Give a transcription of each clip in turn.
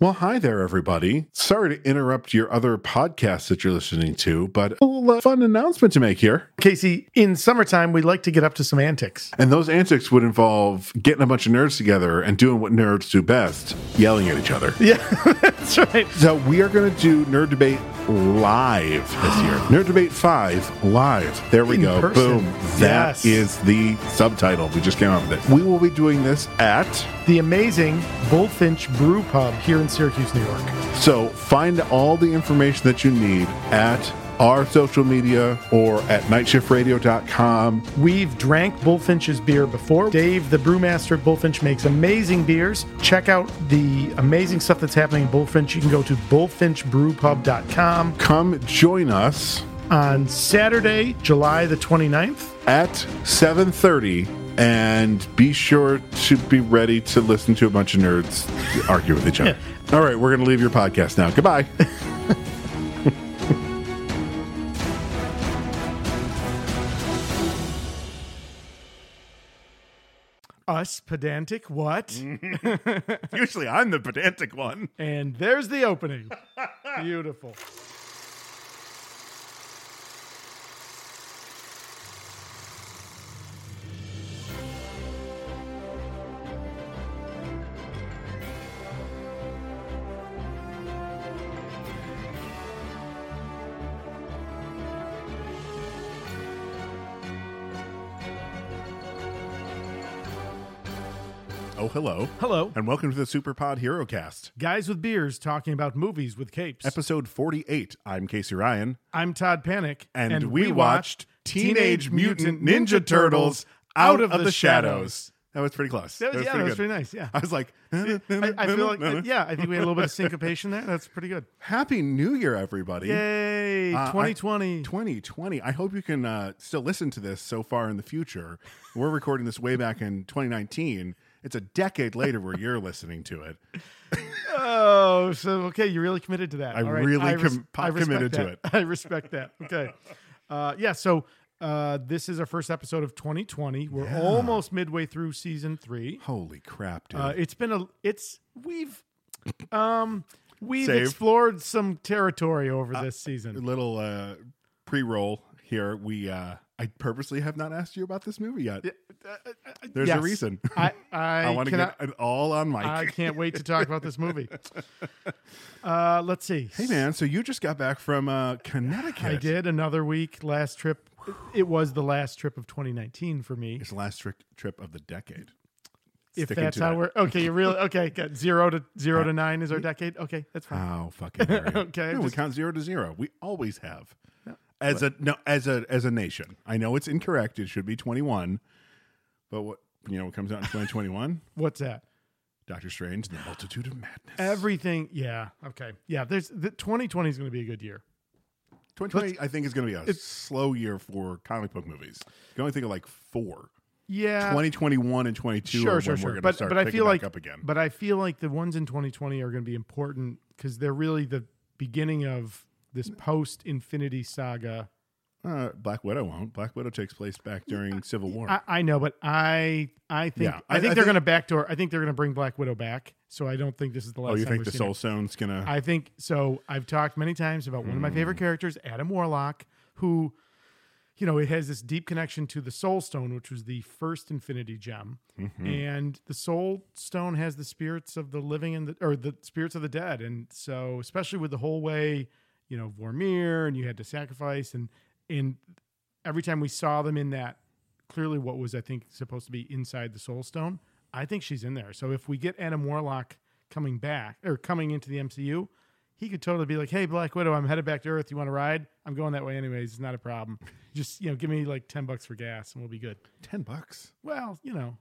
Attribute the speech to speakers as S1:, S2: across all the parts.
S1: Well, hi there, everybody. Sorry to interrupt your other podcast that you're listening to, but a little uh, fun announcement to make here.
S2: Casey, in summertime, we like to get up to some antics.
S1: And those antics would involve getting a bunch of nerds together and doing what nerds do best yelling at each other.
S2: Yeah, that's right.
S1: So, we are going to do Nerd Debate live this year. Nerd Debate 5 live. There we
S2: In
S1: go.
S2: person.
S1: Boom. That
S2: Yes.
S1: is the subtitle. We just came up with it. We will be doing this at
S2: The amazing Bullfinch Brew Pub here in Syracuse, New York.
S1: So find all the information that you need at our social media or at nightshiftradio.com.
S2: We've drank Bullfinch's beer before. Dave, the brewmaster at Bullfinch, makes amazing beers. Check out the amazing stuff that's happening at Bullfinch. You can go to bullfinchbrewpub.com
S1: Come join us
S2: on Saturday, July the 29th.
S1: at 7:30 and be sure to be ready to listen to a bunch of nerds argue with each other. All right, we're going to leave your podcast now. Goodbye.
S2: Us, pedantic, what?
S1: Usually I'm the pedantic one.
S2: And there's the opening. Beautiful.
S1: Oh, hello.
S2: Hello.
S1: And welcome to the Super Pod Hero Cast,
S2: Guys with beers talking about movies with capes.
S1: episode 48. I'm Casey Ryan.
S2: I'm Todd Panic,
S1: and, we, watched Teenage Mutant Ninja Turtles Out of the Shadows. That was pretty close.
S2: That was, yeah, that was pretty nice. Yeah,
S1: I was like,
S2: I, I feel like yeah, I think we had a little bit of syncopation there. That's pretty good.
S1: Happy New Year, everybody.
S2: Yay,
S1: Uh, I-
S2: 2020.
S1: 2020. I hope you can uh, still listen to this so far in the future. We're recording this way back in 2019. It's a decade later where you're listening to it.
S2: oh, so okay, you really committed to that.
S1: I
S2: All right.
S1: really
S2: res-
S1: com- po-
S2: respect
S1: committed to
S2: that.
S1: it.
S2: I respect that. Okay, uh, yeah. So uh, this is our first episode of 2020. We're almost midway through season three.
S1: Holy crap, dude.
S2: Uh, it's been a. It's we've. Um, we've
S1: Save.
S2: explored some territory over this season.
S1: little uh, pre-roll here. We uh, I purposely have not asked you about this movie yet. uh, There's a
S2: Yes.
S1: reason.
S2: I I,
S1: I want to
S2: cannot-
S1: get it all on mic.
S2: I can't wait to talk about this movie. Uh, let's see.
S1: Hey man, so you just got back from uh, Connecticut.
S2: I did another week. Last trip. It was the last trip of 2019 for me.
S1: It's the last tri- trip of the decade.
S2: If
S1: Sticking
S2: that's
S1: to Uh,
S2: how
S1: that.
S2: we're okay, you really okay. Got zero to zero to nine is our decade. Okay, that's fine.
S1: How fucking dare you.
S2: Oh, Okay,
S1: No, we
S2: just-
S1: count zero to zero. We always have. As a no, as a as a nation. I know it's incorrect. It should be twenty one. But what you know what comes out in twenty twenty one?
S2: What's that?
S1: Doctor Strange and the Multitude of Madness.
S2: Everything. Yeah. Okay. Yeah. There's the 2020 is going to be a good year.
S1: twenty twenty I think is gonna be a slow year for comic book movies. You can only think of like four.
S2: Yeah.
S1: Twenty twenty one and twenty two are
S2: Uh, sure,
S1: when
S2: sure,
S1: we're
S2: sure.
S1: gonna
S2: But
S1: start
S2: but I
S1: picking
S2: feel
S1: back
S2: like
S1: up again.
S2: but I feel like the ones in 2020 are going to be important because they're really the beginning of this
S1: Mm.
S2: post Infinity Saga.
S1: Uh, Black Widow won't. Black Widow takes place back during Civil War.
S2: I, I know, but I I think
S1: Yeah,
S2: I,
S1: I-
S2: think
S1: I
S2: they're
S1: think-
S2: going to backdoor. I think they're going to bring Black Widow back. So I don't think this is the last.
S1: oh, you
S2: time
S1: think the
S2: we've seen
S1: Soul
S2: her.
S1: Stone's gonna?
S2: I think so. I've talked many times about one of my favorite characters, Adam Warlock, who, you know, it has this deep connection to the Soul Stone, which was the first Infinity Gem, and the Soul Stone has the spirits of the living and the or the spirits of the dead, and so especially with the whole way, you know, Vormir, and you had to sacrifice, and and every time we saw them in that, clearly what was I think supposed to be inside the Soul Stone. I think she's in there. So if we get Adam Warlock coming back or coming into the MCU, he could totally be like, "Hey, Black Widow, I'm headed back to Earth. You want to ride? I'm going that way anyways. It's not a problem. Just you know, give me like ten bucks for gas, and we'll be good."
S1: Ten bucks.
S2: Well, you know,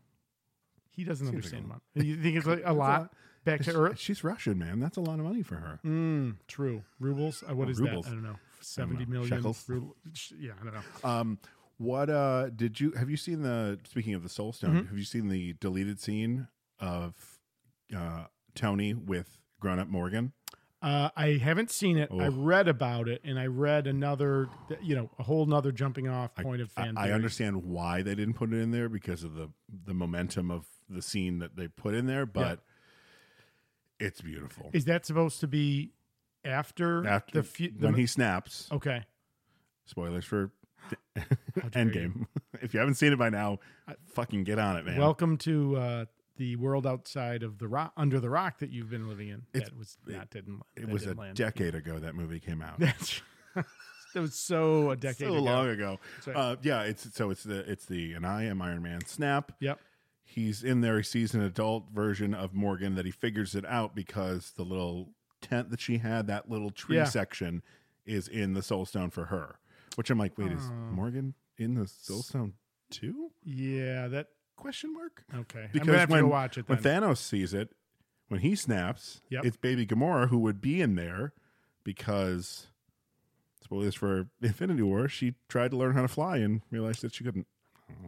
S2: he doesn't
S1: like
S2: understand
S1: a
S2: money. You think it's like a lot back to
S1: She-
S2: Earth?
S1: She's Russian, man. That's a lot of money for her.
S2: Mm, true. Rubles. Uh, what is
S1: rubles.
S2: that? I don't know. Seventy million
S1: Shekels?
S2: ruble- sh- Yeah, I don't know.
S1: Um, what uh did you have you seen the speaking of the Soul Stone?
S2: Mm-hmm.
S1: Have you seen the deleted scene of uh Tony with grown up Morgan?
S2: Uh, I haven't seen it. I
S1: Oh.
S2: read about it, and I read another, you know, a whole nother jumping off point of fan.
S1: I, I
S2: theory.
S1: understand why they didn't put it in there because of the the momentum of the scene that they put in there, but It's beautiful.
S2: Is that supposed to be after,
S1: After
S2: the, fu- the Oh.
S1: when he snaps,
S2: Okay.
S1: spoilers for
S2: dare you.
S1: Endgame. if you haven't seen it by now, fucking get on it, man.
S2: Welcome to uh, the world outside of the rock, under the rock that you've been living in.
S1: It's-
S2: that was
S1: it-
S2: not didn't.
S1: it
S2: that
S1: was a
S2: didn't land.
S1: decade ago that movie came out.
S2: That's that was so a decade
S1: so
S2: ago.
S1: long ago.
S2: right.
S1: Uh, yeah, it's so it's the it's the and I am Iron Man snap.
S2: Yep.
S1: He's in there. He sees an adult version of Morgan that he figures it out because the little tent that she had, that little tree
S2: Yeah.
S1: section, is in the Soul Stone for her. Which I'm like, wait, is
S2: Oh.
S1: Morgan in the Soul Stone too?
S2: Yeah. That
S1: Question mark.
S2: okay. I'm
S1: Because
S2: gonna have to
S1: when-
S2: go watch it. Then.
S1: When Thanos sees it, when he snaps,
S2: Yep.
S1: it's Baby Gamora who would be in there because spoilers for Infinity War, she tried to learn how to fly and realized that she couldn't.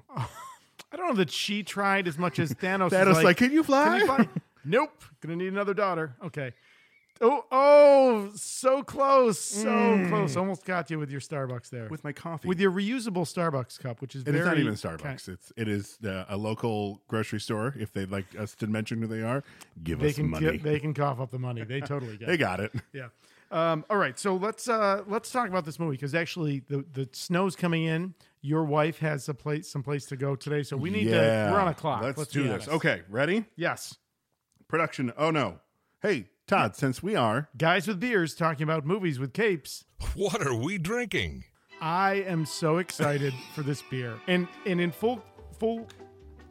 S2: I don't know that she tried as much as Thanos.
S1: Thanos
S2: is
S1: like, can you fly?
S2: Can you fly? nope. Gonna need another daughter. Okay. Oh, oh, so close, so close. Almost got you with your Starbucks there.
S1: Mm. With my coffee.
S2: with your reusable Starbucks cup, which is
S1: and
S2: very
S1: it's not even
S2: kind-
S1: Starbucks. It's it is uh, a local grocery store. If they'd like us to mention who they are, give
S2: they
S1: us
S2: can
S1: money.
S2: get, they can cough up the money. They totally get.
S1: they
S2: it.
S1: got it.
S2: Yeah. Um, all right. So let's uh, let's talk about this movie because actually the the snow's coming in. Your wife has a place some place to go today, so we need
S1: yeah.
S2: to. We're on a clock.
S1: Let's, do
S2: be
S1: this.
S2: honest.
S1: Okay, ready?
S2: Yes.
S1: Production. Oh no. Hey, Todd. Since we are
S2: Guys with beers talking about movies with capes.
S3: What are we drinking?
S2: I am so excited for this beer. And and in full full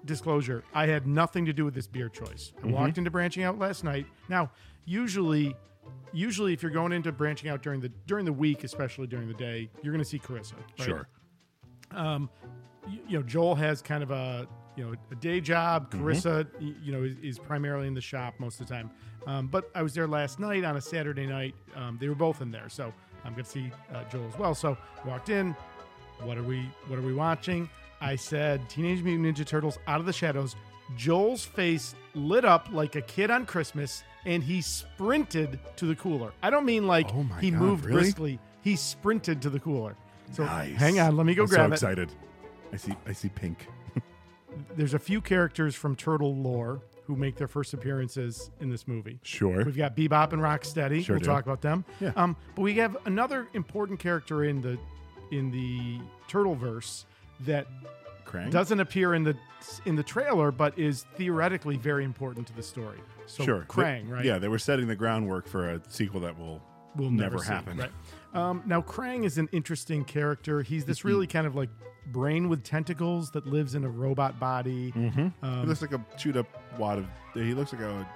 S2: disclosure, I had nothing to do with this beer choice. I walked into branching out last night. Now, usually usually if you're going into branching out during the during the week, especially during the day, you're going to see Carissa. right?
S1: sure,
S2: you, you know, Joel has kind of a you know a day job.
S1: Mm-hmm.
S2: Carissa, y you know, is, is primarily in the shop most of the time. Um, but I was there last night on a Saturday night. Um, they were both in there, so I'm going to see uh, Joel as well. So walked in. What are we? What are we watching? I said, Teenage Mutant Ninja Turtles: Out of the Shadows. Joel's face lit up like a kid on Christmas, and he sprinted to the cooler. I don't mean like
S1: Oh my
S2: he
S1: God,
S2: moved
S1: really?
S2: briskly. He sprinted to the cooler. So
S1: nice.
S2: hang on, let me go
S1: I'm
S2: grab
S1: so
S2: it
S1: excited. I see. I see pink.
S2: there's a few characters from turtle lore who make their first appearances in this movie.
S1: Sure.
S2: We've got Bebop and Rocksteady.
S1: Sure
S2: we'll
S1: do.
S2: talk about them.
S1: Yeah.
S2: Um, but we have another important character in the in the turtle verse that
S1: Krang?
S2: doesn't appear in the in the trailer, but is theoretically very important to the story. So
S1: sure.
S2: Krang,
S1: They-
S2: right?
S1: Yeah, they were setting the groundwork for a sequel that will
S2: will
S1: never,
S2: never, see,
S1: happen.
S2: Right? Um, now, Krang is an interesting character. He's this
S1: Mm-hmm.
S2: really kind of like brain with tentacles that lives in a robot body.
S1: Mm-hmm.
S2: Um,
S1: He looks like a chewed up wad of. He looks like a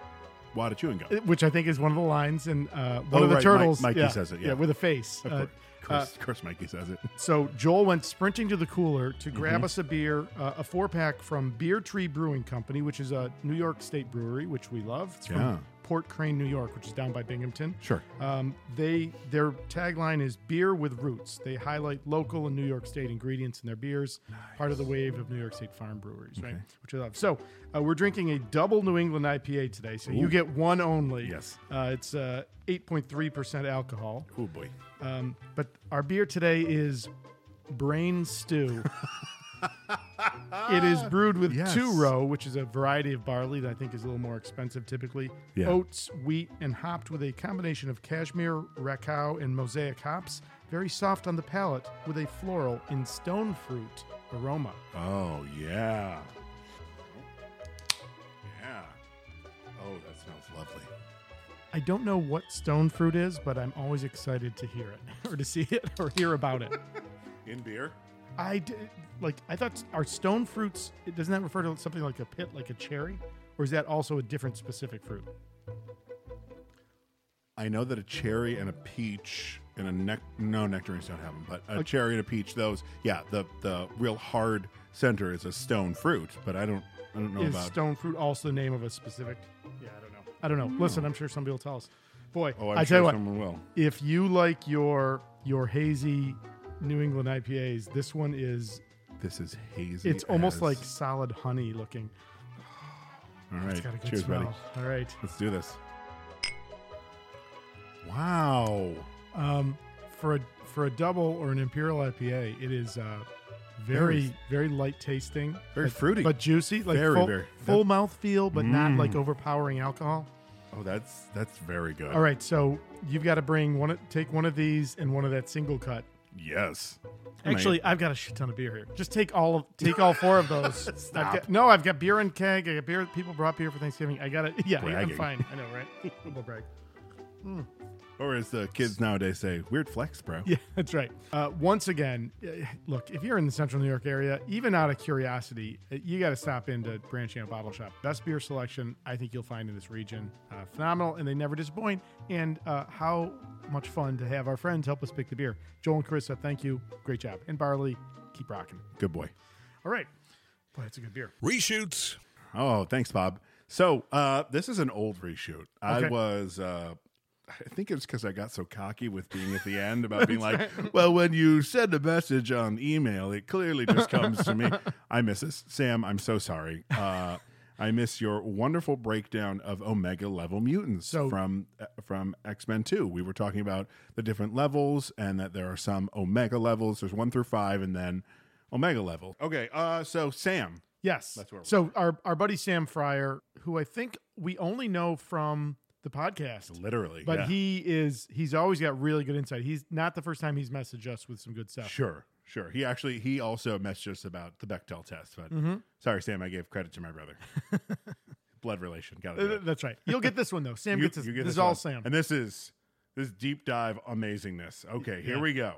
S1: wad of chewing gum.
S2: which I think is one of the lines in uh, one
S1: Oh,
S2: of the
S1: right. Mike-
S2: turtles.
S1: Mikey says it, yeah.
S2: with a face.
S1: Of
S2: Uh,
S1: course, of course,
S2: uh,
S1: of course Mikey says it.
S2: so Joel went sprinting to the cooler
S1: Mm-hmm.
S2: to grab us a beer, uh, a four pack from Beer Tree Brewing Company, which is a New York State brewery, which we love. It's from
S1: Yeah.
S2: Port Crane, New York, which is down by Binghamton.
S1: Sure.
S2: Um, they their tagline is beer with roots. They highlight local and New York State ingredients in their beers, part of the wave of New York State farm breweries, right? Which I love. So uh, we're drinking a double New England IPA today. So you get one only.
S1: Yes.
S2: uh, it's uh, 8.3% alcohol.
S1: Oh boy.
S2: Um, but our beer today is Brain Stew. it is brewed with
S1: Yes.
S2: two row, which is a variety of barley that I think is a little more expensive typically.
S1: Yeah.
S2: Oats, wheat, and hopped with a combination of cashmere, racow, and mosaic hops. Very soft on the palate with a floral and stone fruit aroma.
S1: Oh yeah. Yeah. Oh, that smells lovely.
S2: I don't know what stone fruit is, but I'm always excited to hear it or to see it or hear about it.
S1: In beer.
S2: I d- like. I thought are stone fruits. It doesn't that refer to something like a pit, like a cherry, or is that also a different specific fruit?
S1: I know that a cherry and a peach and a nec- no nectarines don't have them, but a cherry and a peach. Those, yeah. The the real hard center is a stone fruit, but I don't I don't know
S2: is
S1: about.
S2: stone fruit also the name of a specific? Yeah, I don't know. I don't know. Listen, I'm sure somebody will tell us. Boy,
S1: Hmm. oh, I'm sure
S2: I tell you what.
S1: someone will.
S2: If you like your your hazy New England IPAs, this one is.
S1: This is hazy.
S2: It's almost
S1: as-
S2: like solid honey looking.
S1: All
S2: It's
S1: right.
S2: got a good
S1: Cheers,
S2: smell.
S1: buddy.
S2: All right.
S1: Let's do this. Wow.
S2: Um, for a for a double or an imperial IPA, it is uh, very
S1: Very-
S2: very light tasting,
S1: Very
S2: but-
S1: fruity.
S2: but juicy, like
S1: Very, Mm.
S2: full,
S1: very-
S2: full mouth feel, but not like overpowering alcohol.
S1: Oh, that's that's very good.
S2: All right, so you've got to bring one, of- take one of these and one of that single cut.
S1: Yes.
S2: Actually, I've got a shit ton of beer here. Just take all of, take all four of those. I've
S1: Stop.
S2: got- no, I've got beer in keg. I got beer. People brought beer for Thanksgiving. I got it. Yeah,
S1: Bragging.
S2: I'm fine. I know, right? Humble brag.
S1: or as the kids nowadays say, weird flex, bro.
S2: Yeah, that's right. Uh, once again, eh, look, if you're in the central New York area, even out of curiosity, eh, you got to stop into Branching Out Bottle Shop. Best beer selection I think you'll find in this region. Uh, phenomenal, and they never disappoint. And uh, how much fun to have our friends help us pick the beer. Joel and Carissa, thank you. Great job. And Barley, keep rocking.
S1: Good boy.
S2: All right. Boy, that's a good beer.
S3: Reshoots.
S1: Oh, thanks, Bob. So uh, this is an old reshoot. I
S2: Okay.
S1: was, uh, I think it was because I got so cocky with being at the end about being like, well, when you send a message on email, it clearly just comes to me. I miss this, Sam. I'm so sorry. Uh, I miss your wonderful breakdown of omega level mutants
S2: So-
S1: from uh, from X Men Two. We were talking about the different levels and that there are some omega levels. There's one through five, and then omega level. Okay, uh, so Sam,
S2: Yes.
S1: That's where we're
S2: so our, our buddy Sam Fryer, who I think we only know from the podcast.
S1: literally,
S2: But
S1: yeah.
S2: he is he's always got really good insight. He's not the first time he's messaged us with some good stuff.
S1: Sure, sure. He actually he also messaged us about the Bechtel test,
S2: Mm.
S1: but
S2: Mm-hmm.
S1: sorry, Sam, I gave credit to my brother. Blood relation. Got
S2: Uh,
S1: it.
S2: That's right. You'll get this one though. Sam gets this. this, is all Sam.
S1: And this is this is deep dive amazingness. Okay, here we go.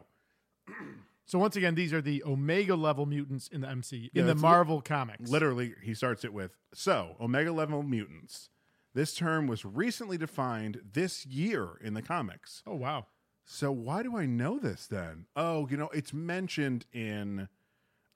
S2: So once again, these are the Omega level mutants in the MC
S1: Yeah,
S2: in the
S1: that's li-
S2: Marvel comics.
S1: Literally, he starts it with so omega level mutants. This term was recently defined this year in the comics.
S2: Oh wow.
S1: So why do I know this then? Oh, you know, it's mentioned in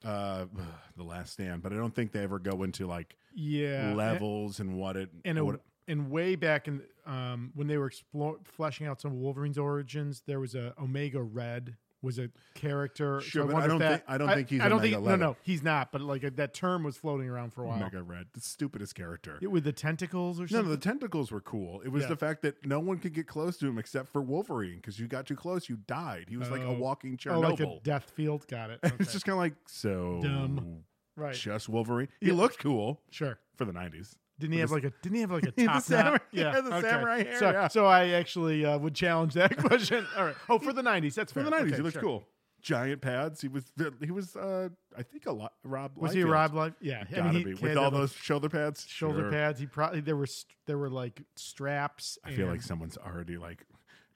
S1: uh the last stand, but I don't think they ever go into like
S2: Yeah.
S1: levels and what it
S2: And
S1: what
S2: a,
S1: it-
S2: and way back in um, when they were explore, fleshing out some of Wolverine's origins, there was a Omega Red was a character.
S1: Sure,
S2: I
S1: but I
S2: wonder if
S1: don't
S2: that-
S1: think- I don't think he's
S2: I don't
S1: Omega
S2: think
S1: level.
S2: no no he's not. But like that term was floating around for a while
S1: Mega Red, the stupidest character.
S2: It- with the tentacles or
S1: no,
S2: something.
S1: no, the tentacles were cool. It was
S2: Yeah.
S1: the fact that no one could get close to him except for Wolverine because you got too close, you died. He was like a
S2: Oh.
S1: walking
S2: Oh,
S1: Chernobyl.
S2: like a death field. Got it. Okay.
S1: It's just kind of like so
S2: Dumb. right.
S1: Just Wolverine. He looked cool
S2: Sure.
S1: for the nineties.
S2: Didn't he have like a Didn't he have like a
S1: the
S2: top
S1: samurai-
S2: knot? Yeah,
S1: yeah, the samurai hair,
S2: So,
S1: yeah.
S2: so I actually uh, would challenge that question. All right. Oh, for the nineties. That's
S1: For the
S2: fair.
S1: nineties,
S2: Okay,
S1: he looked
S2: sure.
S1: cool. Giant pads. He was he was uh I think a lot Rob
S2: Was he a
S1: Liefeld.
S2: Rob Life? Yeah, I mean,
S1: Gotta
S2: he
S1: be
S2: had
S1: with all
S2: that, like,
S1: those shoulder pads.
S2: shoulder
S1: Sure.
S2: pads. He probably there were st- there were like straps.
S1: I feel like
S2: and-
S1: someone's already like,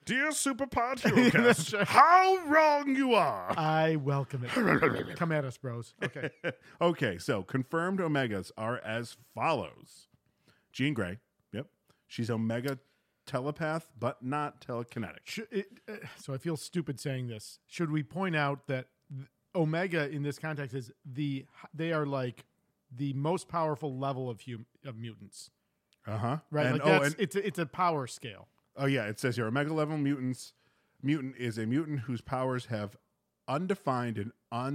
S1: dear Super Pod Hero-cast,
S2: right.
S1: how wrong you are.
S2: I welcome it. Come at us, bros. Okay.
S1: okay, so confirmed omegas are as follows: Jean Grey, yep, she's omega telepath, but not telekinetic.
S2: Sh- it- uh, so I feel stupid saying this. Should we point out that th- Omega in this context is the they are like the most powerful level of hum- of mutants,
S1: Uh huh.
S2: right?
S1: And,
S2: like
S1: oh,
S2: that's
S1: and,
S2: it's a, it's a power scale.
S1: oh yeah, it says here omega level mutants. Mutant is a mutant whose powers have undefined and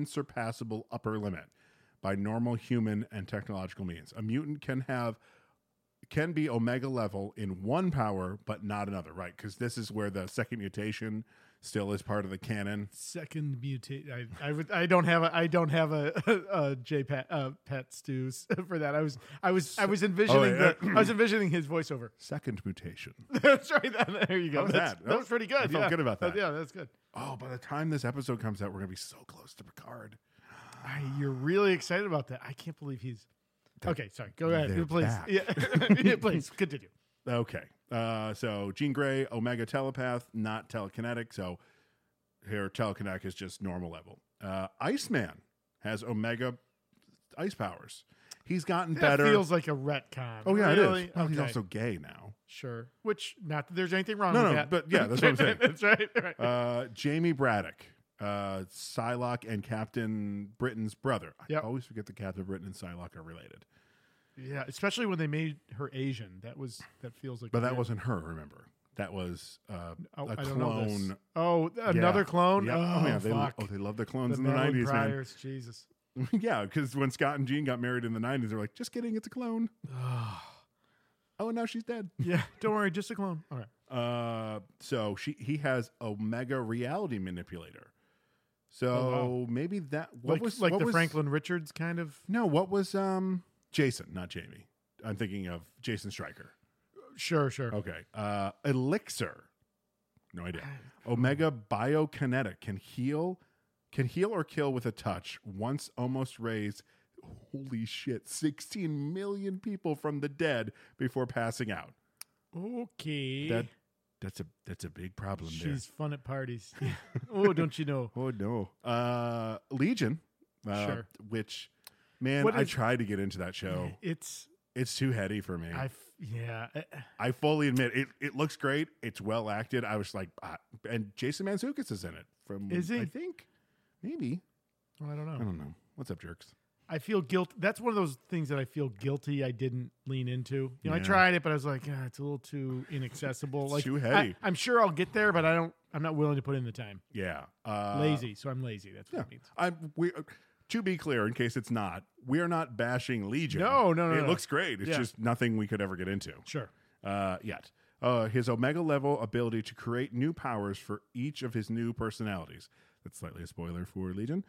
S1: unsurpassable upper limit by normal human and technological means. A mutant can have can be omega level in one power but not another, right? Cuz this is where the second mutation still is part of the canon.
S2: Second mutate. I I, would, I don't have a I don't have a, a, J pet uh, pet stews for that. I was I was I was envisioning
S1: Oh, yeah.
S2: the, I was envisioning his voiceover.
S1: Second mutation.
S2: that's right. There you go.
S1: How was
S2: That's-
S1: that?
S2: was pretty good.
S1: I felt
S2: yeah.
S1: good about that.
S2: Yeah, that's good.
S1: Oh, by the time this episode comes out, we're going to be so close to Picard.
S2: I, you're really excited about that. I can't believe he's. Okay, sorry. Go ahead,
S1: they're
S2: please.
S1: back.
S2: Yeah. yeah, please continue.
S1: Okay. Uh, so Jean Grey, Omega telepath, not telekinetic. So here, telekinetic is just normal level. Uh, Iceman has Omega ice powers. He's gotten
S2: That
S1: better.
S2: feels like a retcon.
S1: oh, yeah,
S2: really?
S1: it is. Well, he's
S2: Okay,
S1: also gay now.
S2: sure. Which, not that there's anything wrong
S1: No,
S2: with
S1: no,
S2: that.
S1: but yeah, that's what I'm saying.
S2: that's right. right.
S1: Uh, Jamie Braddock, uh, Psylocke and Captain Britain's brother. I
S2: Yep.
S1: always forget the Captain Britain and Psylocke are related.
S2: yeah, especially when they made her Asian. That was that feels like.
S1: But that
S2: weird.
S1: wasn't her, remember. That was uh,
S2: Oh,
S1: a
S2: I don't know this.
S1: clone.
S2: Oh, another
S1: Yeah.
S2: clone.
S1: Yeah.
S2: Oh,
S1: yeah, they,
S2: fuck.
S1: oh, they love their clones
S2: the
S1: in the 90s,
S2: Madeline
S1: man.
S2: Pryors, Jesus.
S1: Yeah, because when Scott and Jean got married in the 90s, they were like, just kidding, it's a clone. Oh, and now she's dead.
S2: yeah, don't worry, just a clone. All right.
S1: Uh, so she he has Omega Reality Manipulator. So
S2: Oh,
S1: maybe that what
S2: like
S1: was
S2: like
S1: what
S2: the
S1: was-
S2: Franklin Richards kind of
S1: No, what was um Jason, not Jamie. I'm thinking of Jason Stryker.
S2: Sure, sure.
S1: Okay. Uh, elixir. No idea. Omega biokinetic can heal, can heal or kill with a touch. Once almost raised, holy shit, 16 million people from the dead before passing out.
S2: Okay.
S1: That that's a that's a big problem there.
S2: She's fun at parties. oh, don't you know?
S1: Oh no. Uh Legion. Uh,
S2: Sure.
S1: Which man,
S2: What
S1: I
S2: is-
S1: tried to get into that show.
S2: It's
S1: It's too heady for me.
S2: I
S1: I,
S2: f- yeah. eh, I-
S1: fully admit it it looks great. It's well acted. I was like ah, and Jason Manzukis is in it from
S2: Is he? Oh.
S1: I think. Maybe.
S2: I don't
S1: I
S2: know.
S1: don't know. What's up, jerks?
S2: I feel guilt. That's one of those things that I feel guilty. I didn't lean into. You know, I
S1: Yeah.
S2: tried it, but I was like, ah, it's a little too inaccessible.
S1: It's
S2: like
S1: too heavy.
S2: I, am sure I'll get there, but I don't. I'm not willing to put in the time.
S1: Yeah. Uh
S2: Lazy, so I'm lazy. That's what
S1: Yeah.
S2: it means.
S1: I'm we uh, to be clear, in case it's not, we are not bashing Legion.
S2: No, no, no,
S1: It
S2: no.
S1: looks great. It's
S2: Yeah.
S1: just nothing we could ever get into.
S2: Sure.
S1: uh, yet. Uh, his Omega level ability to create new powers for each of his new personalities. That's slightly a spoiler for Legion.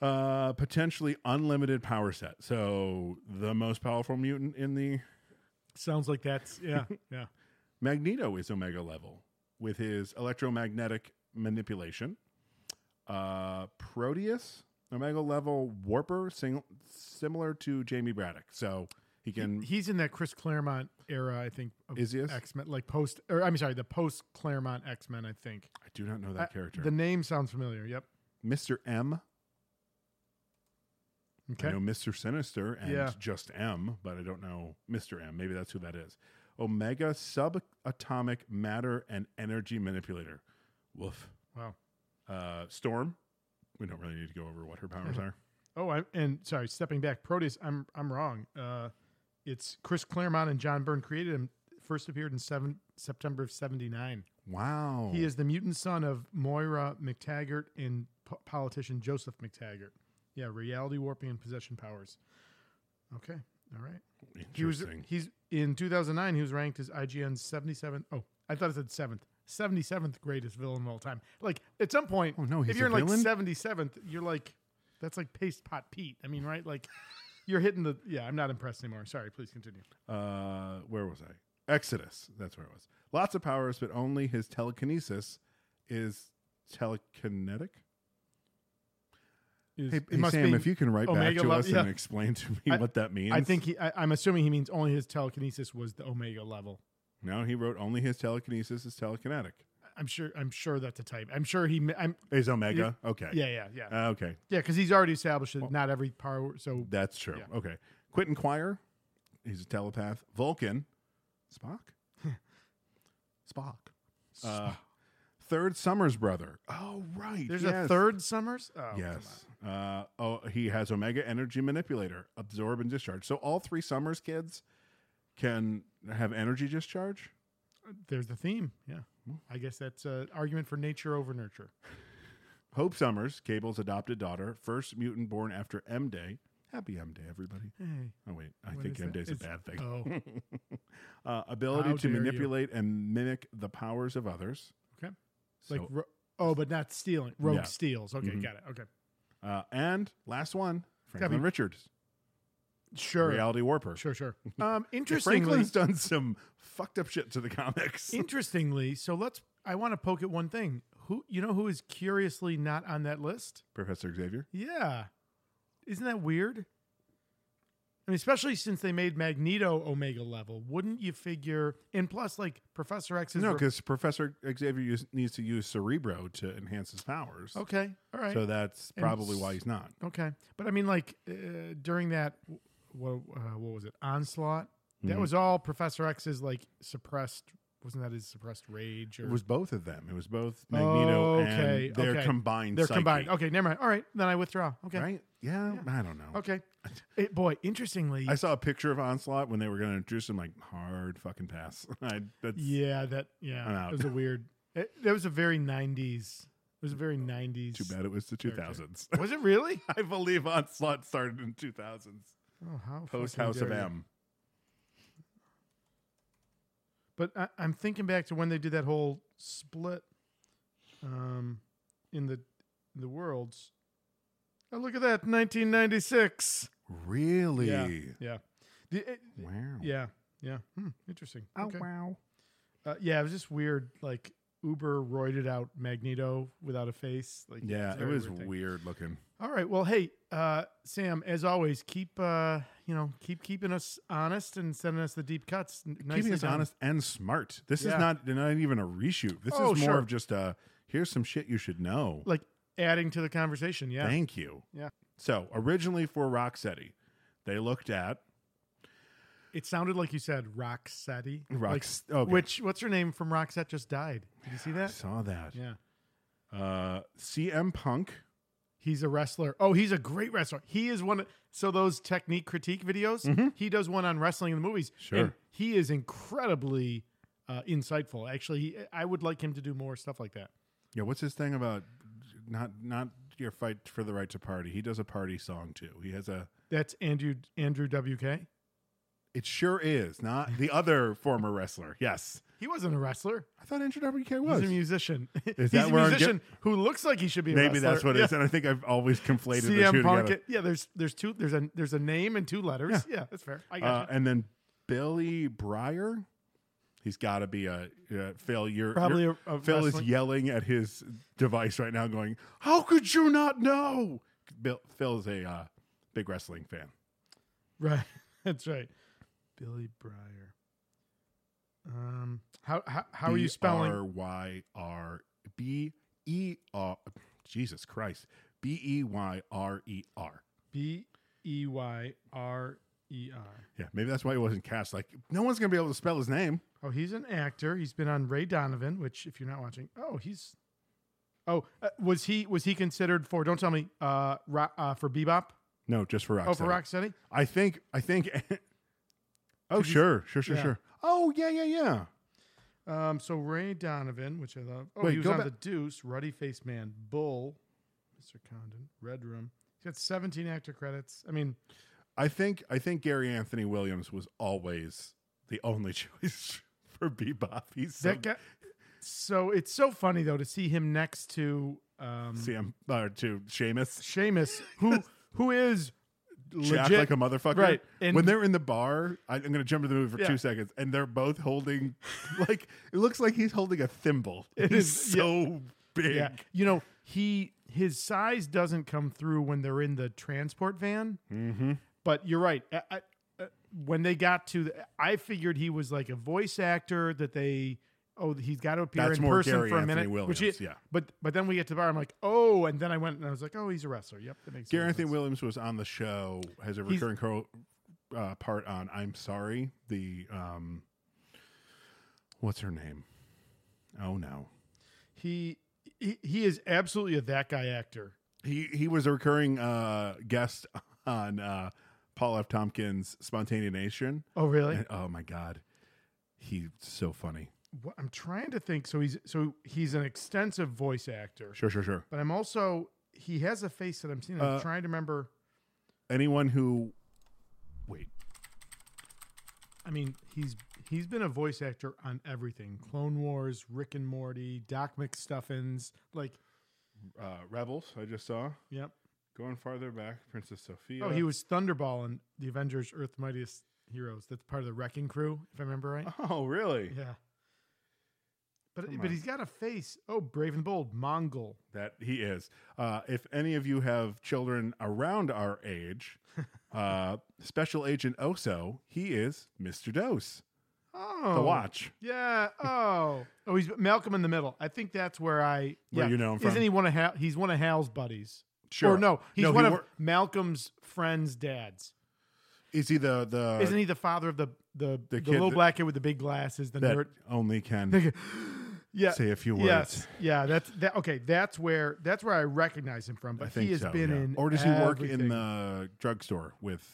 S1: uh, potentially unlimited power set. So the most powerful mutant in the
S2: Sounds like that's yeah, yeah.
S1: Magneto is Omega level with his electromagnetic manipulation. Uh, Proteus Omega level warper, sing- similar to Jamie Braddock. So he can.
S2: He's in that Chris Claremont era, I think. Of
S1: Is he? I
S2: oh, X Men, like post, or I'm sorry, the post Claremont X Men. I think
S1: do not know
S2: I-
S1: that character.
S2: Uh, The name sounds familiar. Yep.
S1: Mr. M I
S2: Okay.
S1: know Mr. Sinister and
S2: Yeah.
S1: just M, but I don't know Mr. M. Maybe that's who that is. Omega subatomic matter and energy manipulator. Woof.
S2: Wow.
S1: Uh, Storm. We don't really need to go over what her powers are.
S2: Oh, I'm, and sorry, stepping back, Proteus. I'm I'm wrong. Uh, it's Chris Claremont and John Byrne created him. First appeared in seven, September of '79.
S1: Wow.
S2: He is the mutant son of Moira McTaggart and po- politician Joseph McTaggart. Yeah, reality warping and possession powers. Okay, all right. He was
S1: interesting.
S2: he's in 2009. He was ranked as IGN's 77th. Oh, I thought it said seventh. 77th greatest villain of all time. Like at some point,
S1: Oh, no, he's
S2: if
S1: a
S2: you're in like
S1: villain?
S2: 77th, you're like that's like paste pot Pete. I mean, right? Like you're hitting the yeah. I'm not impressed anymore. Sorry, please continue.
S1: uh, where was I? Exodus. That's where it was. Lots of powers, but only his telekinesis is telekinetic.
S2: Is-
S1: Hey,
S2: it
S1: hey,
S2: must
S1: Sam,
S2: be-
S1: if you can write back
S2: Omega
S1: to
S2: level-
S1: us
S2: yeah.
S1: and explain to me
S2: I-
S1: what that means.
S2: I think he. I, I'm assuming he means only his telekinesis was the Omega level.
S1: No, he wrote only his telekinesis is telekinetic.
S2: I'm sure. I'm sure that's a type. I'm sure he. me- I'm
S1: Is Omega okay?
S2: yeah, yeah, yeah,
S1: Uh, okay,
S2: yeah. Because he's already established that not every power. So
S1: that's true.
S2: Yeah.
S1: Okay, Quentin Quire, he's a telepath. Vulcan, Spock, Spock. Uh, third Summers brother. Oh right,
S2: there's
S1: yes.
S2: a third Summers. Oh, come
S1: Yes. Uh, oh, he has Omega Energy Manipulator, absorb and discharge. So all three Summers kids can have energy discharge.
S2: on. There's the theme. Yeah. I guess that's an argument for nature over nurture.
S1: Hope Summers, Cable's adopted daughter, first mutant born after M Day. Happy M Day, everybody.
S2: Hey.
S1: Oh wait, I
S2: What
S1: think
S2: is
S1: M
S2: that?
S1: Day's a
S2: It's-
S1: bad thing.
S2: Oh,
S1: Uh, ability
S2: How
S1: to
S2: dare you.
S1: manipulate and mimic the powers of others.
S2: Okay.
S1: So,
S2: like ro- oh, but not stealing. Rogue
S1: Yeah.
S2: steals. Okay,
S1: Mhm.
S2: got it. Okay,
S1: uh, and last one, Franklin
S2: be-
S1: Richards,
S2: sure,
S1: reality warper.
S2: sure, sure. Um,
S1: Yeah,
S2: interestingly,
S1: Franklin's done some fucked up shit to the comics.
S2: interestingly. So let's. I want to poke at one thing. Who you know who is curiously not on that list?
S1: Professor Xavier.
S2: Yeah. Isn't that weird? I mean, especially since they made Magneto Omega level, wouldn't you figure? And plus, like Professor X is
S1: No,
S2: re-
S1: because Professor Xavier use, needs to use Cerebro to enhance his powers.
S2: okay, all right,
S1: So that's
S2: And
S1: probably
S2: s-
S1: why he's not.
S2: okay. But I mean, like uh, during that, what uh, what was it? Onslaught. That
S1: Mhm.
S2: was all Professor X's like suppressed. Wasn't that his suppressed rage? Or
S1: It was both of them. It was both Magneto
S2: Okay,
S1: and their
S2: okay.
S1: combined.
S2: they're
S1: psyche,
S2: combined? Okay, never mind. All right, then I withdraw. Okay,
S1: right? Yeah, I don't know.
S2: okay. Eh, boy, interestingly,
S1: I saw a picture of Onslaught when they were going to introduce him. Like hard fucking pass. I, that's,
S2: Yeah, that
S1: I'm
S2: yeah,
S1: out.
S2: it was a weird. It, that was a very '90s. It was a very '90s.
S1: Too bad it was the two
S2: Character.
S1: thousands.
S2: Was it really?
S1: I believe Onslaught started in two thousands.
S2: Oh, how
S1: Post
S2: fucking
S1: House of
S2: dare you.
S1: M.
S2: But I, I'm thinking back to when they did that whole split, um, in the in the worlds. Oh, look at that, 1996.
S1: Really?
S2: Yeah. The- it-
S1: Wow.
S2: yeah. Yeah. Hmm, interesting. Okay.
S1: wow.
S2: Uh, yeah, it was just weird. Like Uber roided out Magneto without a face. Like
S1: Yeah,
S2: a
S1: it
S2: very
S1: was
S2: thing.
S1: weird looking.
S2: All right. Well, hey, uh, Sam, as always, keep uh, you know keep keeping us honest and sending us the deep cuts. N- nicely
S1: Keeping us
S2: done.
S1: honest and smart. This
S2: Yeah.
S1: is not not even a reshoot. This
S2: Oh,
S1: is more
S2: sure.
S1: of just a here's some shit you should know.
S2: like adding to the conversation. Yeah.
S1: Thank you.
S2: Yeah.
S1: So originally for Rocksteady, they looked at
S2: It sounded like you said Roxette. Like,
S1: Rocks. okay.
S2: Which what's her name from Roxette just died? Did you see
S1: I
S2: that?
S1: saw that.
S2: Yeah.
S1: Uh, CM Punk.
S2: He's a wrestler. Oh, he's a great wrestler. He is one. So those technique critique videos, he does one on wrestling in the movies.
S1: Mm-hmm. Sure.
S2: and he is incredibly uh, insightful. Actually, he, I would like him to do more stuff like that.
S1: Yeah, what's his thing about not not your fight for the right to party? He does a party song too. He has a.
S2: That's Andrew Andrew WK.
S1: It sure is not the other former wrestler. Yes,
S2: He wasn't a wrestler.
S1: I thought Andrew WK
S2: He's
S1: was.
S2: a musician. he's
S1: that
S2: a
S1: where I'm get-
S2: musician who looks like he should be. A
S1: Maybe that's
S2: wrestler.
S1: what it is, and I think I've always conflated the
S2: Yeah.
S1: two
S2: CM Punk.
S1: together.
S2: Yeah, there's there's two there's a there's a name and two letters. Yeah, that's fair. I got
S1: Uh, and then Billy Breyer, he's got to be a, a Phil. You're
S2: Probably
S1: you're-
S2: a- a
S1: Phil
S2: wrestling-
S1: is yelling at his device right now, going, "How could you not know?" Bill, Phil's a uh, big wrestling fan.
S2: Right. That's right. Billy Breyer. Um how how, how are you
S1: R
S2: spelling
S1: Y R B E R. Jesus Christ. B E Y R E R.
S2: B E Y R E R?
S1: Yeah, maybe that's why he wasn't cast. Like, no one's going to be able to spell his name.
S2: Oh, he's an actor. He's been on Ray Donovan, which if you're not watching, oh, he's Oh, uh, was he was he considered for don't tell me uh, ro- uh for Bebop?
S1: No, just for Rocksteady.
S2: Oh, for Rocksteady?
S1: I think, I think. oh,
S2: Could you-
S1: sure, sure, sure,
S2: yeah.
S1: sure. Oh, yeah, yeah, yeah.
S2: Um so Ray Donovan, which I love. Oh,
S1: Wait,
S2: he was
S1: go
S2: on
S1: ba-
S2: The Deuce, Ruddy Face Man, Bull, Mr. Condon, Red Room. He's got 17 actor credits. I mean,
S1: I think, I think Gary Anthony Williams was always the only choice for Bebop. He's so,
S2: That guy. So it's so funny though to see him next to um,
S1: Sam, uh, to Seamus.
S2: Seamus, who who is
S1: jacked
S2: legit-
S1: like a motherfucker.
S2: Right, and-
S1: when they're in the bar, I, I'm going to jump to the movie for
S2: Yeah.
S1: two seconds, and they're both holding, like, it looks like he's holding a thimble. It is
S2: is- yeah.
S1: so big.
S2: Yeah, you know he his size doesn't come through when they're in the transport van.
S1: Mm-hmm.
S2: But you're right. I, I, uh, when they got to, the, I figured he was like a voice actor that they. Oh, he's got to appear
S1: That's
S2: in
S1: more
S2: person
S1: Gary
S2: for a
S1: Anthony
S2: minute.
S1: Williams.
S2: which he-
S1: yeah.
S2: But but then we get to the bar. I'm like, oh, and then I went and I was like, oh, he's a wrestler. Yep, that makes
S1: Gary
S2: more sense.
S1: Anthony Williams was on the show, has a
S2: He's-
S1: recurring co- uh, part on I'm Sorry, the, um, what's her name? Oh, no.
S2: He, he he is absolutely a that guy actor.
S1: He, he was a recurring uh, guest on uh, Paul F. Tompkins' Spontaneation.
S2: Oh, really?
S1: And- oh my god, he's so funny.
S2: What, I'm trying to think. So he's so he's an extensive voice actor,
S1: Sure, sure, sure.
S2: but I'm also he has a face that I'm seeing. I'm
S1: Uh,
S2: trying to remember.
S1: Anyone who, wait,
S2: I mean, he's he's been a voice actor on everything: Clone Wars, Rick and Morty, Doc McStuffins. Like,
S1: uh, Rebels. I just saw
S2: yep.
S1: going farther back, Princess Sophia.
S2: Oh, he was Thunderball in the Avengers: Earth Mightiest Heroes. That's part of the Wrecking Crew, if I remember right.
S1: Oh, really?
S2: Yeah. But
S1: Come
S2: but
S1: on.
S2: he's got a face. Oh, Brave and the Bold, Mongol.
S1: That he is. Uh, if any of you have children around our age, uh, Special Agent Oso, he is Mr. Dose.
S2: Oh,
S1: The Watch.
S2: Yeah. Oh. Oh, he's Malcolm in the Middle. I think that's where I.
S1: Where
S2: yeah.
S1: you know him
S2: Isn't
S1: from.
S2: he one of Hal? He's one of Hal's buddies.
S1: Sure.
S2: Or no, he's
S1: No, he
S2: one of
S1: wor-
S2: Malcolm's friends' dads.
S1: Is he the the
S2: Isn't he the father of the the the,
S1: Uh, kid
S2: little
S1: that-
S2: black kid with the big glasses? The
S1: that
S2: nerd.
S1: only can
S2: Yeah.
S1: say a few words?
S2: Yes. Yeah. That's that. Okay. That's where that's where I recognize him from.
S1: I
S2: But
S1: think
S2: he has
S1: so,
S2: been
S1: yeah.
S2: in.
S1: Or does he work in
S2: everything.
S1: the drugstore with?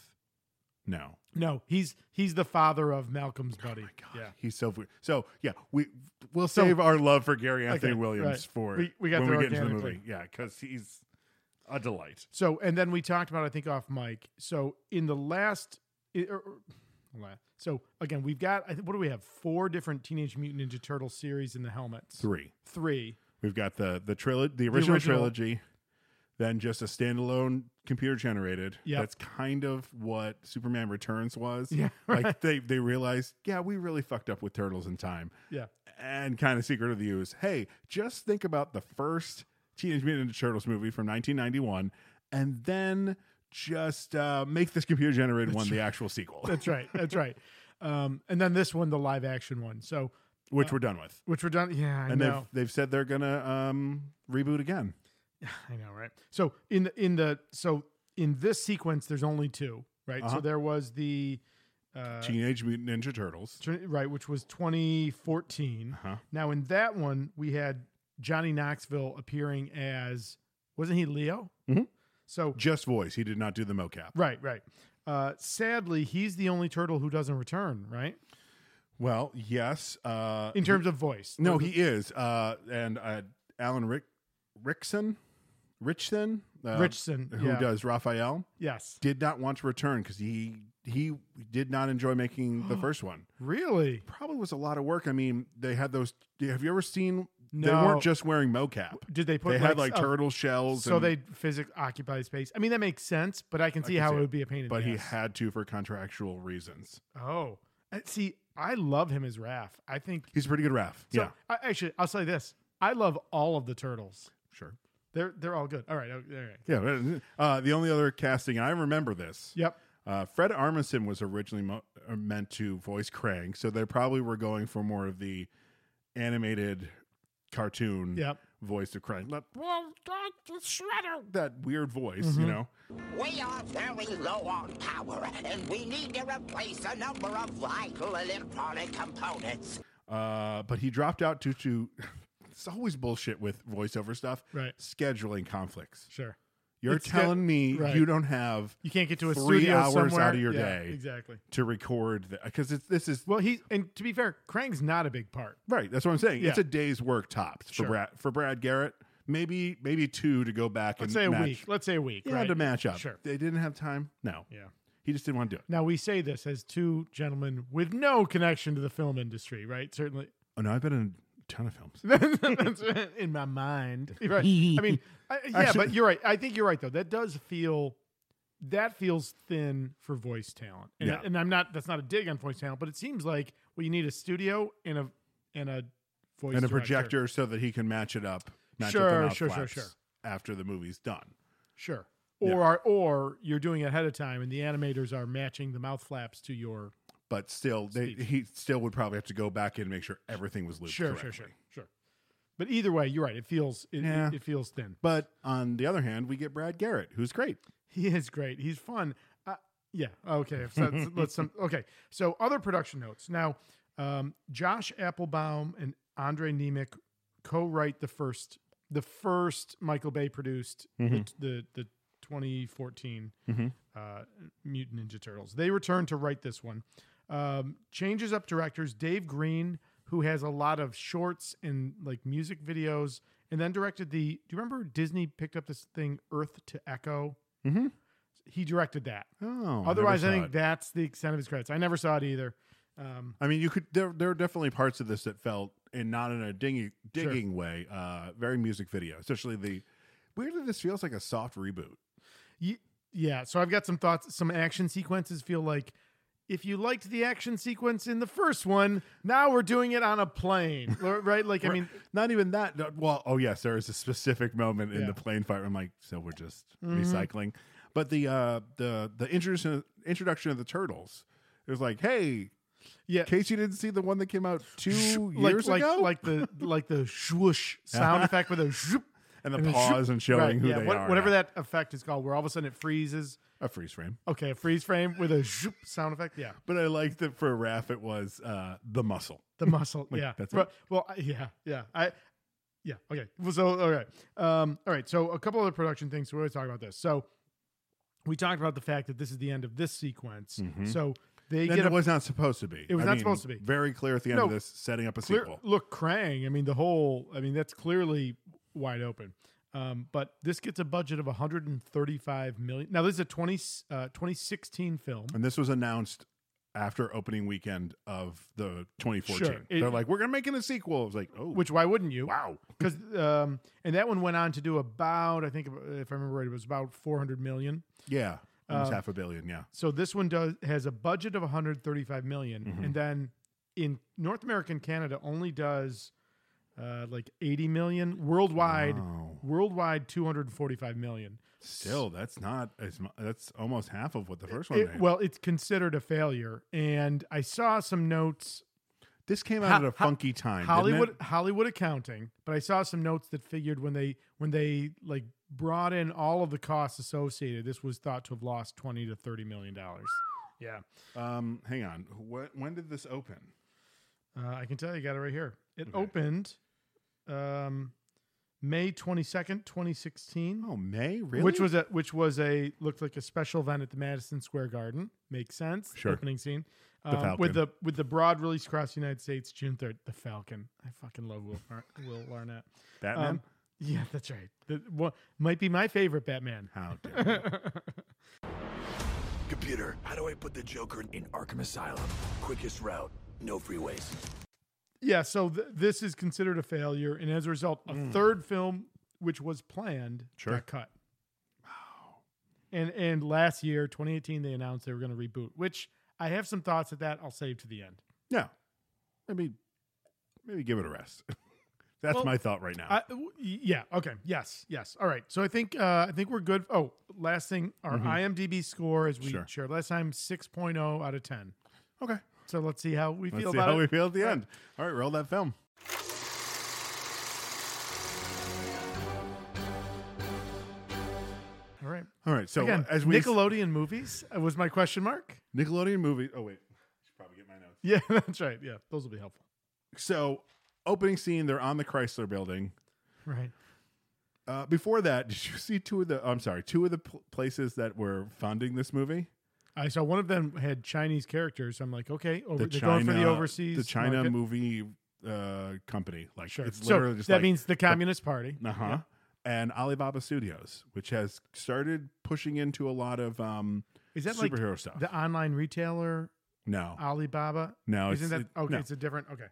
S1: No.
S2: No, he's he's the father of Malcolm's
S1: Oh
S2: buddy. Yeah.
S1: He's so weird. So yeah, we we'll save our love for Gary Anthony
S2: Okay,
S1: Williams
S2: right.
S1: for
S2: We- we got
S1: when
S2: there
S1: we get into the
S2: organically.
S1: movie. Yeah, because he's a delight.
S2: So, and then we talked about, I think, off mic. So, in the last, i- or- or- la- so again, we've got, I think, what do we have? Four different Teenage Mutant Ninja Turtle series in the helmets.
S1: Three.
S2: Three.
S1: We've got the the trilogy, the original,
S2: original.
S1: trilogy, than just a standalone computer generated.
S2: Yep.
S1: That's kind of what Superman Returns was.
S2: Yeah,
S1: Like they they realized, yeah, we really fucked up with Turtles in time.
S2: Yeah.
S1: And kind of Secret of the Ooze. Hey, just think about the first Teenage Mutant Ninja Turtles movie from 1991 and then just uh, make this computer generated one the actual sequel,
S2: That's right. That's right. Um, and then this one, the live action one. So,
S1: which we're done with.
S2: which we're done. Yeah, uh, I
S1: And they've,
S2: know.
S1: they've said they're going to um, reboot again.
S2: I know, right? So in the in the so in this sequence, there's only two, right?
S1: Uh-huh.
S2: So there was the uh,
S1: Teenage Mutant Ninja Turtles.
S2: tr- right, which was 2014.
S1: Uh-huh.
S2: Now in that one, we had Johnny Knoxville appearing as wasn't he Leo?
S1: Mhm.
S2: So
S1: Just voice. He did not do the mocap.
S2: right, right. Uh, sadly, he's the only turtle who doesn't return, right?
S1: Well, yes. Uh,
S2: In terms of voice.
S1: no, he is. Uh, and uh, Alan Rick Rickson, Richson, uh,
S2: Richson,
S1: who
S2: yeah.
S1: does Raphael,
S2: Yes.
S1: did not want to return because he he did not enjoy making the first one.
S2: Really?
S1: Probably was a lot of work. I mean, they had those. Have you ever seen? They
S2: No.
S1: weren't just wearing mocap.
S2: Did they put
S1: They had like
S2: a-
S1: turtle shells.
S2: so
S1: and-
S2: they physic occupy space. I mean that makes sense, but I can see
S1: can
S2: how
S1: see
S2: it
S1: it.
S2: would be a pain in
S1: but
S2: the
S1: he
S2: ass.
S1: had to for contractual reasons.
S2: Oh, Uh, see, I love him as Raph. I think.
S1: He's a pretty good Raph.
S2: So,
S1: yeah,
S2: I, actually, I'll say this: I love all of the turtles.
S1: sure.
S2: They're they're all good. All right, oh, all right.
S1: Yeah. Uh, the only other casting, I remember this.
S2: Yep.
S1: Uh, Fred Armisen was originally mo- uh, meant to voice Krang, so they probably were going for more of the animated cartoon
S2: Yep.
S1: voice of Krang. Not, well, Dr. Shredder, that weird voice,
S2: Mm-hmm.
S1: you know.
S4: We are very low on power, and we need to replace a number of vital electronic components.
S1: Uh, but he dropped out due to it's always bullshit with voiceover stuff.
S2: Right.
S1: Scheduling conflicts.
S2: Sure.
S1: You're
S2: It's
S1: telling
S2: good-
S1: me
S2: right.
S1: you don't have
S2: You can't get to a
S1: Three
S2: studio
S1: hours
S2: somewhere.
S1: out of your
S2: Yeah,
S1: day.
S2: Exactly.
S1: to record because this is
S2: Well, he and to be fair, Krang's not a big part.
S1: Right, that's what I'm saying. It's
S2: Yeah.
S1: a day's work tops for
S2: Sure.
S1: Brad for Brad Garrett. Maybe maybe two to go back and
S2: Let's say a
S1: match.
S2: week. Let's say a week.
S1: Yeah,
S2: right?
S1: to match up.
S2: Sure.
S1: They didn't have time. No,
S2: Yeah.
S1: he just didn't want to do it.
S2: Now we say this as two gentlemen with no connection to the film industry, right? Certainly,
S1: Oh no, I've been in a ton of
S2: Mm-hmm.
S1: films.
S2: That's in my mind. Right. I mean, I, yeah,
S1: Actually-
S2: but you're right. I think you're right though. That does feel that feels thin for voice talent. And,
S1: Yeah.
S2: and I'm not that's not a dig on voice talent, but it seems like well, you need a studio and a and a voice
S1: and a
S2: director.
S1: projector so that he can match it up. Match up
S2: Sure,
S1: the mouth
S2: sure, sure,
S1: flaps
S2: sure.
S1: After the movie's done,
S2: Sure.
S1: Yeah.
S2: Or are, or you're doing it ahead of time and the animators are matching the mouth flaps to your
S1: but still, they,
S2: Speech.
S1: he still would probably have to go back in and make sure everything was looped.
S2: Sure,
S1: correctly.
S2: sure, sure. Sure. But either way, you're right. It feels it, it-
S1: Yeah.
S2: it feels thin.
S1: But on the other hand, we get Brad Garrett, who's great.
S2: He is great. He's fun. Uh, yeah. Okay. So let's- let's some, okay. So other production notes. Now, um, Josh Applebaum and Andre Nemec co-write the first the first Michael Bay produced the, the the 2014 uh, Mutant Ninja Turtles. They return to write this one. Um, changes up directors Dave Green, who has a lot of shorts and like music videos, and then directed the. Do you remember Disney picked up this thing Earth to Echo?
S1: Mhm.
S2: He directed that.
S1: Oh, never
S2: Otherwise, I
S1: saw
S2: think
S1: it.
S2: that's the extent of his credits. I never saw it either. Um,
S1: I mean, you could. There, there are definitely parts of this that felt, and not in a dingy, digging way, uh, very music video, especially the. Weirdly, this feels like a soft reboot.
S2: y- yeah. So I've got some thoughts. Some action sequences feel like. If you liked the action sequence in the first one, now we're doing it on a plane, right? Like, I mean,
S1: Not even that. no- Well, oh yes, there is a specific moment in
S2: Yeah. Mm-hmm.
S1: the plane fight. Where I'm like, so we're just recycling. But the uh, the the introduction introduction of the turtles, it was like, hey,
S2: yeah.
S1: in case you didn't see the one that came out two
S2: like,
S1: years
S2: like,
S1: ago,
S2: like the like the swoosh sound effect with a zoop
S1: and the
S2: and the
S1: pause and showing
S2: right,
S1: who
S2: yeah,
S1: they
S2: what-
S1: are,
S2: whatever that effect is called, where all of a sudden it freezes.
S1: a freeze frame.
S2: Okay, a freeze frame with a zoop sound effect. Yeah,
S1: But I liked that for Raph, it was uh, the muscle.
S2: the muscle. yeah,
S1: that's
S2: Ru-
S1: it.
S2: Well, I- yeah, yeah, I, yeah. Okay, Well, so all right, um, all right. So a couple other production things. So we're going to talk about this. So we talked about the fact that this is the end of this sequence. So they
S1: And
S2: get
S1: it
S2: a,
S1: Mm-hmm. was not supposed to be.
S2: It was not supposed to be.
S1: Very clear at the end of
S2: No.
S1: this, setting up a
S2: clear,
S1: sequel.
S2: look, Krang. I mean, the whole. I mean, that's clearly wide open. Um, but this gets a budget of 135 million. Now, this is a 20, uh, 2016 film.
S1: And this was announced after opening weekend of the 2014.
S2: Sure. It-
S1: They're like, we're gonna make it a sequel. It was like, oh,
S2: Which why wouldn't you?
S1: wow,
S2: because um, and that one went on to do about I think if I remember right, it was about four hundred million.
S1: yeah, Um, almost half a billion, yeah,
S2: So this one does has a budget of one hundred thirty five
S1: Mm-hmm.
S2: and then in North America and Canada only does uh, like eighty million worldwide.
S1: Wow.
S2: Worldwide two hundred forty five million.
S1: Still, that's not as mu- that's almost half of what the first one.
S2: It,
S1: made.
S2: well, it's considered a failure, and I saw some notes
S1: this came out
S2: Ho-
S1: at a
S2: ho-
S1: funky time. didn't
S2: Hollywood
S1: it?
S2: Hollywood accounting, but I saw some notes that figured when they when they like brought in all of the costs associated, this was thought to have lost twenty to thirty million dollars. Yeah,
S1: Um, hang on. What, when did this open?
S2: uh, I can tell you, got it right here. It
S1: Okay.
S2: opened um, May twenty second, twenty sixteen,
S1: Oh, May. Really?
S2: which was a which was a looked like a special event at the Madison Square Garden. Makes sense.
S1: Sure.
S2: Opening scene.
S1: The
S2: Um,
S1: Falcon.
S2: with the with the broad release across the United States, June third. The Falcon. I fucking love Will Ar- Will Arnett.
S1: Batman.
S2: Um, yeah, that's right. The, one, might be my favorite Batman.
S1: How dare you.
S5: Computer, how do I put the Joker in Arkham Asylum? Quickest route, no freeways.
S2: Yeah, so th- this is considered a failure, and as a result, a third film which was planned
S1: Sure.
S2: got cut. Wow. And and last year, 2018, they announced they were going to reboot, which I have some thoughts at that. I'll save to the end.
S1: Yeah. Maybe maybe give it a rest. That's
S2: Well,
S1: my thought right now.
S2: I w yeah. Okay. Yes. Yes. All right. So I think uh, I think we're good. Oh, last thing, our IMDb score, as we
S1: Sure.
S2: shared last time, 6.0 out of 10.
S1: okay.
S2: So let's see how we
S1: Let's
S2: feel
S1: see
S2: about
S1: how
S2: it.
S1: we feel at the end. All right, roll that film.
S2: All right.
S1: All right. So
S2: Again,
S1: as we
S2: Nickelodeon movies uh, was my question mark.
S1: Nickelodeon movie. Oh wait, I should probably get my notes.
S2: Yeah, that's right. Yeah, those will be helpful.
S1: So opening scene, they're on the Chrysler Building.
S2: Right.
S1: Uh, before that, did you see two of the? I'm sorry, two of the pl- places that were funding this movie.
S2: I saw one of them had Chinese characters. I'm like, okay, over,
S1: The
S2: they're going for the overseas.
S1: the China
S2: market.
S1: movie uh, company. Like
S2: Sure.
S1: it's
S2: So
S1: literally just
S2: that
S1: like,
S2: means the Communist Party.
S1: Uh huh. And Alibaba Studios, which has started pushing into a lot of um,
S2: Is that like
S1: superhero stuff.
S2: the online retailer
S1: no,
S2: Alibaba?
S1: no,
S2: Isn't that
S1: it-
S2: okay?
S1: no.
S2: It's a different. Okay.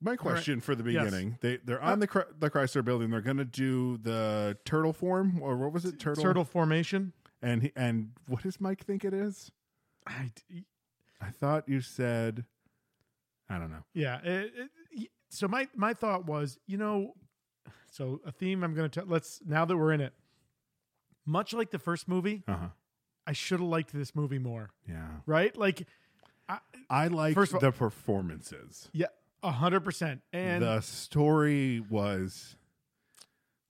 S1: My question for the
S2: Yes. Uh,
S1: beginning: They they're on the Chry- the Chrysler Building. They're going to do the turtle form, or what was it? Turtle.
S2: Turtle formation.
S1: And he, and what does Mike think it is?
S2: I d-
S1: I thought you said, I don't know.
S2: Yeah. it- it- y- so my my thought was, you know, so a theme I'm going to let's now that we're in it. Much like the first movie,
S1: Uh huh.
S2: I should have liked this movie more,
S1: Yeah.
S2: right? Like,
S1: I like
S2: First of all-
S1: the performances.
S2: yeah, a hundred percent. And
S1: the story was.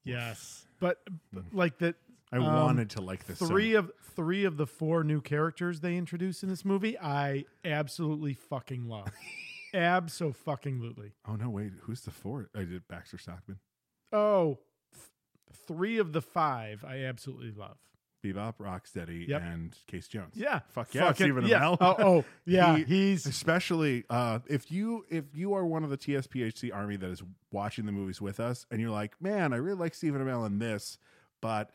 S2: yes, but but
S1: Hmm.
S2: like that.
S1: I
S2: um,
S1: wanted to like this. so
S2: three of three of the four new characters they introduced in this movie. I absolutely fucking love. Abso fucking lutely.
S1: Oh no! Wait, who's the fourth? I did Baxter Stockman,
S2: Oh, th- three of the five I absolutely love.
S1: Bebop, Rocksteady,
S2: Yep.
S1: and Case Jones.
S2: Yeah.
S1: fuck yeah,
S2: Fucking-
S1: Stephen
S2: yeah.
S1: Amell.
S2: Oh, oh, yeah.
S1: He-
S2: he's
S1: Especially uh, if you if you are one of the TSPHC army that is watching the movies with us, and you're like, man, I really like Stephen Amell in this, but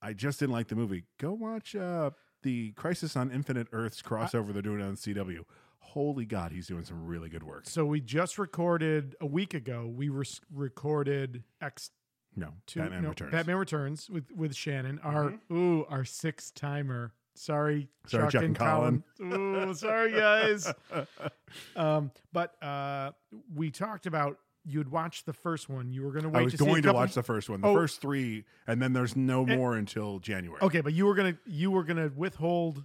S1: I just didn't like the movie. Go watch uh, the Crisis on Infinite Earths crossover they're doing on CW. Holy God, he's doing some really good work.
S2: so we just recorded a week ago. We res- recorded X
S1: No,
S2: two
S1: Batman
S2: no,
S1: Returns. Mm-hmm.
S2: Batman Returns with with Shannon. Our ooh, our sixth timer. Sorry,
S1: Sorry, Chuck and Colin.
S2: Colin. Ooh, sorry guys. um, but uh, we talked about you had watched the first one. You were going to wait.
S1: I was
S2: to see
S1: going
S2: a
S1: to
S2: couple-
S1: watch the first one, the
S2: Oh.
S1: first three, and then there's no more until January.
S2: Okay, but you were gonna you were gonna withhold.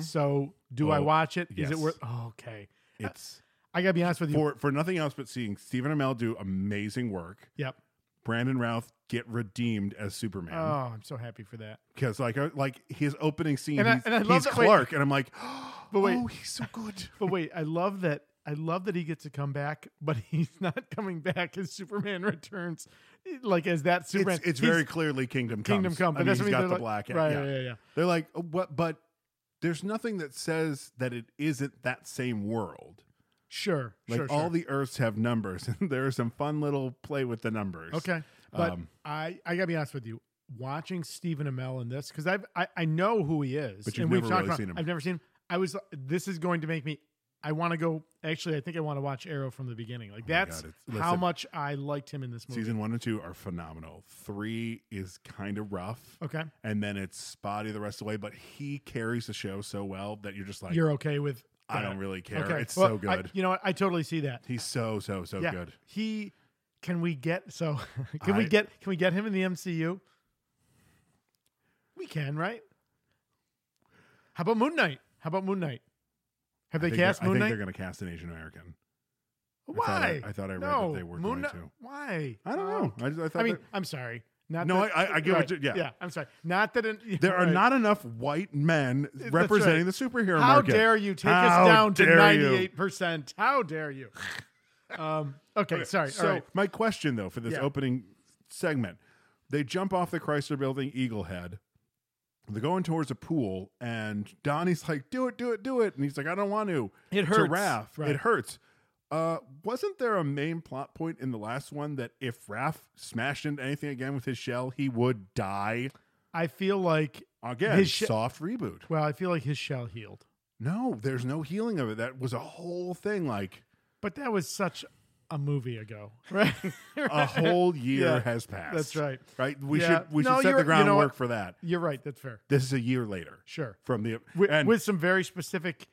S2: So do I
S1: Oh,
S2: watch it? Is
S1: Mm-hmm.
S2: it
S1: yes.
S2: worth? Oh, okay,
S1: It's
S2: I gotta be honest with you.
S1: for for nothing else but seeing Stephen Amell do amazing work.
S2: yep.
S1: Brandon Routh get redeemed as Superman.
S2: Oh, I'm so happy for that.
S1: because like I- like his opening scene,
S2: And I-
S1: he's,
S2: and I love
S1: he's
S2: that- wait.
S1: Clark, and I'm like,
S2: But wait.
S1: oh, he's so good.
S2: But wait, I love that. I love that he gets to come back, but he's not coming back as Superman returns, eh, like as that Superman.
S1: It's, it's
S2: He's
S1: very clearly Kingdom Come.
S2: Kingdom Come,
S1: I
S2: but
S1: mean,
S2: that's
S1: he's
S2: what I
S1: got
S2: mean,
S1: the
S2: they're like-
S1: black.
S2: right,
S1: yeah.
S2: yeah, yeah, yeah.
S1: They're like, oh, what? But there's nothing that says that it isn't that same world.
S2: sure,
S1: Like
S2: sure,
S1: all
S2: sure.
S1: the Earths have numbers, and there is some fun little play with the numbers.
S2: okay. But
S1: Um,
S2: I, I gotta be honest with you. watching Stephen Amell in this because I've I, I know who he is,
S1: But you've
S2: and we've
S1: never
S2: talked
S1: really
S2: about-
S1: seen him.
S2: I've never seen him. I was this is going to make me. I want to go. Actually, I think I want to watch Arrow from the beginning. Like that's
S1: Oh God, it's-
S2: how
S1: listen.
S2: much I liked him in this movie.
S1: Season one and two are phenomenal. Three is kind of rough.
S2: Okay.
S1: And then it's spotty the rest of the way, but he carries the show so well that you're just like,
S2: You're okay with?
S1: I
S2: that?
S1: don't really care.
S2: Okay.
S1: It's
S2: Well,
S1: so
S2: I-
S1: good.
S2: you know, what? I totally see that.
S1: He's so, so, so good.
S2: He can we get so can we
S1: I-
S2: get can we get him in the MCU? We can, right? How about Moon Knight? How about Moon Knight? Have
S1: I
S2: they
S1: think they're-
S2: cast Moon
S1: I think
S2: Knight?
S1: they're going to cast an Asian American.
S2: Why?
S1: thought I- I thought I read that
S2: no.
S1: they were
S2: Moon
S1: going
S2: Kni-
S1: to.
S2: Why? Oh.
S1: I don't know. I, just- Uh, I
S2: I
S1: thought
S2: mean,
S1: that-
S2: I'm sorry. Not
S1: No,
S2: that-
S1: I- I- I get what you- yeah.
S2: yeah. I'm sorry. Not that it,
S1: there are
S2: right.
S1: not enough white men
S2: That's
S1: representing the
S2: right.
S1: superhero
S2: How
S1: market.
S2: dare you take
S1: How
S2: us down to
S1: dare you.
S2: 98%? How dare you? Um, okay, sorry.
S1: So
S2: all right.
S1: my question though for this
S2: Yeah.
S1: opening segment, they jump off the Chrysler Building, Eagle Head. They're going towards a pool, and Donnie's like, "Do it, do it, do it," and he's like, "I don't want to."
S2: It hurts.
S1: Raph,
S2: Right.
S1: it hurts. Uh, wasn't there a main plot point in the last one that if Raph smashed into anything again with his shell, he would die
S2: I feel like
S1: again?
S2: His she-
S1: soft reboot.
S2: well, I feel like his shell healed.
S1: No, there's no healing of it. That was a whole thing, like
S2: But that was such a movie ago, right?
S1: a whole year
S2: Yeah,
S1: has passed.
S2: that's right.
S1: Right? We
S2: Yeah.
S1: should we
S2: No,
S1: should set
S2: you're-
S1: the
S2: you know
S1: groundwork
S2: what?
S1: for that.
S2: You're right. That's fair.
S1: This is a year later.
S2: Sure.
S1: From the
S2: With,
S1: and
S2: with some very specific,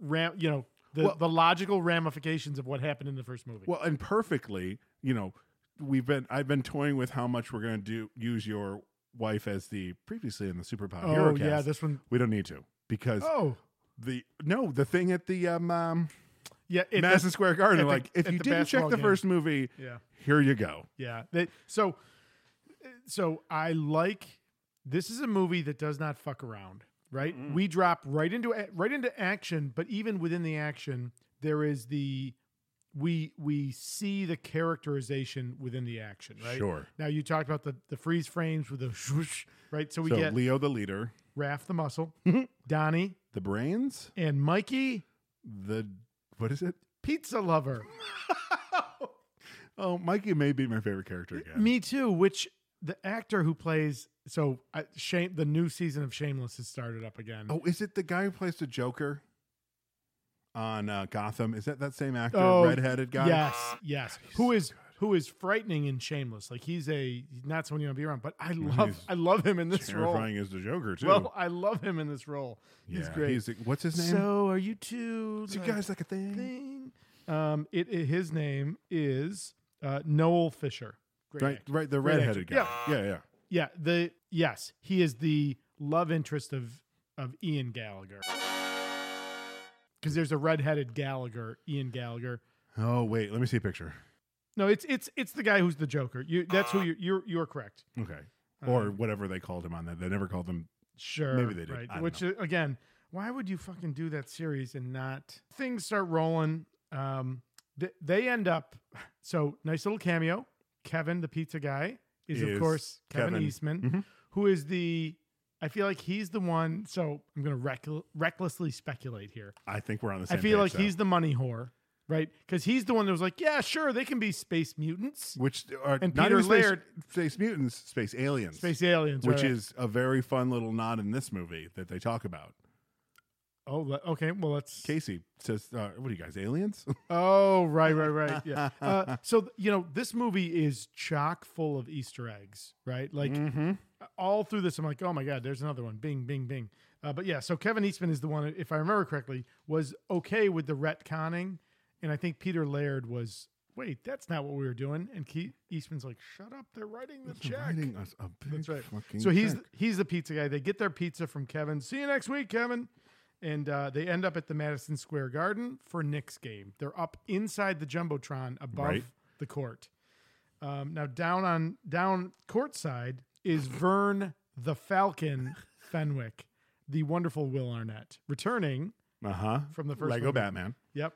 S2: ram, you know, the,
S1: Well-
S2: the logical ramifications of what happened in the first movie.
S1: well and perfectly, you know, we've been I've been toying with how much we're going to do use your wife as the previously in the super pop
S2: Oh,
S1: hero
S2: yeah,
S1: cast.
S2: this one-
S1: we don't need to because
S2: oh,
S1: the no the thing at the um, um
S2: yeah. it-
S1: Madison Square Garden
S2: at the-
S1: like if
S2: at
S1: you
S2: the
S1: didn't check
S2: basketball
S1: the
S2: game.
S1: first movie
S2: Yeah.
S1: here you go
S2: Yeah. They, so, so I like this is a movie that does not fuck around, right? We drop right into a- right into action, but even within the action, there is the we we see the characterization within the action, right?
S1: Sure.
S2: Now you talked about the the freeze frames with the swoosh, right? So we
S1: so
S2: get
S1: Leo the leader
S2: Raph the muscle, Donnie,
S1: the brains
S2: and Mikey
S1: the what is it
S2: pizza lover.
S1: oh Mikey may be my favorite character again
S2: Me too. Which the actor who plays so uh, shame the new season of Shameless has started up again.
S1: Oh, is it the guy who plays the Joker on uh, Gotham? Is that that same actor,
S2: Oh,
S1: redheaded guy?
S2: Yes, yes. Who is who is frightening and shameless? Like he's a he's not someone you want to be around. But I love
S1: he's
S2: I love him in this role.
S1: Terrifying as the Joker too.
S2: Well, I love him in this role.
S1: yeah,
S2: he's great.
S1: the- what's his name?
S2: So are you two?
S1: Do you guys like a thing?
S2: thing? Um, it, it- his name is uh, Noel Fisher. Great
S1: right,
S2: actor.
S1: right, the
S2: Great
S1: redheaded
S2: actor.
S1: guy. Yeah, yeah.
S2: Yeah, the yes, he is the love interest of of Ian Gallagher. Because there's a redheaded Gallagher, Ian Gallagher.
S1: Oh wait, let me see a picture.
S2: No, it's it's it's the guy who's the Joker. You that's who you're you're you're correct. Um,
S1: Okay,
S2: Uh-huh.
S1: or whatever they called him on that. They never called him.
S2: Sure.
S1: Maybe they did. I don't
S2: Which uh, again, why would you fucking do that series and not things start rolling? Um they, they end up so nice little cameo. Kevin, the pizza guy, is,
S1: Is
S2: of course Kevin,
S1: Kevin. Mm-hmm.
S2: Eastman, who is the I feel like he's the one. So I'm going to reck- recklessly speculate here.
S1: I think we're on the
S2: I
S1: same.
S2: feel like
S1: page, though.
S2: he's the money whore, right? Because he's the one that was like, yeah, sure, they can be space mutants,
S1: which are
S2: and
S1: not
S2: Peter
S1: even space-
S2: Laird-
S1: space, mutants, space aliens,
S2: space aliens,
S1: which
S2: right.
S1: is a very fun little nod in this movie that they talk about.
S2: oh, le- okay, well, let's
S1: Casey says, uh, "What are you guys, aliens?"
S2: Oh, right, right, right. Yeah. Uh, so, you know, this movie is chock full of Easter eggs, right? Like all through this, I'm like, oh my God, there's another one. Bing, bing, bing. Uh, but yeah, so Kevin Eastman is the one, if I remember correctly, was okay with the retconning. And I think Peter Laird was, wait, that's not what we were doing. And Keith Eastman's like, shut up, they're writing the check.
S1: Writing us a big
S2: That's right.
S1: fucking
S2: So he's
S1: check.
S2: he's the pizza guy. They get their pizza from Kevin. See you next week, Kevin. And uh, they end up at the Madison Square Garden for Knicks game. They're up inside the jumbotron above
S1: Right.
S2: the court. Um, now down on down court side is Vern the Falcon Fenwick, the wonderful Will Arnett, returning
S1: Uh huh.
S2: from the first
S1: Lego
S2: movie.
S1: Batman.
S2: Yep.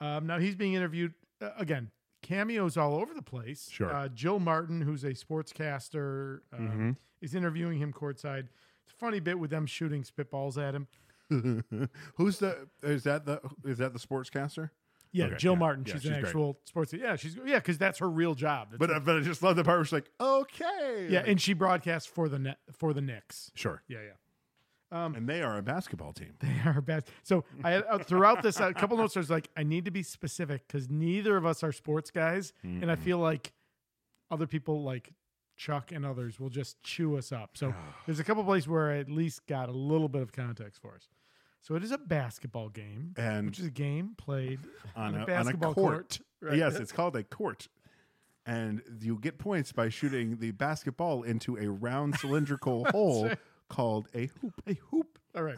S2: Um, now he's being interviewed uh, again. Cameos all over the place.
S1: Sure.
S2: Uh, Jill Martin, who's a sportscaster, um, is interviewing him courtside. It's a funny bit with them shooting spitballs at him.
S1: Who's the? Is that the? Is that the sportscaster?
S2: Yeah,
S1: Okay,
S2: Jill
S1: yeah.
S2: Martin.
S1: Yeah,
S2: she's,
S1: she's
S2: an
S1: great.
S2: actual sports. Yeah, she's yeah, because that's her real job. That's
S1: But uh, but I just love the part where she's like, okay,
S2: yeah,
S1: Like,
S2: and she broadcasts for the net for the Knicks.
S1: sure,
S2: Yeah, yeah. Um,
S1: and they are a basketball team.
S2: They are best. So I had- uh, throughout this, a couple notes. I was like, I need to be specific because neither of us are sports guys, and
S1: Mm-hmm.
S2: I feel like other people like Chuck and others will just chew us up. So there's a couple places where I at least got a little bit of context for us. So it is a basketball game,
S1: And-
S2: which is a game played
S1: on
S2: on,
S1: a,
S2: a,
S1: on a
S2: basketball court.
S1: court. Yes, it's called a court. And you get points by shooting the basketball into a round cylindrical hole called a hoop.
S2: a hoop. All right.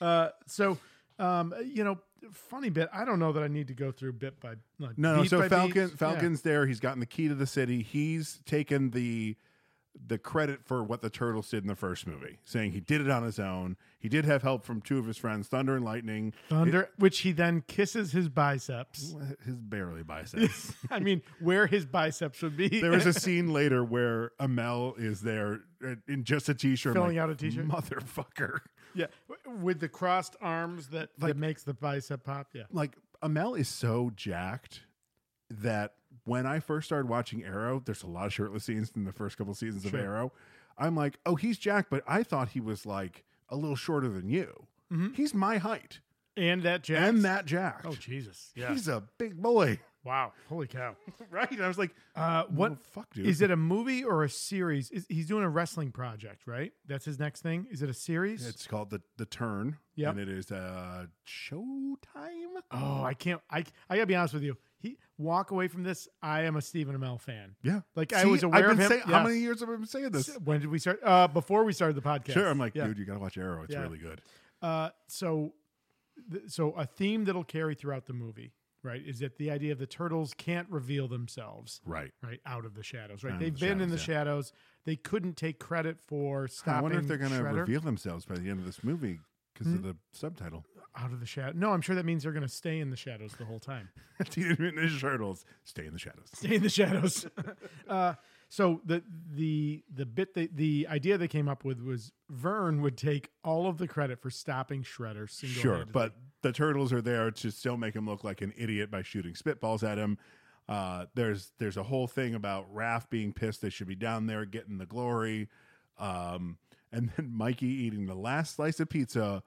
S2: Uh, so, um, you know, funny bit. I don't know that I need to go through bit by like
S1: No, no.
S2: beat by
S1: So
S2: beat.
S1: Falcon,
S2: Yeah.
S1: Falcon's there. He's gotten the key to the city. He's taken the the credit for what the turtles did in the first movie, saying he did it on his own. He did have help from two of his friends, Thunder and Lightning.
S2: Thunder, which he then kisses his biceps.
S1: His barely biceps.
S2: I mean, where his biceps would be.
S1: there was a scene later where Amel is there uh, in just a t-shirt, I'm
S2: Filling
S1: like,
S2: out a t-shirt?
S1: motherfucker.
S2: yeah, w- with the crossed arms that, that makes the bicep pop. Yeah,
S1: like Amel is so jacked that when I first started watching Arrow, there's a lot of shirtless scenes in the first couple seasons of Arrow. I'm like, oh, he's jacked, but I thought he was like a little shorter than you. He's my height
S2: and that jack.
S1: and that jacked.
S2: Mm-hmm. Oh Jesus! Yeah.
S1: He's a big boy,
S2: wow. Holy cow.
S1: right? And I was like,
S2: Uh, what
S1: "Well, fuck, dude?
S2: Is it a movie or a series? Is, he's doing a wrestling project, right? That's his next thing. Is it a series?
S1: It's called the the turn.
S2: Yep.
S1: and it is uh, Showtime.
S2: Oh, I can't. I I gotta be honest with you. He walk away from this. I am a Stephen Amell fan.
S1: yeah.
S2: like I
S1: See,
S2: was aware
S1: I've
S2: of
S1: been
S2: him.
S1: saying- How
S2: Yes.
S1: many years have I been saying this?
S2: When did we start? Uh, before we started the podcast.
S1: Sure. I'm like,
S2: Yeah.
S1: dude, you gotta watch Arrow. It's
S2: Yeah.
S1: really good.
S2: Uh, so, th- so a theme that'll carry throughout the movie, right, is that the idea of the turtles can't reveal themselves,
S1: Right.
S2: right, out of the shadows, right?
S1: of
S2: They've
S1: the
S2: been in
S1: shadows,
S2: the
S1: yeah.
S2: shadows. They couldn't take credit for stopping.
S1: I wonder if they're going to
S2: Shredder. Hmm?
S1: reveal themselves by the end of this movie because of the subtitle.
S2: out of the shadow. No, I'm sure that means they're going to stay in the shadows the whole time.
S1: Teenage Mutant Ninja Turtles stay in the shadows.
S2: Stay in the shadows. uh, so the the the bit the the idea they came up with was Vern would take all of the credit for stopping
S1: Sure,
S2: Shredder. single-handedly.
S1: but the turtles are there to still make him look like an idiot by shooting spitballs at him. Uh, there's there's a whole thing about Raph being pissed they should be down there getting the glory, um, and then Mikey eating the last slice of pizza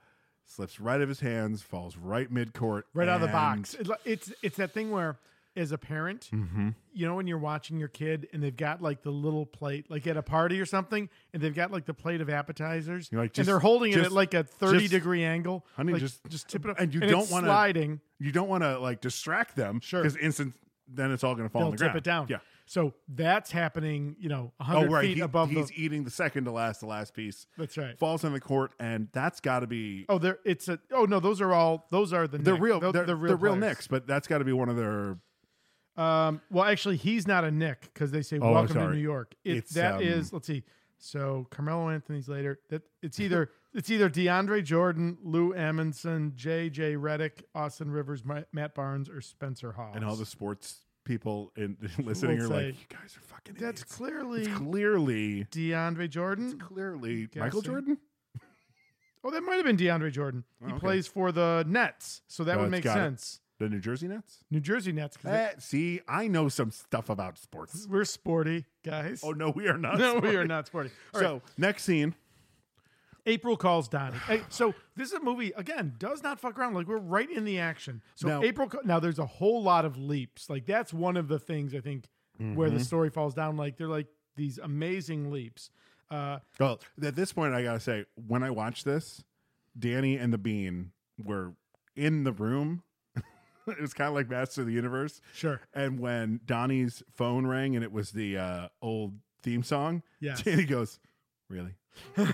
S1: slips right of his hands, falls right mid court,
S2: right out of the box. It's like- It's it's that thing where as a parent,
S1: Mm-hmm.
S2: you know, when you're watching your kid and they've got like the little plate, like at a party or something, and they've got like the plate of appetizers,
S1: You're like,
S2: and they're
S1: "Just-
S2: holding it at
S1: just-
S2: like a thirty
S1: just-
S2: degree angle.
S1: honey,
S2: like,
S1: just
S2: just tip it up,
S1: and you
S2: it's
S1: don't wanna-
S2: sliding.
S1: You don't want to like distract them,
S2: Sure.
S1: because instant then it's all going to fall
S2: They'll
S1: on the
S2: tip
S1: ground.
S2: it down.
S1: yeah.
S2: So that's happening, you know,
S1: Oh,
S2: 100
S1: right.
S2: feet
S1: He-
S2: above
S1: he's
S2: the.
S1: eating the second to last, the last piece.
S2: That's right.
S1: Falls on the court, and that's got to be.
S2: Oh, there. It's a. Oh no, those are all. Those are the.
S1: they're
S2: Knicks.
S1: real.
S2: Tho-
S1: They're, they're real,
S2: players.
S1: Knicks, but that's got to be one of their.
S2: Um. Well, actually, he's not a Nick because they say
S1: Oh, I'm
S2: welcome to
S1: sorry.
S2: New York. It,
S1: It's,
S2: that
S1: um,
S2: is- Let's see. So Carmelo Anthony's later. That it's either it's either DeAndre Jordan, Lou Amundson, J.J. Reddick, Austin Rivers, Ma- Matt Barnes, or Spencer Hawes.
S1: And all the sports people in, listening are
S2: We'll
S1: like,
S2: say-
S1: you guys are fucking.
S2: That's
S1: idiots."
S2: clearly
S1: It's clearly,
S2: DeAndre Jordan.
S1: clearly Michael
S2: guessing.
S1: Jordan.
S2: oh, that might have been DeAndre Jordan. he
S1: okay.
S2: plays for the Nets, so that
S1: Oh,
S2: would
S1: it's
S2: make
S1: got it.
S2: sense.
S1: The New Jersey Nets.
S2: New Jersey Nets. 'cause
S1: Eh, see, I know some stuff about sports.
S2: We're sporty guys.
S1: Eh. Oh no, we are not.
S2: no, we
S1: sporty.
S2: are not sporty. All right.
S1: so next scene,
S2: April calls Donnie. Hey, so this is a movie again. Does not fuck around. Like we're right in the action. So
S1: Now-
S2: April. ca- Now there's a whole lot of leaps. Like that's one of the things I think where
S1: Mm-hmm.
S2: the story falls down. Like they're like these amazing leaps. Uh,
S1: Well, at this point, I gotta say, when I watched this, Danny and the Bean were in the room. it was kind of like Master of the Universe.
S2: Sure.
S1: And when Donnie's phone rang and it was the uh, old theme song,
S2: Yes.
S1: Danny goes, "Really? Like,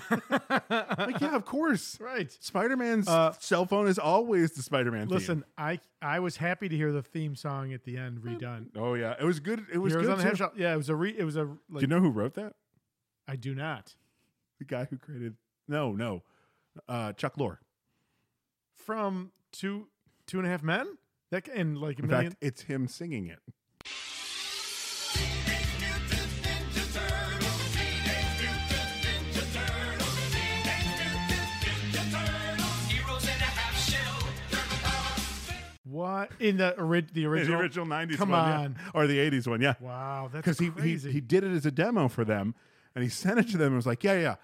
S1: yeah, of course.
S2: right.
S1: Spider Man's
S2: Uh,
S1: cell phone is always the Spider Man.
S2: Listen, I I was happy to hear the theme song at the end redone.
S1: Oh yeah, it was good. It was
S2: Heroes
S1: good.
S2: on the
S1: too.
S2: Hedgehog. Yeah, it was a re. It was a.
S1: Do
S2: Like,
S1: you know who wrote that?
S2: I do not
S1: The guy who created? No, no, uh, Chuck Lorre.
S2: from two two and a half men. That and like a
S1: In
S2: million.
S1: fact, it's him singing it.
S2: what What in the, ori- the
S1: The
S2: original?
S1: original 90s
S2: Come
S1: one. yeah.
S2: on.
S1: Or the 80s one, yeah.
S2: Wow, that's
S1: Because he, he,
S2: crazy.
S1: he did it as a demo for them and he sent it to them and was like, yeah, yeah.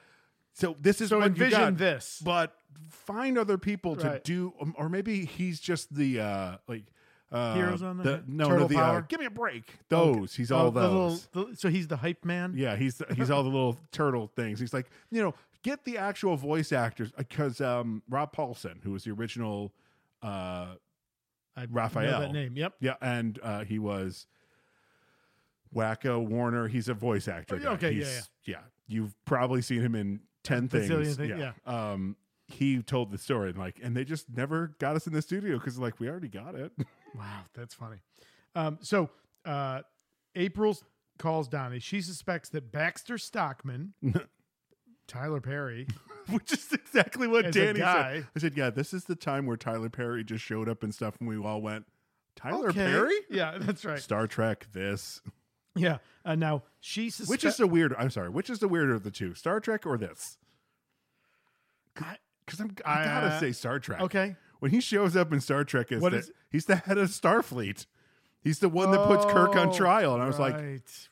S1: So this is
S2: so
S1: what you
S2: envision
S1: got,
S2: this.
S1: But find other people to
S2: Right.
S1: do, um, or maybe he's just the uh like uh,
S2: Heroes on the-
S1: no, no
S2: Turtle
S1: the uh,
S2: Power?
S1: give me a break. Those he's all
S2: Oh, the
S1: those.
S2: little- the- so he's the hype man.
S1: Yeah, he's the, he's all the little turtle things. He's like, you know, get the actual voice actors because um, Rob Paulson, who was the original, uh,
S2: I know
S1: Raphael.
S2: that name. Yep.
S1: yeah, and uh, he was Wacko Warner. He's a voice actor. guy.
S2: Okay, Oh, yeah,
S1: He's- You've probably seen him in ten things.
S2: bazillion thing-
S1: Um, he told the story and like, and they just never got us in the studio because like we already got it.
S2: Wow, that's funny. Um, so uh, April calls Donnie. She suspects that Baxter Stockman, Tyler Perry,
S1: which is exactly what
S2: As a
S1: Danny said.
S2: guy.
S1: I said, "Yeah, this is the time where Tyler Perry just showed up and stuff, and we all went, Tyler
S2: Okay.
S1: Perry,
S2: Yeah, that's right.
S1: Star Trek, this."
S2: Yeah. Uh, now she suspects.
S1: Which is the weird? I'm sorry, which is the weirder of the two, Star Trek or this? Because I'm I gotta
S2: Uh,
S1: say Star Trek.
S2: okay.
S1: when he shows up in Star Trek, as
S2: What
S1: the,
S2: is-
S1: he's the head of Starfleet. He's the one that puts Kirk on
S2: Oh,
S1: trial, and I was like,
S2: right,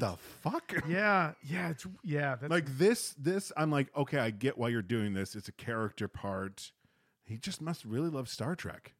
S1: "What the fuck?"
S2: Yeah, yeah, it's yeah. That's
S1: like this this i'm like okay i get why you're doing this it's a character part he just must really love star trek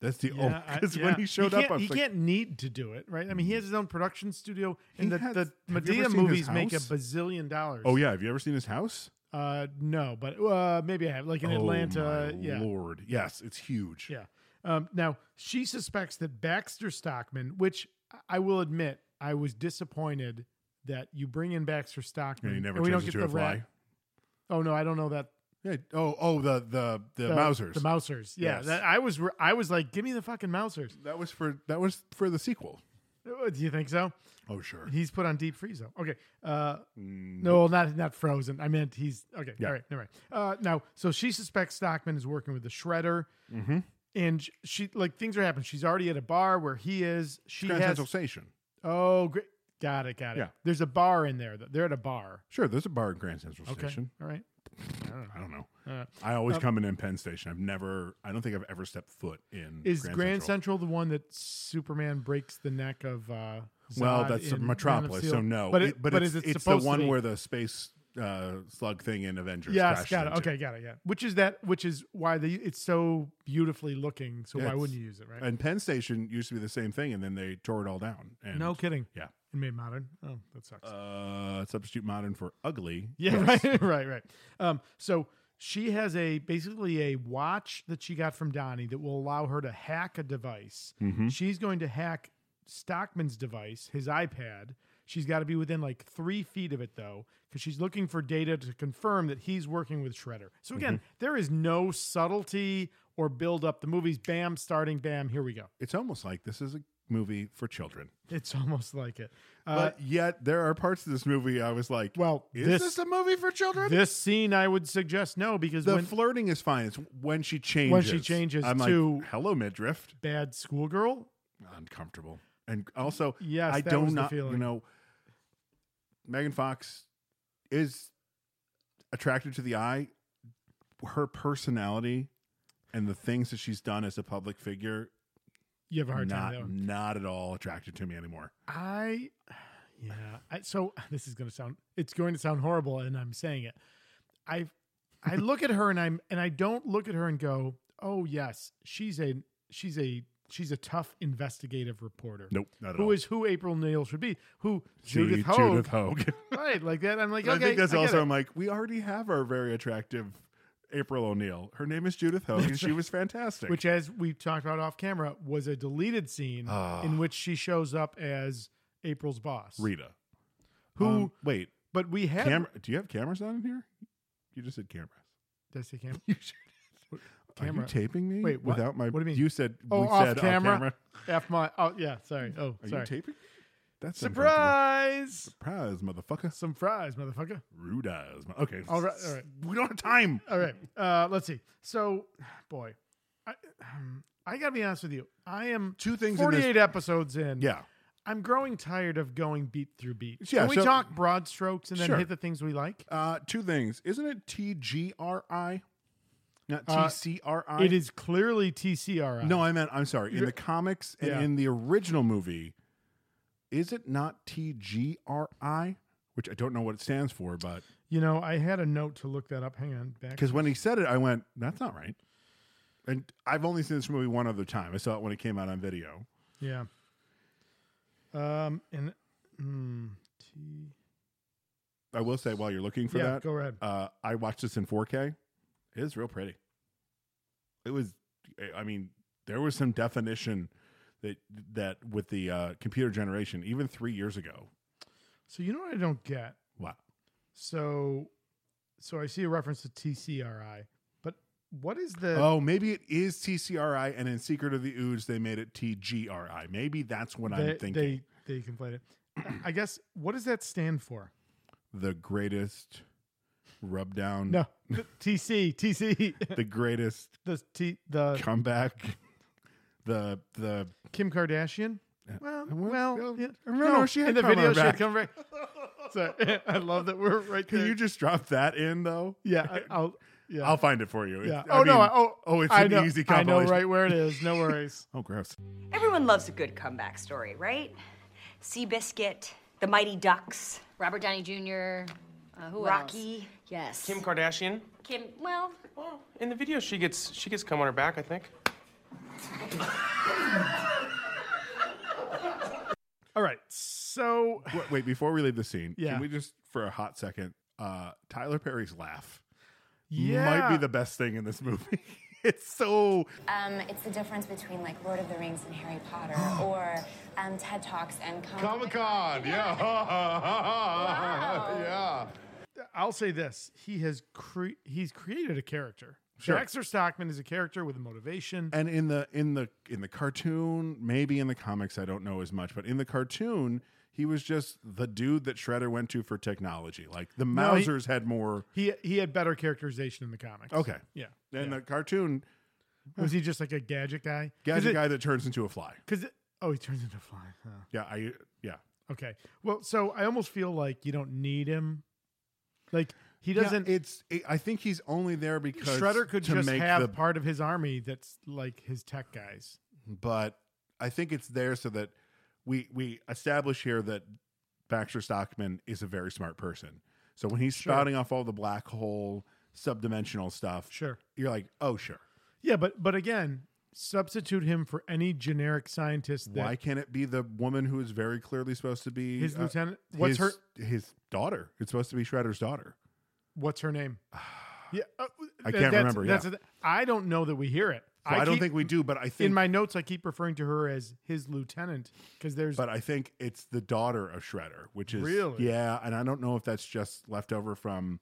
S1: that's the
S2: yeah,
S1: only
S2: I-
S1: because
S2: yeah.
S1: when he showed up
S2: can't-
S1: i was
S2: he
S1: like
S2: can't need to do it, right? I mean, he has his own production studio, and
S1: He
S2: the,
S1: has- have
S2: the
S1: you
S2: Medea
S1: ever seen his
S2: movies make a
S1: house?
S2: bazillion dollars.
S1: oh yeah have you ever seen his house
S2: Uh, no, but uh, maybe I have, like in
S1: Oh,
S2: Atlanta.
S1: my
S2: Yeah,
S1: lord yes it's huge
S2: yeah. Um, now she suspects that Baxter Stockman, which I will admit, I was disappointed that you bring in Baxter Stockman
S1: and he never
S2: we don't
S1: turns
S2: get
S1: into
S2: the
S1: a fly
S2: rat- Oh no, I don't know that
S1: yeah oh oh the the the,
S2: the
S1: mausers
S2: The Mousers. Yeah,
S1: Yes.
S2: that, I was re- I was like, give me the fucking Mousers.
S1: that was for that was for the sequel
S2: Uh, Do you think so?
S1: oh sure
S2: He's put on deep freeze though. Okay. Uh, no, not not frozen. I meant he's okay.
S1: Mm, Yeah.
S2: All right. All right. Uh, now, so she suspects Stockman is working with the shredder,
S1: Mm-hmm.
S2: and sh- she like things are happening. She's already at a bar where he is. She
S1: Grand
S2: has.
S1: Central Station.
S2: Oh, great. Got it. Got it.
S1: Yeah.
S2: There's a bar in there. Though. They're at a bar.
S1: Sure, there's a bar at Grand Central
S2: Okay.
S1: Station.
S2: All right.
S1: I don't know.
S2: Uh,
S1: I always come in in Penn Station. I've never, I don't think I've ever stepped foot in.
S2: Is Grand, Central. the one that Superman breaks the neck of? Uh,
S1: Well,
S2: Zod
S1: that's
S2: in Man of
S1: Metropolis, so
S2: Steel?
S1: no.
S2: But,
S1: It-
S2: it, but,
S1: it's,
S2: is it
S1: it's the
S2: supposed
S1: one
S2: to be?
S1: where the space uh, slug thing in Avengers?
S2: Yes,
S1: crashed
S2: got it.
S1: into.
S2: Okay, got it. Yeah, which is that? Which is why they it's so beautifully looking. So
S1: Yeah,
S2: why wouldn't
S1: it's-
S2: you use it, right?
S1: And Penn Station used to be the same thing, and then they tore it all down. And,
S2: no kidding.
S1: Yeah.
S2: and made modern. Oh, that sucks.
S1: Uh, substitute modern for ugly.
S2: yeah,
S1: Yes.
S2: right, right, right. Um, so she has a basically a watch that she got from Donnie that will allow her to hack a device.
S1: Mm-hmm.
S2: She's going to hack Stockman's device, his iPad. She's got to be within like three feet of it though, because she's looking for data to confirm that he's working with Shredder. So again,
S1: Mm-hmm.
S2: there is no subtlety or build up. The movie's bam, starting bam. Here we go.
S1: It's almost like this is a movie for children.
S2: It's almost like it. Uh,
S1: But yet, there are parts of this movie I was like,
S2: well,
S1: is
S2: this
S1: this, a movie for children?
S2: this scene I would suggest no because
S1: the
S2: when
S1: flirting is fine. It's when she changes.
S2: she changes
S1: I'm
S2: to-
S1: like, hello, midriff.
S2: bad schoolgirl.
S1: uncomfortable. And also,
S2: Yes,
S1: I
S2: that
S1: don't
S2: was the
S1: not you
S2: feeling.
S1: know, Megan Fox is attractive to the eye. Her personality and the things that she's done as a public figure
S2: You have a hard time. with
S1: not
S2: That one.
S1: not at all attractive to me anymore.
S2: I, yeah. I, so this is going to sound. It's going to sound horrible, and I'm saying it. I, I look at her and I'm and I don't look at her and go, oh yes, she's a she's a she's a tough investigative reporter.
S1: Nope, not at all.
S2: Who is who April Neal should be? Who
S1: See,
S2: Judith Hogue?
S1: Judith Hogue.
S2: Right, like that. I'm like,
S1: And
S2: okay,
S1: I think that's
S2: get
S1: also.
S2: it.
S1: I'm like, we already have our very attractive April O'Neil. Her name is Judith Hogue, and she was fantastic.
S2: which as we talked about off camera was a deleted scene
S1: Ah.
S2: in which she shows up as april's boss
S1: Rita.
S2: who
S1: Um, wait,
S2: but we had
S1: camera? Do you have cameras on in here? You just said cameras.
S2: did i say camera
S1: Are you
S2: camera.
S1: taping me?
S2: Wait, what?
S1: Without my,
S2: What do you mean?
S1: You said
S2: oh
S1: we
S2: off
S1: said
S2: camera,
S1: Off camera.
S2: f my oh yeah sorry oh
S1: Are
S2: sorry
S1: you taping? That's uncomfortable.
S2: surprise
S1: Surprise, motherfucker!
S2: some fries motherfucker
S1: Rude eyes. mo- Okay.
S2: All right, all right.
S1: We don't have time.
S2: all right uh let's see so boy i um, i gotta be honest with you i am
S1: Two things in this-
S2: 48 episodes in
S1: Yeah.
S2: i'm growing tired of going beat through beat
S1: Yeah,
S2: can we
S1: so-
S2: talk broad strokes and then
S1: Sure.
S2: hit the things we like
S1: Uh, two things. Isn't it T G R I? Not
S2: Uh,
S1: TCRI.
S2: It is clearly TCRI.
S1: No, I meant, I'm sorry. In
S2: You're-
S1: the comics and
S2: Yeah.
S1: in the original movie, is it not TGRI? Which I don't know what it stands for, but
S2: you know, I had a note to look that up. Hang on, back.
S1: because when he said it, I went, that's not right. And I've only seen this movie one other time. I saw it when it came out on video.
S2: Yeah. Um and mm, T.
S1: I will say, while you're looking for
S2: yeah,
S1: that,
S2: go ahead.
S1: uh, I watched this in 4K. It is real pretty. It was, I mean, there was some definition that that with the uh, computer generation, even three years ago.
S2: So you know what I don't get?
S1: What?
S2: So, so I see a reference to TCRI, but what is the?
S1: Oh, maybe it is TCRI, and in Secret of the Ooze, they made it TGRI. Maybe that's what
S2: they,
S1: I'm thinking.
S2: They they conflate it. I guess what does that stand for?
S1: the greatest rub down,
S2: No, the TC TC
S1: the greatest
S2: the T the
S1: comeback, the the
S2: Kim Kardashian.
S1: Uh,
S2: Well, well,
S1: well,
S2: yeah.
S1: I remember she had
S2: in the
S1: come
S2: video
S1: on
S2: she had
S1: back.
S2: come right. So I love that we're right
S1: Can
S2: there.
S1: you just drop that in though?
S2: yeah, I, I'll yeah.
S1: I'll find it for you.
S2: yeah.
S1: It- I
S2: Oh no!
S1: mean-
S2: I, oh
S1: oh, it's
S2: I
S1: an
S2: know,
S1: easy
S2: I know
S1: compilation.
S2: right where it is. No worries.
S1: Oh, gross.
S6: Everyone loves a good comeback story, right? Seabiscuit, the Mighty Ducks,
S7: Robert Downey Jr. Uh, who else?
S6: Rocky.
S7: Yes.
S8: Kim Kardashian.
S7: Kim. Well,
S8: Well, in the video, she gets she gets cum on her back, I think.
S2: All right. So
S1: Wait, wait, before we leave the scene,
S2: Yeah.
S1: can we just for a hot second? Uh, Tyler Perry's laugh
S2: yeah,
S1: might be the best thing in this movie. it's so
S9: Um, it's the difference between like Lord of the Rings and Harry Potter, or um, TED Talks and Comic
S1: Con, yeah, yeah.
S2: I'll say this: he has cre- he's created a character.
S1: Sure.
S2: Dexter Stockman is a character with a motivation.
S1: And in the in the in the cartoon, maybe in the comics, I don't know as much, but in the cartoon, he was just the dude that Shredder went to for technology. Like the
S2: No, he-
S1: Mausers had more.
S2: he he had better characterization in the comics.
S1: Okay,
S2: yeah.
S1: in the cartoon,
S2: Was he just like a gadget guy?
S1: gadget guy that turns into a fly.
S2: Because oh, he turns into a fly. Huh.
S1: Yeah, I yeah.
S2: Okay. Well, so I almost feel like you don't need him. Like he doesn't.
S1: Yeah, it's. It, I think he's only there because
S2: Shredder could
S1: to
S2: just
S1: make
S2: have
S1: the
S2: part of his army that's like his tech guys.
S1: but I think it's there so that we we establish here that Baxter Stockman is a very smart person. So when he's
S2: Sure.
S1: spouting off all the black hole subdimensional stuff,
S2: Sure.
S1: you're like, oh sure.
S2: Yeah, but but again, substitute him for any generic scientist. That
S1: Why can't it be the woman who is very clearly supposed to be
S2: His
S1: uh,
S2: lieutenant. What's her?
S1: his- His daughter. It's supposed to be Shredder's daughter.
S2: What's her name? yeah, uh,
S1: I
S2: th-
S1: can't
S2: that's-
S1: remember,
S2: That's
S1: yeah.
S2: the th- I don't know that we hear it.
S1: So I, don't
S2: keep-
S1: think we do, but I think
S2: in my notes I keep referring to her as his lieutenant because there's
S1: but I think it's the daughter of Shredder, which is
S2: Really?
S1: yeah. And I don't know if that's just left over from,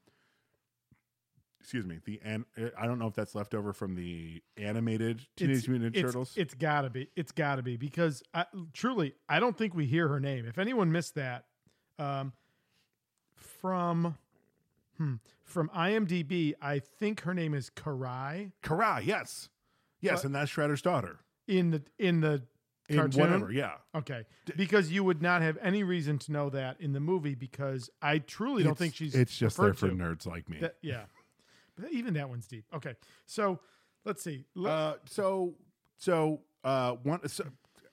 S1: excuse me, the an, I don't know if that's left over from the animated Teenage
S2: it's-
S1: Mutant
S2: it's-
S1: Turtles.
S2: It's gotta be. It's gotta be because I, truly I don't think we hear her name. If anyone missed that, um, from hmm, from IMDb, I think her name is Karai
S1: Karai, yes, yes,
S2: But-
S1: and that's Shredder's daughter
S2: in the in the
S1: in
S2: cartoon.
S1: whatever. Yeah,
S2: Okay, because you would not have any reason to know that in the movie because I truly don't
S1: It's-
S2: think she's.
S1: It's just there
S2: referred
S1: for
S2: to.
S1: nerds like me.
S2: That- yeah, but even that one's deep. Okay, so let's see. Let-
S1: Uh, so so uh one so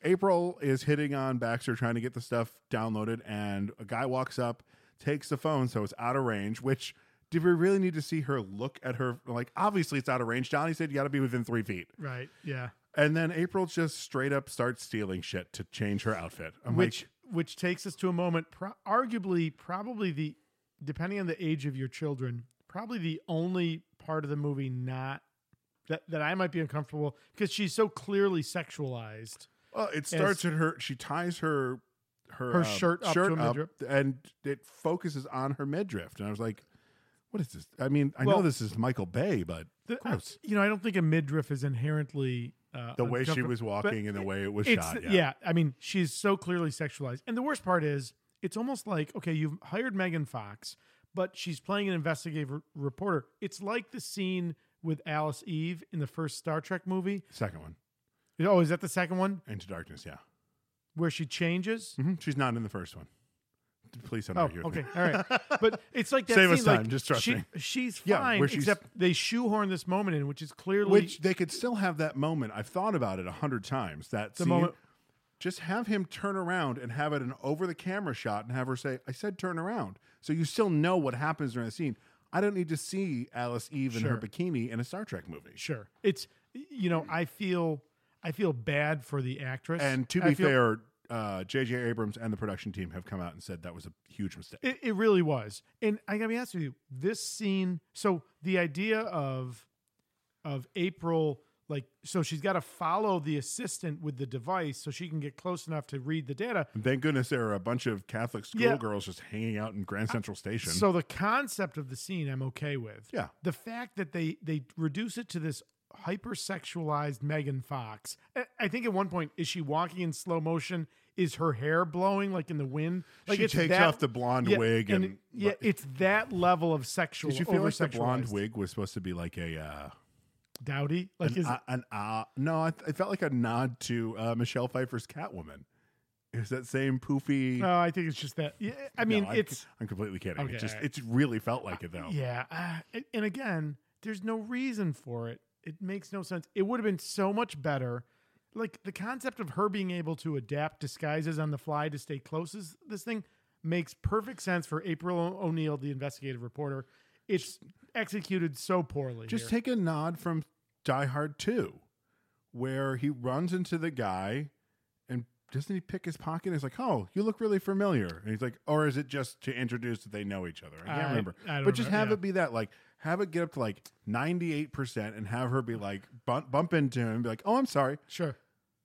S1: April is hitting on Baxter trying to get the stuff downloaded and a guy walks up, takes the phone so it's out of range, which did we really need to see her look at her like obviously it's out of range. Johnny said you gotta be within three feet.
S2: right. Yeah.
S1: And then April just straight up starts stealing shit to change her outfit. I'm
S2: which
S1: like
S2: which takes us to a moment pro- arguably probably the depending on the age of your children probably the only part of the movie not that, that i might be uncomfortable because she's so clearly sexualized
S1: well, it starts at her she ties her her,
S2: Her
S1: uh,
S2: shirt up to a midriff.
S1: and it focuses on her midriff. And I was like, what is this? I mean, I know
S2: Well-
S1: this is Michael Bay, but
S2: The- I-
S1: gross.
S2: you know i don't think a midriff is inherently uh,
S1: the way she
S2: uncomfortable,
S1: was
S2: but
S1: walking and the way it was
S2: it's
S1: shot.
S2: yeah. i mean she's so clearly sexualized and the worst part is it's almost like okay you've hired megan fox but she's playing an investigative r- reporter it's like the scene with alice eve in the first star trek movie
S1: Second one,
S2: Oh, is that the second one
S1: Into Darkness. Yeah, Mm-hmm.
S2: where she changes?
S1: Mhm. she's not in the first one. Please don't
S2: Oh,
S1: argue with
S2: okay,
S1: me.
S2: all right. But it's like that
S1: Save
S2: scene,
S1: us
S2: like,
S1: time, just trust
S2: she,
S1: me.
S2: She's
S1: Yeah,
S2: fine,
S1: where she's-
S2: except they shoehorn this moment in, which is clearly
S1: Which they could still have that moment. I've thought about it a hundred times. That
S2: The
S1: scene.
S2: moment-
S1: Just have him turn around and have it an over the camera shot and have her say, I said turn around. So you still know what happens during the scene. I don't need to see Alice Eve in her bikini in a Star Trek movie.
S2: sure. It's you know, I feel I feel bad for the actress.
S1: And to
S2: I
S1: be
S2: feel-
S1: fair, uh, J.J. Abrams and the production team have come out and said that was a huge mistake.
S2: It, it really was. And I gotta be honest with you, this scene. So the idea of of April, like, so she's got to follow the assistant with the device so she can get close enough to read the data.
S1: Thank goodness there are a bunch of Catholic
S2: Yeah.
S1: schoolgirls just hanging out in Grand Central Station.
S2: So the concept of the scene, I'm okay with.
S1: Yeah.
S2: The fact that they they reduce it to this hypersexualized Megan Fox. I- I think at one point, is she walking in slow motion? Is her hair blowing like in the wind? Like
S1: She
S2: it's
S1: takes
S2: that-
S1: off the blonde wig and-
S2: yeah, it's that level of sexual.
S1: did you feel like the
S2: over-sexualized.
S1: blonde wig was supposed to be like a uh,
S2: Dowdy? Like
S1: an,
S2: is
S1: uh, an uh, no? I, I felt like a nod to uh, Michelle Pfeiffer's Catwoman. It was that same poofy.
S2: no, Uh, I think it's just that. Yeah, I mean,
S1: No, I'm,
S2: it's
S1: I'm completely kidding.
S2: Okay,
S1: It just
S2: all right.
S1: it's really felt like it though.
S2: yeah, uh, and again, there's no reason for it. It makes no sense. It would have been so much better. Like the concept of her being able to adapt disguises on the fly to stay close is this thing makes perfect sense for April O- O'Neil, the investigative reporter. It's executed so poorly.
S1: Just
S2: here.
S1: take a nod from Die Hard Two, where he runs into the guy, and doesn't he pick his pocket? And he's like, "Oh, you look really familiar," and he's like, "Or is it just to introduce that they know each other?" I can't
S2: I-
S1: remember.
S2: I don't
S1: but just
S2: know,
S1: have
S2: yeah.
S1: it be that like. Have it get up to like ninety eight percent, and have her be like bump, bump into him, and be like, "Oh, I'm sorry,
S2: sure.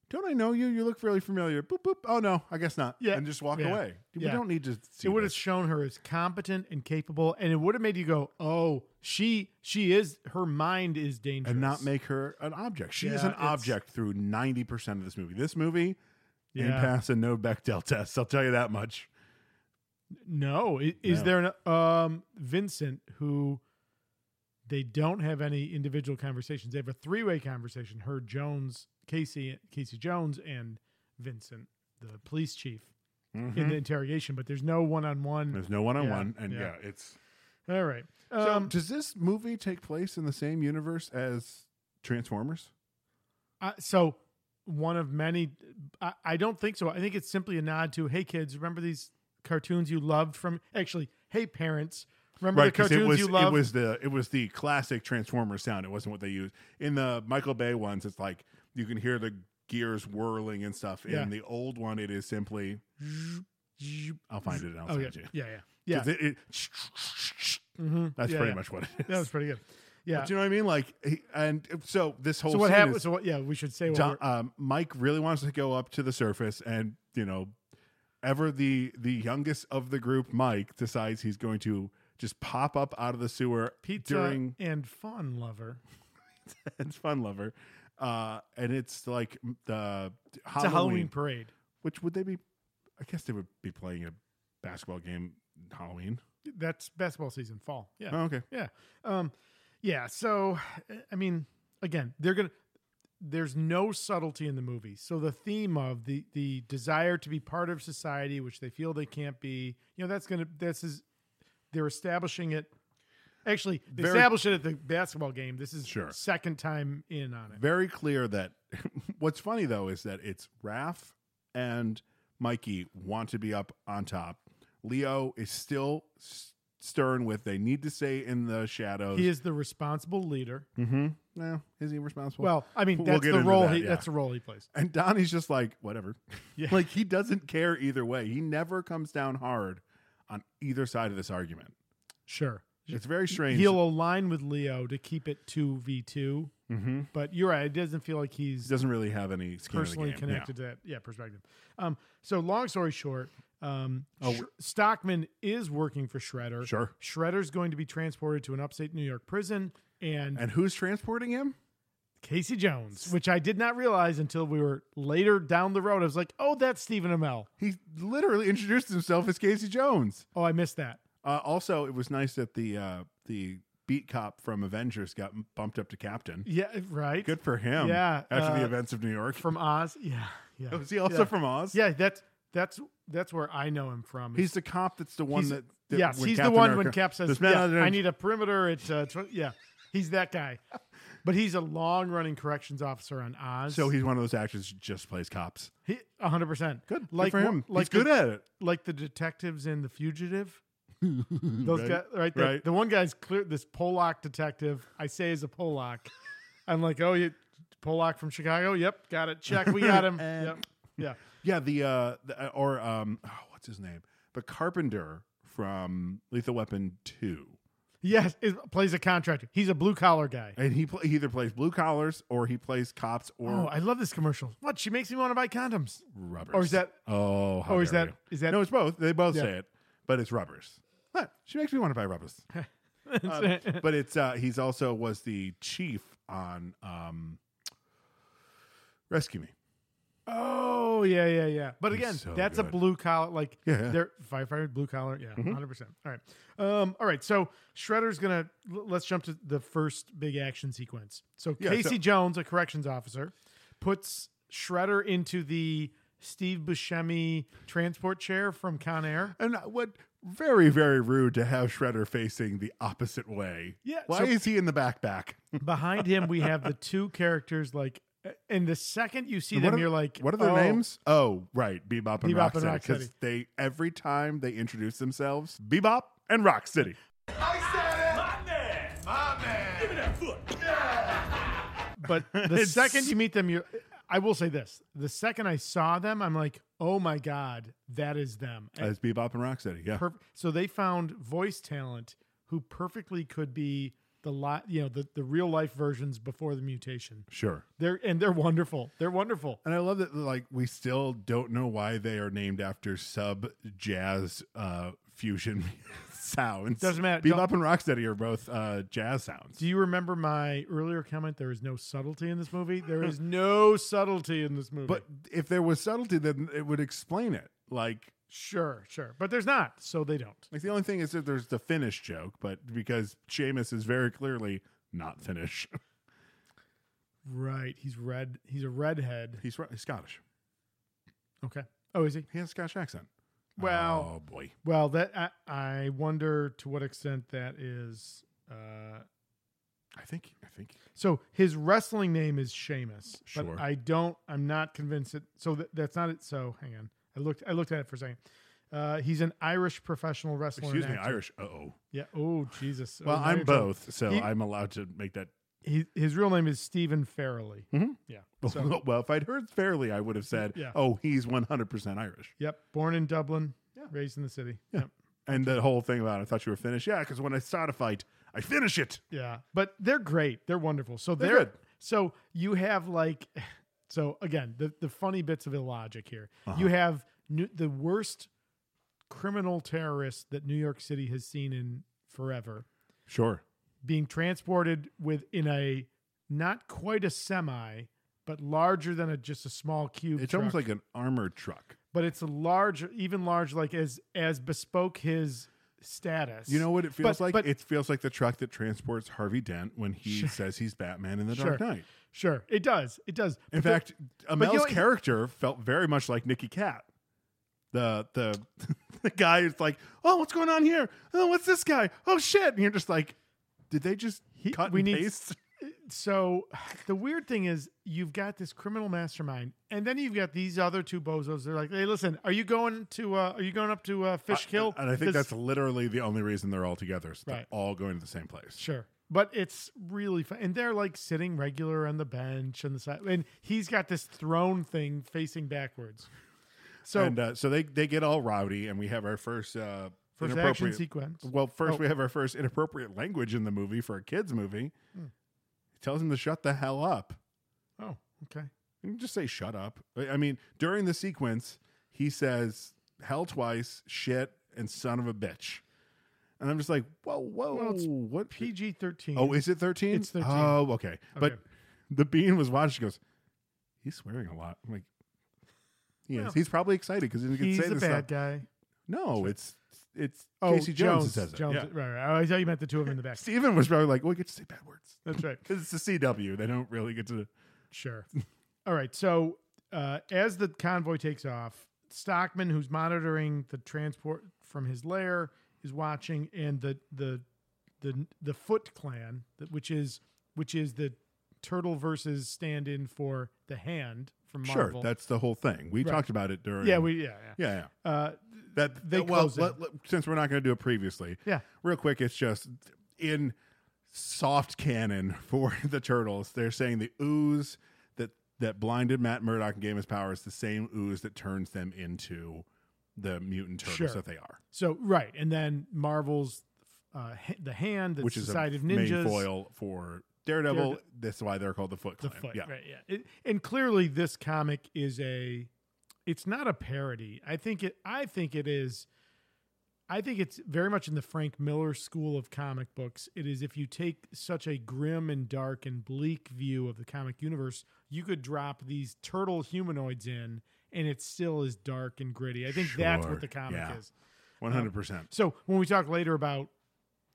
S1: don't I know you? You look really familiar." Boop boop. Oh no, I guess not.
S2: Yeah.
S1: and just walk
S2: Yeah.
S1: away. We
S2: Yeah.
S1: don't need to. See
S2: it would have
S1: this.
S2: shown her as competent and capable, and it would have made you go, "Oh, she she is her mind is dangerous,"
S1: and not make her an object. She is
S2: Yeah,
S1: an
S2: it's-
S1: object through 90% of this movie. This movie didn't
S2: Yeah.
S1: pass a no Bechdel test. I'll tell you that much.
S2: No, I- is
S1: No.
S2: there an, um Vincent who they don't have any individual conversations? They have a three way conversation: her, Jones, Casey, Casey Jones, and Vincent, the police chief, in the interrogation. But there's no one on one.
S1: Mm-hmm. There's no one on one.
S2: Yeah,
S1: And yeah,
S2: yeah.
S1: it's.
S2: All right.
S1: So
S2: Um,
S1: does this movie take place in the same universe as Transformers?
S2: I- so one of many. I, I don't think so. I think it's simply a nod to, "Hey kids, remember these cartoons you loved from?" Actually, "Hey parents, remember the
S1: 'cause
S2: cartoons
S1: it was
S2: you loved?"
S1: it was the it was the classic Transformer sound. It wasn't what they used in the Michael Bay ones. It's like you can hear the gears whirling and stuff.
S2: Yeah.
S1: In the old one, it is simply. I'll find it and I'll
S2: oh yeah,
S1: send you.
S2: yeah, yeah, yeah. Mm-hmm.
S1: 'Cause it- it- that's
S2: Yeah,
S1: pretty
S2: yeah.
S1: much what it is.
S2: That was pretty good. Yeah.
S1: Do you know what I mean? Like, he, and so this whole
S2: so what
S1: scene
S2: happened?
S1: is
S2: So what? Yeah, we should say what.
S1: Don-
S2: we're-
S1: um, Mike really wants to go up to the surface, and you know, ever the the youngest of the group, Mike decides he's going to just pop up out of the sewer
S2: pizza
S1: during
S2: and fun lover.
S1: it's fun lover, uh, and it's like the Halloween,
S2: It's a Halloween parade.
S1: which would they be? I guess they would be playing a basketball game Halloween.
S2: That's basketball season, fall. Yeah.
S1: Oh, okay.
S2: Yeah. Um, yeah. So, I mean, again, they're gonna. There's no subtlety in the movie. So the theme of the the desire to be part of society, which they feel they can't be, you know, that's gonna. This is they're establishing it. Actually, they
S1: Very-
S2: establish it at the basketball game. This is
S1: Sure.
S2: second time in on it.
S1: very clear that what's funny though is that it's Raph and Mikey want to be up on top. Leo is still s- stern with they need to stay in the shadows.
S2: He is the responsible leader.
S1: Mm-hmm. No, is he responsible?
S2: Well, I mean,
S1: We'll
S2: that's
S1: get
S2: the
S1: into
S2: role.
S1: that,
S2: he,
S1: yeah.
S2: That's the role he plays.
S1: and Donnie's just like whatever.
S2: Yeah.
S1: like he doesn't care either way. He never comes down hard on either side of this argument.
S2: Sure.
S1: It's very strange.
S2: He'll align with Leo to keep it two v two. But you're right; it doesn't feel like
S1: he
S2: he's
S1: Mm-hmm. doesn't really have any skin in the
S2: personally
S1: game.
S2: connected
S1: Yeah.
S2: to that. Yeah, perspective. Um, so long story short, um,
S1: Oh,
S2: Sh-
S1: w-
S2: Stockman is working for Shredder.
S1: Sure.
S2: Shredder's going to be transported to an upstate New York prison, and,
S1: And who's transporting him?
S2: Casey Jones, which I did not realize until we were later down the road. I was like, "Oh, that's Stephen Amell."
S1: He literally introduced himself as Casey Jones.
S2: Oh, I missed that.
S1: Uh, also, it was nice that the uh, the beat cop from Avengers got m- bumped up to captain.
S2: Yeah, right.
S1: Good for him.
S2: Yeah,
S1: After the
S2: uh,
S1: events of New York,
S2: from Oz. Yeah, yeah.
S1: was Oh, he also
S2: Yeah.
S1: from Oz?
S2: Yeah, that's That's that's where I know him from.
S1: He's the cop that's the one
S2: He's-
S1: that, that
S2: yes,
S1: when
S2: he's the
S1: Captain
S2: one when
S1: America-
S2: Cap says,
S1: "This man
S2: yeah,
S1: under-
S2: "I need a perimeter." It's uh, tw- yeah, he's that guy, but he's a long-running corrections officer on Oz.
S1: So he's one of those actors who just plays cops.
S2: he hundred percent
S1: Good, like
S2: Like
S1: for him.
S2: like
S1: he's good
S2: the,
S1: at it.
S2: like the detectives in The Fugitive. Those
S1: Right,
S2: guys, right? The,
S1: right.
S2: the one guy's clear. This Polak detective, I say, is a Polak. I'm like, oh, you Polak from Chicago? Yep, got it. Check, we got him. yep, yeah.
S1: Yeah, the uh, the, uh, or um, oh, what's his name? The Carpenter from Lethal Weapon Two,
S2: Yes, is, plays a contractor. He's a blue collar guy.
S1: and he, pl- he either plays blue collars or he plays cops or
S2: Oh, I love this commercial. What? She makes me want to buy condoms.
S1: rubbers.
S2: or is that-
S1: Oh, how
S2: or is
S1: dare
S2: that-
S1: you.
S2: is that-
S1: no? It's both. They both
S2: Yeah.
S1: say it, but it's rubbers. Huh, she makes me want to buy rubbers. Um, but it's uh, he's also was the chief on um, Rescue Me.
S2: Oh yeah, yeah, yeah. But
S1: He's
S2: again,
S1: so
S2: that's a
S1: good.
S2: blue collar, like
S1: Yeah, Mm-hmm. yeah.
S2: they're firefighter, blue collar. Yeah, 100 percent. All right, um, all right. So Shredder's gonna l- let's jump to the first big action sequence. So
S1: Yeah,
S2: Casey
S1: so-
S2: Jones, a corrections officer, puts Shredder into the Steve Buscemi transport chair from Con Air.
S1: And what very very rude to have Shredder facing the opposite way.
S2: Yeah,
S1: Why
S2: so-
S1: is he in the backpack?
S2: Behind him, we have the two characters. Like, and the second you see them,
S1: are,
S2: you're like,
S1: what are their
S2: oh,
S1: names? Oh, right, Bebop and
S2: Bebop
S1: Rock
S2: and
S1: City.
S2: Rock
S1: Because
S2: City.
S1: they every time they introduce themselves, Bebop and Rock City.
S2: But the second you meet them, you I will say this. The second I saw them, I'm like, oh my God, that is them. And
S1: As Bebop and Rock City, yeah.
S2: perf- so they found voice talent who perfectly could be the li- you know, the, the real life versions before the mutation.
S1: Sure.
S2: They're and they're wonderful. They're wonderful.
S1: And I love that, like, we still don't know why they are named after sub jazz uh, fusion sounds.
S2: Doesn't matter.
S1: Bebop
S2: Don't-
S1: and Rocksteady are both uh, jazz sounds.
S2: Do you remember my earlier comment? There is no subtlety in this movie. There is no subtlety in this movie.
S1: but if there was subtlety, then it would explain it. Like,
S2: sure, sure. But there's not, so they don't.
S1: like the only thing is that there's the Finnish joke, but because Seamus is very clearly not Finnish,
S2: Right. He's red. He's a redhead.
S1: he's, Ru- he's Scottish.
S2: Okay. Oh, is he?
S1: He has a Scottish accent.
S2: Well-
S1: oh boy,
S2: Well, that I, I wonder to what extent that is. Uh,
S1: I think I think
S2: so his wrestling name is Sheamus,
S1: Sure.
S2: but I don't. I'm not convinced that. So that, that's not it. So hang on. I looked. I looked at it for a second. Uh, he's an Irish professional wrestler. and
S1: excuse me,
S2: actor.
S1: Irish. Uh oh.
S2: Yeah. Oh Jesus. Oh,
S1: Well,
S2: now
S1: I'm
S2: you're trouble.
S1: both, so
S2: He-
S1: I'm allowed to make that.
S2: He, his real name is Stephen Farrelly.
S1: Mm-hmm.
S2: Yeah. So,
S1: well, if I'd heard fairly, I would have said,
S2: Yeah.
S1: "Oh, he's 100 percent Irish."
S2: yep. Born in Dublin. Raised in the city. Yep.
S1: And the whole thing about I thought you were Finnish. Yeah, because when I start a fight, I finish it.
S2: Yeah, but they're great. They're wonderful. So they're,
S1: good.
S2: so you have like so again the the funny bits of illogic here.
S1: Uh-huh.
S2: You have new, the worst criminal terrorist that New York City has seen in forever
S1: Sure.
S2: being transported with in a not quite a semi but larger than a just a small cube.
S1: It's almost
S2: truck.
S1: like an armored truck.
S2: but it's a large, even large, like as as bespoke his status.
S1: You know what it feels
S2: But-
S1: like?
S2: but-
S1: it feels like the truck that transports Harvey Dent when he says he's Batman in the Dark
S2: Sure.
S1: Knight.
S2: Sure, it does. It does.
S1: In
S2: But the-
S1: fact, Amel's
S2: you know-
S1: character felt very much like Nicky Cat. The the the guy is like, "Oh, what's going on here? Oh, what's this guy? Oh shit!" And you're just like, "Did they just
S2: He-
S1: cut
S2: we
S1: and
S2: need-
S1: paste?"
S2: So the weird thing is you've got this criminal mastermind and then you've got these other two bozos. They're like, hey, listen, are you going to uh, are you going up to uh, Fishkill?
S1: And I think
S2: This-
S1: that's literally the only reason they're all together. Is They're
S2: Right.
S1: all going to the same place.
S2: sure. But it's really fun. And they're like sitting regular on the bench and the side and he's got this throne thing facing backwards. So
S1: and uh, so they they get all rowdy, and we have our first uh,
S2: first action
S1: inappropriate
S2: sequence.
S1: Well, first
S2: Oh.
S1: we have our first inappropriate language in the movie for a kids movie.
S2: Hmm.
S1: He tells him to shut the hell up.
S2: Oh, okay.
S1: You can just say shut up. I I mean, during the sequence, he says hell twice, shit, and son of a bitch. And I'm just like, whoa, whoa,
S2: Well, it's
S1: what?
S2: PG thirteen.
S1: oh, is it 13?
S2: It's 13.
S1: Oh, okay. But
S2: Okay.
S1: the bean was watching. She goes, he's swearing a lot. I'm like, he
S2: Well,
S1: is. He's probably excited because he can
S2: he's
S1: say
S2: a
S1: this
S2: bad
S1: stuff.
S2: guy.
S1: No, it's it's
S2: Oh,
S1: Casey Jones, who says it.
S2: Jones,
S1: Yeah.
S2: Right, right. Oh, I thought you meant the two of them in the back.
S1: Steven was probably like, well, we get to say bad words
S2: That's right.
S1: because it's the CW. They don't really get to.
S2: Sure. All right. So uh, as the convoy takes off, Stockman, who's monitoring the transport from his lair, is watching, and the the the the Foot Clan, that- which is which is the turtle versus stand-in for the Hand from
S1: Sure,
S2: Marvel.
S1: that's the whole thing. We talked about it during.
S2: yeah, we yeah yeah.
S1: Yeah, yeah. Uh, that
S2: they
S1: well,
S2: close it.
S1: let- let- since we're not going to do it previously,
S2: Yeah.
S1: Real quick, it's just in soft canon for the turtles. They're saying the ooze that that blinded Matt Murdock and gave his power is the same ooze that turns them into the mutant turtles
S2: Sure.
S1: that they are,
S2: So right, and then Marvel's uh, Ha- the Hand, that's
S1: which is
S2: Society
S1: a
S2: of Ninjas,
S1: main foil for Daredevil.
S2: Darede-
S1: That's why they're called the Foot
S2: the
S1: Clan.
S2: foot,
S1: yeah,
S2: right? Yeah, It- and clearly this comic is a, it's not a parody. I think it. I think it is. I think it's very much in the Frank Miller school of comic books. It is if you take such a grim and dark and bleak view of the comic universe, you could drop these turtle humanoids in, and it still is dark and gritty. I think that's
S1: Sure.
S2: what the comic
S1: Yeah.
S2: is.
S1: one hundred percent.
S2: So when we talk later about,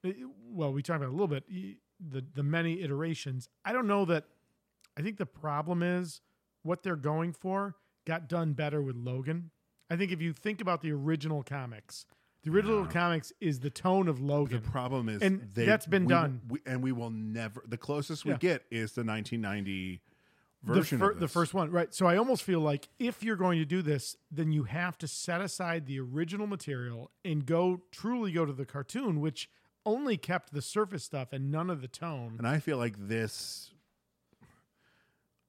S2: eh, well, we talked about it a little bit y- the the many iterations. I don't know that. I think the problem is what they're going for got done better with Logan. I think if you think about the original comics, the original comics is the tone of
S1: The
S2: Logan.
S1: problem is,
S2: And
S1: they,
S2: that's been
S1: we-
S2: done.
S1: we, and we will never. The closest we
S2: Yeah.
S1: get is the 1990
S2: the,
S1: version.
S2: fir-
S1: of
S2: the
S1: this.
S2: first one, right? So I almost feel like if you're going to do this, then you have to set aside the original material and go truly go to the cartoon, which only kept the surface stuff and none of the tone.
S1: and I feel like this.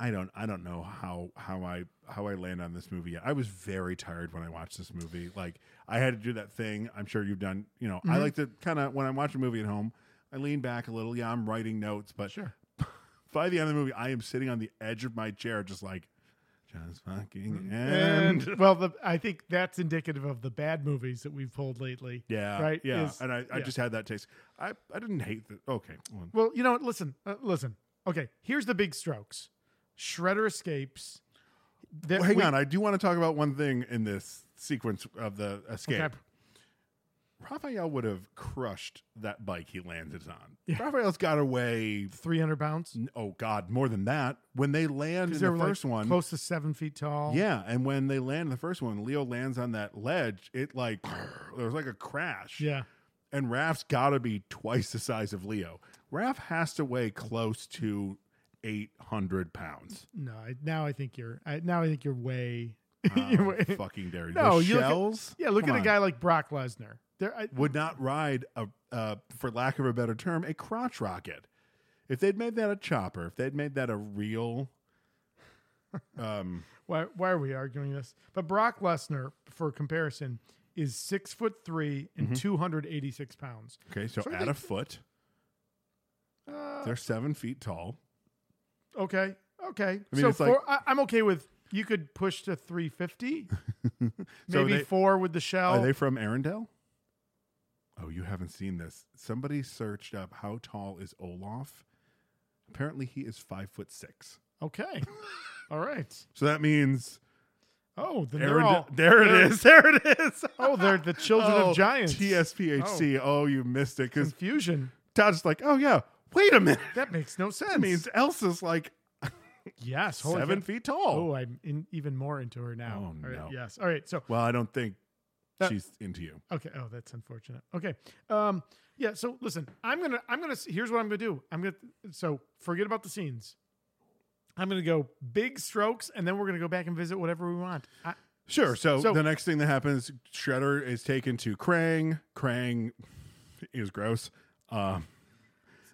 S1: I don't. I don't know how how I how I land on this movie yet. I was very tired when I watched this movie. Like I had to do that thing. I'm sure you've done. You know,
S2: Mm-hmm.
S1: I like to kind of when I watch a movie at home, I lean back a little. Yeah, I'm writing notes, but
S2: Sure.
S1: by the end of the movie, I am sitting on the edge of my chair, just like just fucking
S2: Mm-hmm.
S1: end.
S2: well, the, I think that's indicative of the bad movies that we've pulled lately.
S1: Yeah,
S2: right.
S1: Yeah,
S2: Is-
S1: and I, I
S2: yeah.
S1: just had that taste. I I didn't hate the. Okay, well,
S2: well, you know what? Listen, uh, listen. Okay, here's the big strokes. Shredder escapes. There-
S1: Well, hang
S2: we-
S1: on, I do want to talk about one thing in this sequence of the escape.
S2: Okay.
S1: Raphael would have crushed that bike he landed on. Raphael's got away.
S2: 300 pounds.
S1: Oh God, more than that. When they land in
S2: They
S1: the
S2: were, like,
S1: first one,
S2: close to seven feet tall.
S1: yeah, and when they land in the first one, Leo lands on that ledge. It like there was like a crash.
S2: yeah.
S1: and Raph's got to be twice the size of Leo. Raph has to weigh close to eight hundred pounds.
S2: No, I, now I think you're. I, now I think you're way. you're way-
S1: Ah, Fucking dare you?
S2: no,
S1: Uh, The
S2: you look at-
S1: shells.
S2: yeah, look
S1: Come
S2: at
S1: on.
S2: a guy like Brock Lesnar. There, I,
S1: would not ride a, uh, for lack of a better term, a crotch rocket. If they'd made that a chopper, if they'd made that a real, um,
S2: why why are we arguing this? But Brock Lesnar, for comparison, is six foot three and
S1: Mm-hmm.
S2: hundred eighty six pounds.
S1: okay, so
S2: Sure,
S1: at
S2: they- Uh,
S1: a foot, they're seven feet tall.
S2: Okay, okay.
S1: I mean,
S2: so
S1: it's like-
S2: four, I, I'm okay with you could push to three fifty,
S1: So
S2: maybe
S1: they-
S2: four with the
S1: Are
S2: shell.
S1: they from Arendelle? Oh, you haven't seen this. Somebody searched up how tall is Olaf. Apparently, he is five foot six.
S2: okay, all right.
S1: So that means
S2: Oh, then they're all,
S1: Arendelle. There it is. There it is.
S2: Oh, they're the children
S1: Oh,
S2: of giants.
S1: TSPHC. Oh, you missed it because
S2: Confusion.
S1: Todd's like, oh yeah, wait a minute.
S2: That makes no sense.
S1: That means Elsa's like
S2: yes, holy
S1: seven
S2: cow.
S1: feet tall.
S2: Oh, I'm in, even more into her now.
S1: Oh,
S2: All right,
S1: no.
S2: Yes. All right. So
S1: well, I don't think
S2: Uh,
S1: she's into you.
S2: okay. Oh, that's unfortunate. Okay. Um. Yeah. So listen, I'm gonna I'm gonna here's what I'm gonna do. I'm gonna so forget about the scenes. I'm gonna go big strokes, and then we're gonna go back and visit whatever we want. I,
S1: Sure. So,
S2: So-
S1: the next thing that happens, Shredder is taken to Krang. Krang is gross. Um,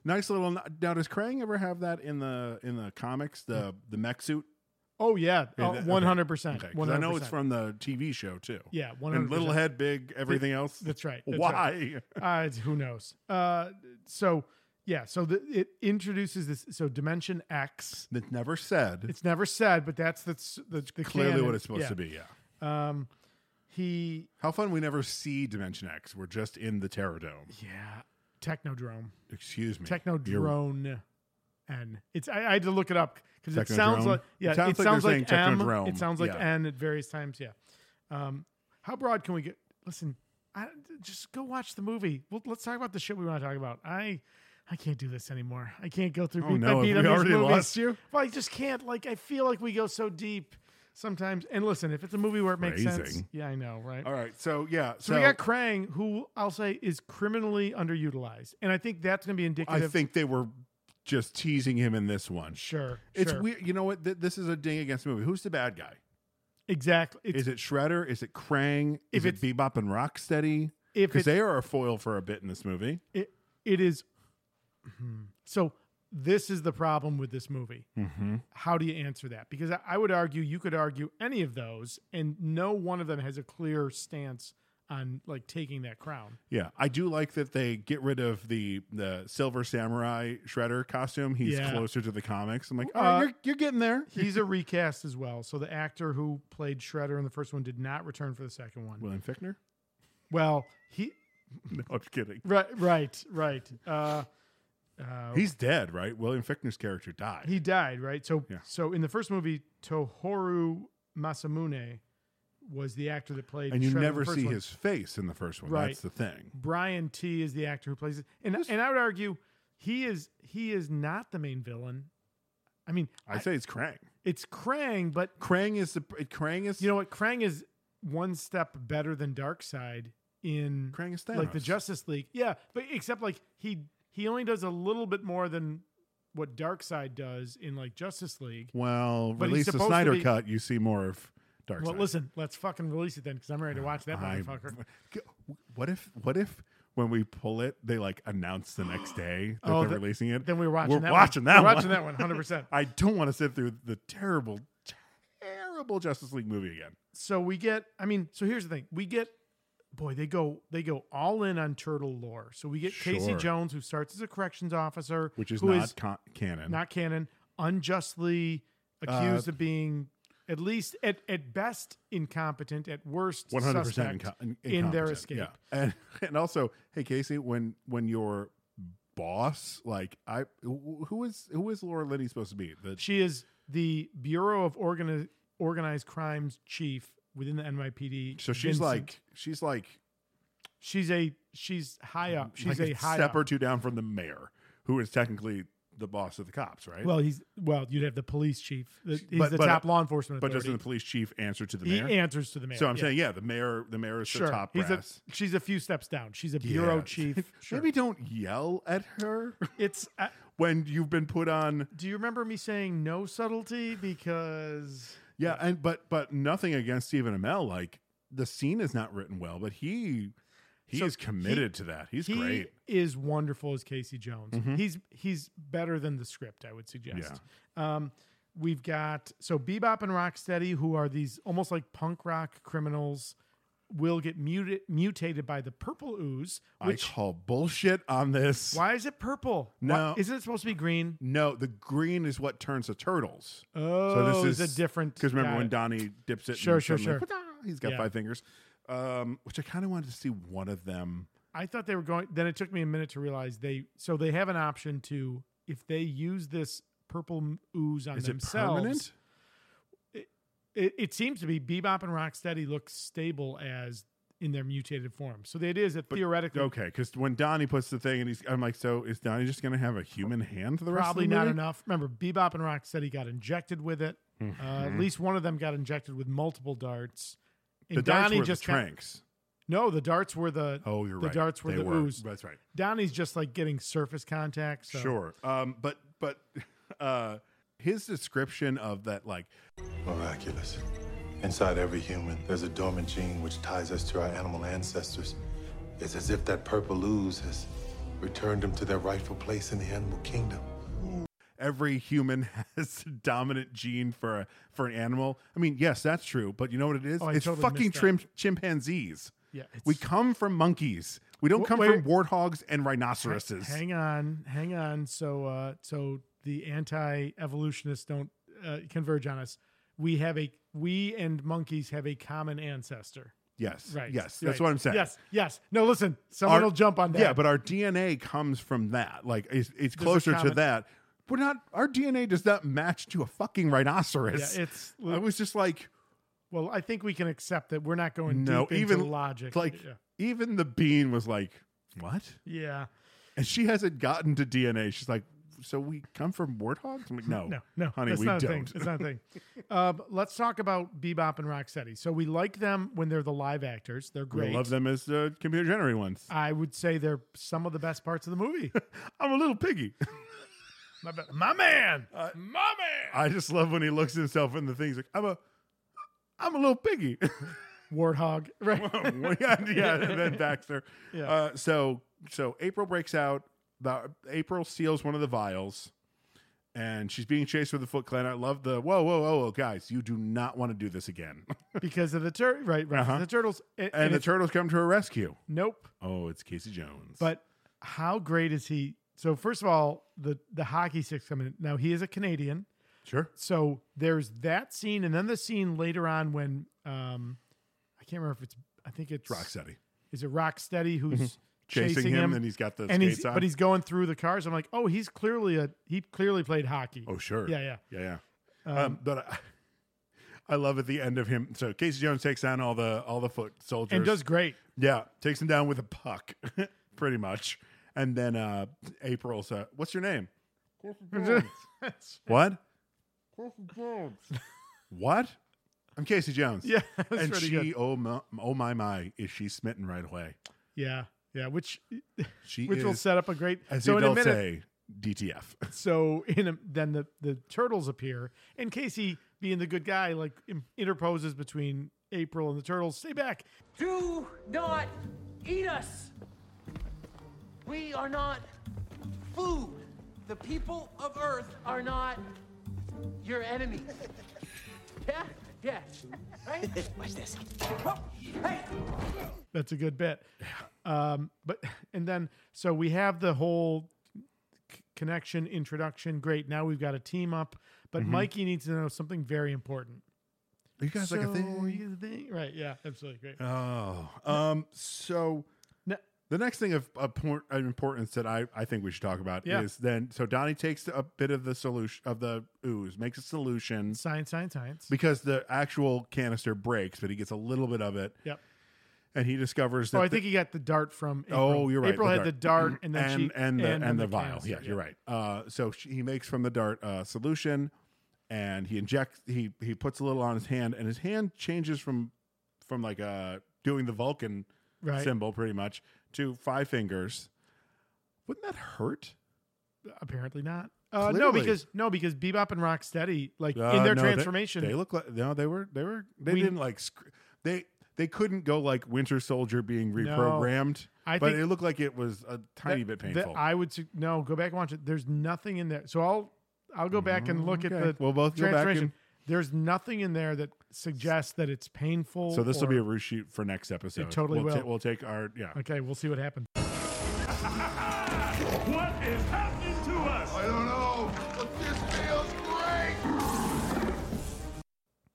S1: nice little. Now, does Krang ever have that in the in the comics? The the mech suit.
S2: oh yeah,
S1: Yeah, that- okay.
S2: one hundred percent.
S1: Okay, 'cause
S2: One
S1: I
S2: hundred
S1: know it's from the TV show too.
S2: Yeah,
S1: And
S2: 100%.
S1: little head, big, everything else.
S2: that's right, that's
S1: Why?
S2: uh, it's- who knows? Uh, so yeah, so the, it introduces this. So Dimension X.
S1: That's never said.
S2: It's never said, but that's the the, the
S1: clearly
S2: canon.
S1: what it's supposed
S2: Yeah.
S1: to be. Yeah.
S2: He
S1: How fun we never see Dimension X. We're just in the Terror Dome.
S2: yeah, Technodrome.
S1: Excuse me. You're-
S2: Technodrone N. It's I, I had to look it up because it sounds
S1: Technodrome?
S2: like yeah,
S1: It sounds like
S2: it
S1: they're
S2: sounds like,
S1: saying
S2: M.
S1: Technodrome.
S2: It sounds like
S1: Yeah.
S2: N at various times. Yeah. Um, how broad can we get? Listen, I, just go watch the movie. Well, let's talk about the shit we want to talk about. I. I can't do this anymore. I can't go through uh,
S1: Oh,
S2: beat
S1: no,
S2: by
S1: have
S2: beat on
S1: we
S2: these
S1: already
S2: movies.
S1: lost you?
S2: Well, I just can't. Like, I feel like we go so deep. sometimes. And listen, if it's a movie where it makes sense,
S1: Phrasing.
S2: yeah, I know, right?
S1: All right. So yeah. So,
S2: So we got Krang, who I'll say is criminally underutilized, and I think that's going to be
S1: I
S2: indicative.
S1: think they were just teasing him in this one.
S2: sure,
S1: It's
S2: sure.
S1: weird. You know what? Th- this is a ding against the movie. Who's the bad guy?
S2: Exactly. It's,
S1: Is it Shredder? Is it Krang?
S2: If
S1: Is it
S2: it's-
S1: Bebop and Rocksteady?
S2: if
S1: Because
S2: it's,
S1: they are a foil for a bit in this movie.
S2: it, it is. Hmm. So this is the problem with this movie.
S1: Mm-hmm.
S2: How do you answer that? Because I, I would argue you could argue any of those, and no one of them has a clear stance on like taking that crown.
S1: Yeah, I do like that they get rid of the the silver samurai shredder costume. He's
S2: Yeah.
S1: closer to the comics. I'm like, oh, right,
S2: Uh,
S1: you're you're getting there.
S2: He's a recast as well. So the actor who played Shredder in the first one did not return for the second one.
S1: William Fickner?
S2: Well, he
S1: No, I'm just kidding.
S2: right, right, right. Uh,
S1: He's dead, right? William Fickner's character died.
S2: he died, right? So,
S1: Yeah.
S2: so in the first movie, Tohoru Masamune was the actor that played,
S1: and you
S2: Shredder in the
S1: never
S2: first
S1: see
S2: one.
S1: his face in the first one.
S2: Right.
S1: That's the thing.
S2: Brian T is the actor who plays it, and and I would argue he is he is not the main villain. I mean,
S1: I say it's Krang.
S2: it's Krang, but
S1: Krang is the Krang is
S2: You know what? Krang is one step better than Darkseid in
S1: Krang is
S2: like the
S1: Thanos.
S2: Justice League. Yeah, but except like he he only does a little bit more than what Darkseid does in like Justice League.
S1: well,
S2: But he's
S1: release the
S2: supposed to
S1: Snyder
S2: be-
S1: cut. You see more of Dark.
S2: Well, listen, let's fucking release it then because I'm ready to watch that motherfucker.
S1: What if? What if? When we pull it, they like announce the next day that
S2: Oh,
S1: they're
S2: the-
S1: releasing it.
S2: Then we were watching
S1: We're
S2: that.
S1: watching
S2: one.
S1: that.
S2: We're
S1: one.
S2: watching that one, hundred percent.
S1: I don't want to sit through the terrible, terrible Justice League movie again.
S2: So we get. I mean, so here's the thing. We get. Boy, they go they go all in on turtle lore. So we get Casey
S1: Sure.
S2: Jones, who starts as a corrections officer,
S1: Which is
S2: who
S1: not con- canon.
S2: not canon, unjustly
S1: Uh,
S2: accused of being at least at, at best incompetent, at worst
S1: 100%
S2: suspect
S1: inco- in-
S2: in their
S1: incompetent,
S2: escape.
S1: yeah. And and also, hey Casey, when when your boss like I wh- who is who is Laura Linney supposed to be? The
S2: She is the Bureau of Organi- Organized Crimes chief within the NYPD.
S1: so she's
S2: Vincent.
S1: like she's like
S2: she's a she's high up. She's
S1: like
S2: a, high
S1: step
S2: up.
S1: or two down from the mayor, who is technically the boss of the cops, right?
S2: Well, he's well. You'd have the police chief. The- He's
S1: But-
S2: the
S1: but-
S2: top law enforcement.
S1: but doesn't
S2: authority.
S1: the police chief answer to the
S2: he
S1: mayor?
S2: answers to the mayor?
S1: so I'm
S2: yeah.
S1: saying, yeah, the mayor, the mayor is the top
S2: He's a,
S1: brass.
S2: she's a few steps down. She's a bureau
S1: Yeah.
S2: chief. Sure.
S1: Maybe don't yell at her
S2: it's. I-
S1: when you've been put on
S2: Do you remember me saying no subtlety? Because
S1: Yeah, and but but nothing against Stephen Amell. Like the scene is not written well, but he he
S2: So
S1: is committed to that. He's
S2: he
S1: great. Mm-hmm.
S2: is wonderful as Casey Jones. He's he's better than the script, I would suggest. Um, we've got so Bebop and Rocksteady, who are these almost like punk rock criminals, will get muted mutated by the purple ooze. Which
S1: I call bullshit on this.
S2: why is it purple? Why-
S1: No.
S2: isn't it supposed to be green?
S1: No, the green is what turns the turtles.
S2: Oh, it's a different.
S1: Because remember
S2: got
S1: when
S2: it.
S1: Donnie dips it? and
S2: Sure, sure,
S1: suddenly,
S2: sure.
S1: "Pata!" He's got
S2: Yeah.
S1: five fingers. Um, which I kind of wanted to see one of them.
S2: I thought they were going. Then it took me a minute to realize they. So they have an option to if they use this purple m- ooze on
S1: Is
S2: themselves.
S1: it permanent?
S2: It, it seems to be Bebop and Rocksteady look stable as in their mutated form. So it is a theoretically
S1: Okay, because when Donnie puts the thing and he's, I'm like, so is Donnie just going to have a human hand for the rest
S2: probably
S1: of the
S2: not
S1: movie?
S2: enough. Remember, Bebop and Rocksteady got injected with it.
S1: Mm-hmm.
S2: Uh, at least one of them got injected with multiple darts. And
S1: The darts
S2: Donnie
S1: were
S2: just
S1: the
S2: got-
S1: tranks.
S2: no, the darts were the
S1: Oh, you're
S2: the
S1: right.
S2: darts were
S1: They
S2: the
S1: were.
S2: ooze.
S1: That's right.
S2: Donnie's just like getting surface contact. So.
S1: Sure. Um, but but uh, his description of that, like,
S10: Miraculous. Inside every human, there's a dormant gene which ties us to our animal ancestors. It's as if that purple ooze has returned them to their rightful place in the animal kingdom.
S1: every human has a dominant gene for a, for an animal. I mean, yes, that's true. But you know what it is?
S2: Oh, I
S1: it's
S2: totally
S1: fucking
S2: missed that.
S1: trim- chimpanzees.
S2: Yeah, it's-
S1: we come from monkeys. We don't
S2: Wh-
S1: come
S2: wait.
S1: from warthogs and rhinoceroses.
S2: Hang on, hang on. So, uh, so the anti-evolutionists don't uh, converge on us. We have a we and monkeys have a common ancestor.
S1: yes,
S2: Right.
S1: Yes, that's
S2: right.
S1: what I'm saying.
S2: Yes. Yes. No. Listen. Someone
S1: Our-
S2: will jump on that.
S1: Yeah, but our DNA comes from that. Like, it's, it's
S2: a
S1: closer to
S2: common-
S1: that. We're not. Our DNA does not match to a fucking rhinoceros.
S2: Yeah, it's-
S1: I was just like,
S2: well, I think we can accept that we're not going
S1: no,
S2: deep
S1: even
S2: into logic.
S1: Like
S2: yeah.
S1: even the bean was like, "What?"
S2: yeah.
S1: And she hasn't gotten to DNA. She's like, so we come from warthogs? I'm like, no,
S2: No, no,
S1: honey,
S2: that's
S1: we
S2: not a
S1: don't.
S2: Thing. It's not a thing. uh, but let's talk about Bebop and Rocksteady. So we like them when they're the live actors. They're
S1: We
S2: great.
S1: love them as the computer generated ones.
S2: I would say they're some of the best parts of the movie.
S1: I'm a little piggy.
S2: my, ba- my man, my man.
S1: Uh, I just love when he looks at himself in the things like I'm a, I'm a little piggy.
S2: Warthog, right?
S1: yeah, yeah, and then Baxter.
S2: Yeah.
S1: Uh, so so April breaks out. The April steals one of the vials, and she's being chased with the Foot Clan. I love the whoa whoa whoa, whoa guys! You do not want to do this again.
S2: because of the turtle, right? Right.
S1: Uh-huh.
S2: The turtles, A- and,
S1: and, the
S2: it's-
S1: turtles come to her rescue.
S2: nope.
S1: Oh, it's Casey Jones.
S2: But how great is he? So first of all, the the hockey sticks coming in. Now he is a Canadian.
S1: sure,
S2: so there's that scene, and then the scene later on when um, I can't remember if it's I think it's
S1: Rocksteady
S2: Is it Rocksteady who's
S1: Mm-hmm. chasing,
S2: chasing,
S1: him,
S2: him?
S1: and he's got the
S2: and
S1: skates
S2: he's
S1: on.
S2: but he's going through the cars. I'm like, oh, he's clearly a he clearly played hockey.
S1: Oh, sure.
S2: Yeah, yeah.
S1: yeah, yeah. Um, but I, I love at the end of him. So Casey Jones takes on all the all the foot soldiers
S2: and does great.
S1: Yeah, takes him down with a puck, pretty much. And then uh April says, "What's your name?" What? What? I'm Casey Jones.
S2: yeah, that's
S1: and she,
S2: pretty good.
S1: oh my, oh my, my, is she smitten right away?
S2: Yeah, yeah. Which
S1: She
S2: which
S1: is,
S2: will set up a great.
S1: as
S2: so
S1: the
S2: in a
S1: adults say,
S2: minute,
S1: DTF.
S2: so in a, then the the turtles appear, and Casey, being the good guy, like im- interposes between April and the turtles. Stay back.
S4: Do not eat us. We are not food. The people of Earth are not your enemies. yeah, yeah, right? Watch this. Hey,
S2: That's a good bit. Um, but and then so we have the whole c- connection introduction. Great. Now we've got a team up, but
S1: Mm-hmm.
S2: Mikey needs to know something very important.
S1: you guys like a
S2: So
S1: thing?
S2: you think- right? Yeah, absolutely great.
S1: Oh, um, so
S2: No-
S1: the next thing of, of por- of importance that I, I think we should talk about
S2: Yeah.
S1: is then so Donnie takes a bit of the solution of the ooze, makes a solution
S2: science, science, science.
S1: because the actual canister breaks, but he gets a little bit of it,
S2: yep.
S1: and he discovers that.
S2: Oh, I
S1: the-
S2: think he got the dart from. April.
S1: Oh, you're right. Mm-hmm.
S2: April had the dart, and then
S1: and
S2: she
S1: and the and,
S2: then
S1: the, vial.
S2: canister.
S1: Yeah, you're right. Uh, so she, he makes from the dart uh, solution, and he injects. He he puts a little on his hand, and his hand changes from from like uh doing the Vulcan
S2: Right.
S1: symbol pretty much to five fingers. Wouldn't that hurt?
S2: Apparently not. Uh, no,
S1: Clearly.
S2: because no, because Bebop and Rocksteady, like
S1: Uh,
S2: in their
S1: no, they-
S2: transformation,
S1: they, look like no. They were they were they
S2: We-
S1: didn't like sc- they they couldn't go like Winter Soldier being reprogrammed.
S2: I
S1: but
S2: think-
S1: it looked like it was a tiny
S2: that-
S1: bit
S2: that
S1: painful.
S2: I would su- no go back and watch it. There's nothing in there. So I'll I'll go back and look
S1: Mm, Okay.
S2: at the
S1: We'll both go back
S2: transformation.
S1: and-
S2: There's nothing in there that suggests that it's painful.
S1: So this will be a
S2: or-
S1: reshoot for next episode.
S2: It totally
S1: we'll ta-
S2: will.
S1: we'll take our yeah.
S2: okay. We'll see what happens.
S5: What is happening to us? I don't know, but this feels great.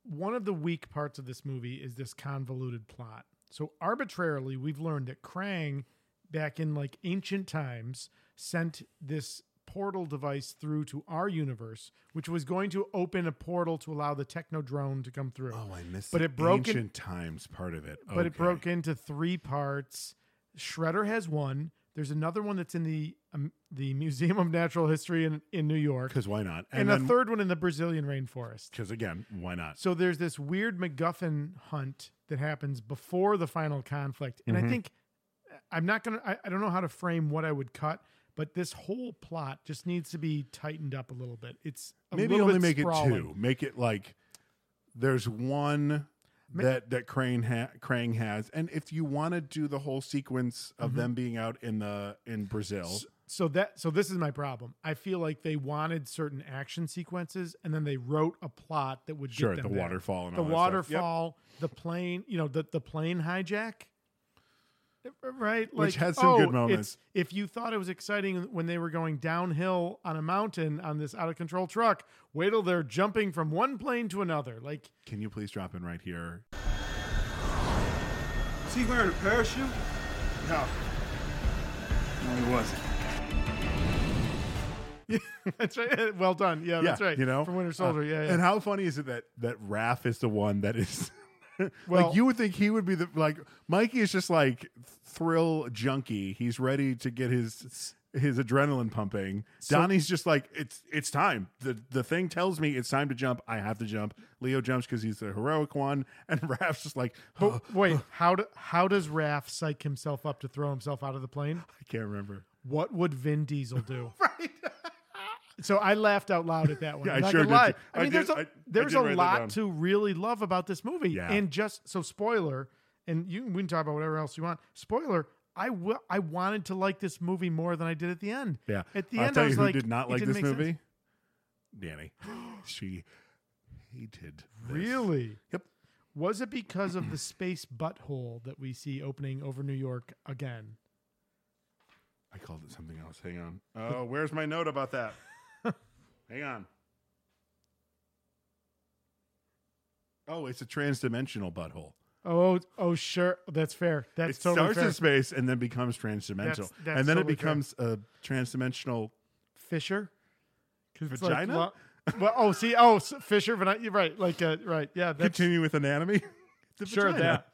S2: One of the weak parts of this movie is this convoluted plot. So arbitrarily, we've learned that Krang, back in like ancient times, sent this portal device through to our universe, which was going to open a portal to allow the techno drone to come through.
S1: Oh, I missed.
S2: But
S1: the
S2: it broke in-
S1: ancient times part of it.
S2: but it
S1: Okay.
S2: broke into three parts. Shredder has one. There's another one that's in the um, the Museum of Natural History in, in New York,
S1: because why not?
S2: and, a
S1: then-
S2: third one in the Brazilian rainforest.
S1: because again, why not?
S2: So there's this weird MacGuffin hunt that happens before the final conflict, and
S1: Mm-hmm.
S2: I think uh, I'm not gonna. I, I don't know how to frame what I would cut, but this whole plot just needs to be tightened up a little bit. It's a
S1: Maybe
S2: little
S1: only
S2: bit
S1: make it
S2: sprawling.
S1: two. Make it like there's one that that Crane ha- Krang has, and if you want to do the whole sequence
S2: Mm-hmm.
S1: of them being out in the in Brazil,
S2: so that so this is my problem. I feel like they wanted certain action sequences and then they wrote a plot that would
S1: Sure,
S2: get them
S1: the
S2: there.
S1: waterfall and
S2: the
S1: all that stuff.
S2: waterfall, the plane, you know, the the plane hijack. Right, like,
S1: Which has some good
S2: oh,
S1: moments.
S2: it's- If you thought it was exciting when they were going downhill on a mountain on this out of control truck, wait till they're jumping from one plane to another. Like,
S1: can you please drop in right here?
S5: Is he wearing a parachute? No. No, he wasn't.
S2: that's right. Well done. Yeah, that's right.
S1: You know,
S2: from Winter
S1: Uh,
S2: Soldier. yeah, yeah.
S1: And how funny is it that that Raph is the one that is.
S2: Well-
S1: like you would think he would be the like Mikey is just like thrill junkie. He's ready to get his his adrenaline pumping. Donnie's just like, it's it's time. The the thing tells me it's time to jump. I have to jump. Leo jumps because he's the heroic one, and Raph's just like, oh,
S2: But wait, how do, how does Raph psych himself up to throw himself out of the plane?
S1: I can't remember.
S2: What would Vin Diesel do? right. so I laughed out loud at that one.
S1: Yeah,
S2: I'm
S1: I
S2: not
S1: sure
S2: gonna
S1: did
S2: lie.
S1: too.
S2: I
S1: I
S2: mean,
S1: did-
S2: there's a
S1: I- I
S2: there's
S1: did
S2: a
S1: write that down.
S2: lot to really love about this movie,
S1: Yeah.
S2: and just so spoiler, and you we can talk about whatever else you want. Spoiler. I wa- I wanted to like this movie more than I did at the end.
S1: Yeah.
S2: At the
S1: I'll
S2: end,
S1: tell
S2: I
S1: you
S2: was
S1: who
S2: like,
S1: did not
S2: it
S1: like
S2: didn't
S1: this
S2: make sense.
S1: movie. Danny, she hated. this.
S2: Really?
S1: Yep.
S2: Was it because of the space butthole that we see opening over New York again?
S1: I called it something else. Hang on. Oh, where's my note about that? Hang on. Oh, it's a transdimensional butthole.
S2: Oh, oh, sure. That's fair. That's
S1: it
S2: totally
S1: starts
S2: fair.
S1: in space and then becomes transdimensional,
S2: That's- that's
S1: and then
S2: totally
S1: it becomes a transdimensional
S2: Fisher. 'Cause it's like
S1: Vagina?
S2: lo- well, oh, see, oh, s- Fisher, but you're right. Like, uh, right, yeah. That's,
S1: continue with anatomy. The
S2: Sure,
S1: vagina.
S2: that.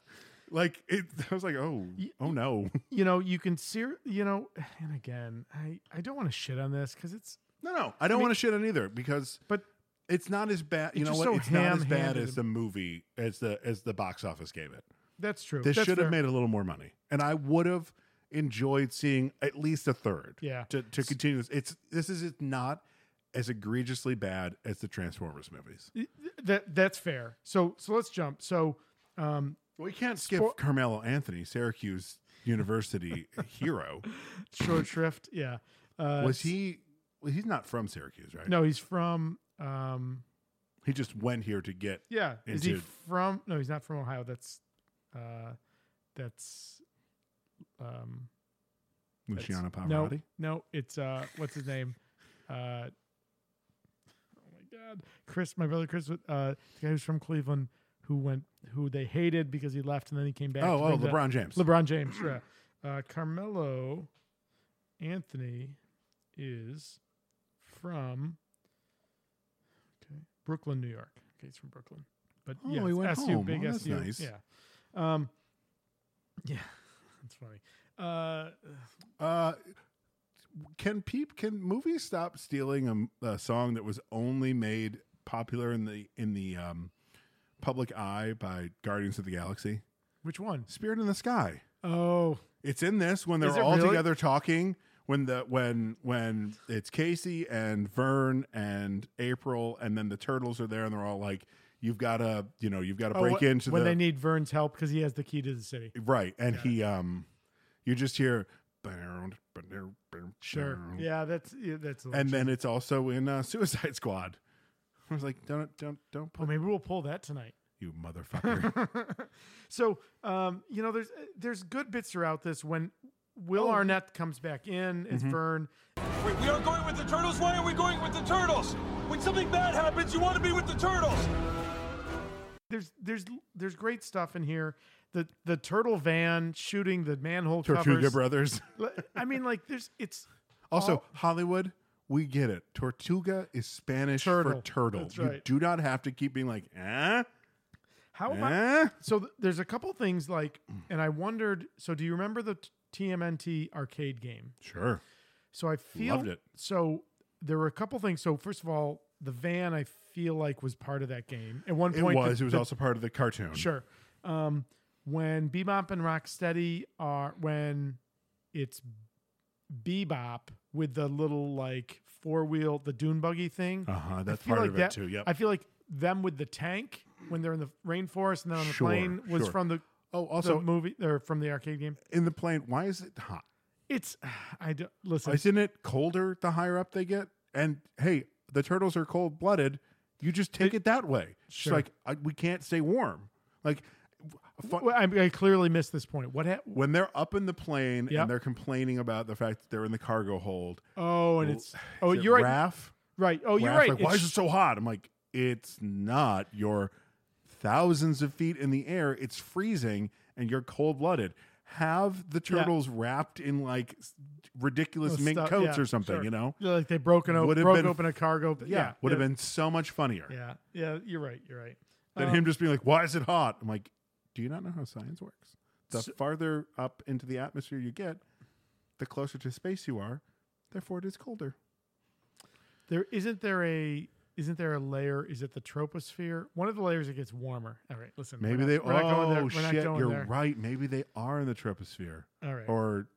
S1: Like it, I was like, oh, oh no,
S2: you know, you can see, you know, and again, I, I don't want to shit on this because it's,
S1: no, no. I don't want to shit on either because,
S2: but
S1: it's not as bad. You
S2: It's
S1: know
S2: just
S1: what?
S2: so
S1: it's not as bad
S2: ham-handed.
S1: as the movie as the as the box office gave it.
S2: that's true.
S1: This
S2: That's
S1: should have
S2: fair.
S1: made a little more money, and I would have enjoyed seeing at least a third.
S2: Yeah.
S1: To to continue this, it's this is it's not as egregiously bad as the Transformers movies.
S2: that. That's fair. So, so let's jump. So, um,
S1: We can't skip
S2: Spo-
S1: Carmelo Anthony, Syracuse University hero.
S2: short shrift, yeah. Uh,
S1: Was he? well, he's not from Syracuse, right?
S2: No, he's from, um,
S1: he just went here to get.
S2: yeah. Is he
S1: Into-
S2: from? No, he's not from Ohio. That's, uh, that's, um,
S1: Luciano Pavarotti.
S2: No, no, it's uh, what's his name? Uh, oh my God, Chris, my brother Chris, uh, the guy who's from Cleveland, who went, who they hated because he left and then he came back.
S1: Oh,
S2: to
S1: oh,
S2: bring the-
S1: LeBron James.
S2: LeBron James, yeah. Uh, Carmelo Anthony is from okay, Brooklyn, New York. Okay, he's from Brooklyn, but
S1: Oh,
S2: yeah,
S1: he
S2: it's
S1: went
S2: SU,
S1: home.
S2: big
S1: Oh, that's
S2: SU,
S1: nice.
S2: yeah, um, yeah, that's funny. Uh,
S1: Uh, can peep can movies stop stealing a m- a, song that was only made popular in the in the um, public eye by Guardians of the Galaxy?
S2: which one?
S1: Spirit in the Sky.
S2: Oh,
S1: It's in this when
S2: Is
S1: they're
S2: it
S1: all
S2: really?
S1: together talking. When the when when it's Casey and Vern and April and then the turtles are there and they're all like, "You've got to you know you've got to
S2: Oh,
S1: break
S2: wh-
S1: into
S2: when
S1: the
S2: they need Vern's help because he has the key to the city.
S1: right." And he um, you just hear
S2: Sure. Yeah, that's yeah, that's. a little
S1: Mm-hmm. and
S2: cheap.
S1: then it's also in uh, Suicide Squad. I was like, don't don't don't
S2: oh,
S1: put
S2: maybe we'll pull that tonight.
S1: you motherfucker.
S2: So, um, you know, there's there's good bits throughout this when Will
S1: Oh.
S2: Arnett comes back in as
S1: Mm-hmm.
S2: Vern.
S5: Wait, we are going with the turtles? Why are we going with the turtles? When something bad happens, you want to be with the turtles!
S2: There's there's there's great stuff in here. The the turtle van shooting the manhole
S1: Tortuga
S2: covers.
S1: Brothers.
S2: L- I mean, like there's it's
S1: Also,
S2: All-
S1: Hollywood, we get it. Tortuga is Spanish
S2: Turtle.
S1: for turtle.
S2: That's
S1: You
S2: right.
S1: do not have to keep being like, eh,
S2: how about
S1: eh.
S2: so th- there's a couple things like, and I wondered. So do you remember the t- TMNT arcade game?
S1: Sure.
S2: So I feel
S1: Loved it.
S2: So there were a couple things. So first of all, the van I feel like was part of that game at one
S1: It
S2: point.
S1: was.
S2: the-
S1: it was
S2: the-
S1: also part of the cartoon.
S2: sure. Um, when Bebop and Rocksteady are when it's Bebop with the little like four wheel the dune buggy thing.
S1: Uh huh.
S2: I
S1: That's
S2: feel
S1: part
S2: like
S1: of it
S2: that-
S1: too. Yep.
S2: I feel like them with the tank when they're in the rainforest and then on the
S1: Sure,
S2: plane was
S1: sure.
S2: from the
S1: oh,
S2: also
S1: also
S2: movie or from the arcade game.
S1: in the plane, why is it hot?
S2: It's I don't listen.
S1: Isn't it colder the higher up they get? And hey, the turtles are cold blooded. You just take it, that way. It's
S2: Sure.
S1: like I, we can't stay warm. Like fu-
S2: Well, I, I clearly missed this point. What happened?
S1: when they're up in the plane
S2: Yep.
S1: and they're complaining about the fact that they're in the cargo hold.
S2: Oh, and it's oh,
S1: is it
S2: you're right,
S1: Raph?
S2: right. Oh, you're
S1: Raph's
S2: right.
S1: Like, why
S2: It's-
S1: is it so hot? I'm like, it's not. You're thousands of feet in the air. It's freezing, and you're cold blooded. Have the turtles wrapped in like s- ridiculous mink
S2: Oh, stuff-
S1: coats
S2: yeah,
S1: or something,
S2: sure.
S1: you know?
S2: Yeah, like they broke an open,
S1: Would've
S2: broke
S1: been-
S2: open a cargo.
S1: Yeah, would have been so much funnier
S2: Yeah, yeah. You're right. You're right.
S1: than
S2: Um,
S1: him just being like, "Why is it hot?" I'm like, "Do you not know how science works? The farther up into the atmosphere you get, the closer to space you are, Therefore, it is colder.
S2: There isn't there a isn't there a layer? Is it the troposphere? One of the layers that gets warmer. All right, listen.
S1: Maybe
S2: we're not-
S1: they.
S2: we're not going there.
S1: Oh
S2: We're not
S1: shit!
S2: going
S1: You're
S2: there.
S1: right. Maybe they are in the troposphere.
S2: All right.
S1: Or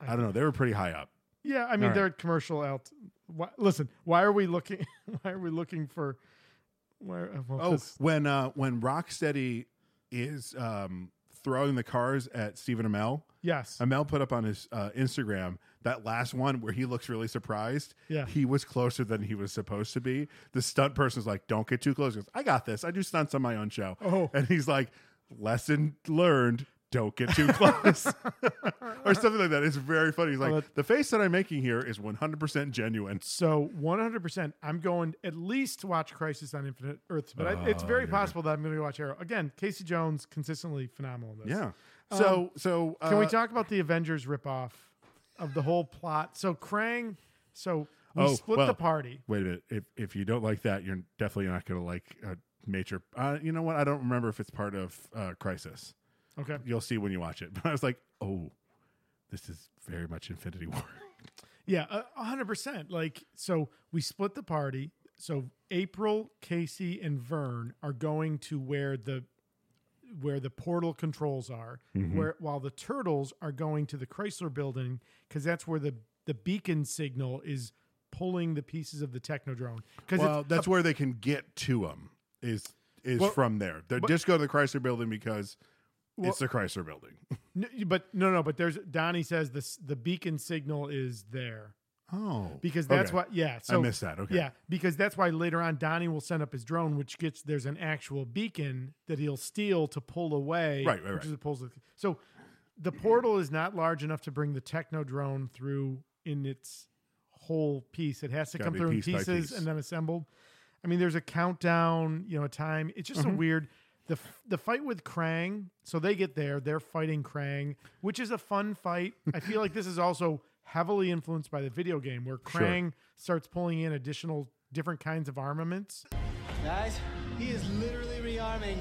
S1: I don't know. They were pretty high up.
S2: Yeah, I mean
S1: right.
S2: they're at commercial out. Why, listen, why are we looking? Why are we looking for? Where? uh, Well,
S1: Oh,
S2: 'cause-
S1: when uh, when Rocksteady is um, throwing the cars at Stephen Amell.
S2: yes.
S1: Amel put up on his uh, Instagram that last one where he looks really surprised.
S2: Yeah.
S1: He was closer than he was supposed to be. The stunt person's like, don't get too close. He goes, I got this. I do stunts on my own show.
S2: Oh.
S1: And he's like, lesson learned. Don't get too close, or something like that. It's very funny. He's like,
S2: Well, Oh, that-
S1: the face that I'm making here is 100% genuine.
S2: so 100. percent I'm going at least to watch Crisis on Infinite Earths, but
S1: Oh,
S2: I, it's very possible that I'm going to watch Arrow again. Casey Jones consistently phenomenal. In this.
S1: Yeah. So, so uh,
S2: Um, Can we talk about the Avengers ripoff of the whole plot? So Krang. So we
S1: Oh,
S2: split
S1: well,
S2: the party.
S1: Wait a minute. If if you don't like that, you're definitely not going to like a major. Uh, you know what? I don't remember if it's part of uh, Crisis.
S2: Okay.
S1: you'll see when you watch it. But I was like, oh, this is very much Infinity War.
S2: Yeah, a- a hundred percent. Like, so we split the party. So April, Casey, and Vern are going to where the where the portal controls are, where while the turtles are going to the Chrysler building because that's where the the beacon signal is pulling the pieces of the technodrone. Because
S1: well, that's where they can get to them is is
S2: Well,
S1: from there. They just go to the Chrysler Building because it's the Chrysler Building.
S2: but no, no, but there's Donnie says this the beacon signal is there.
S1: Oh,
S2: because that's
S1: okay.
S2: why yeah so
S1: missed that, okay.
S2: yeah because that's why later on donnie will send up his drone which gets there's an actual beacon that he'll steal to pull away
S1: Right, right,
S2: which is
S1: right.
S2: it pulls the, so the portal is not large enough to bring the techno drone through in its whole piece it has to
S1: Gotta
S2: come
S1: be
S2: through in
S1: piece by
S2: pieces
S1: piece.
S2: and then assembled i mean there's a countdown you know a time it's just a
S1: Mm-hmm.
S2: weird the, f- the fight with Krang, so they get there. They're fighting Krang, which is a fun fight. I feel like this is also heavily influenced by the video game, where Krang starts pulling in additional different kinds of armaments.
S5: Guys, he is literally rearming.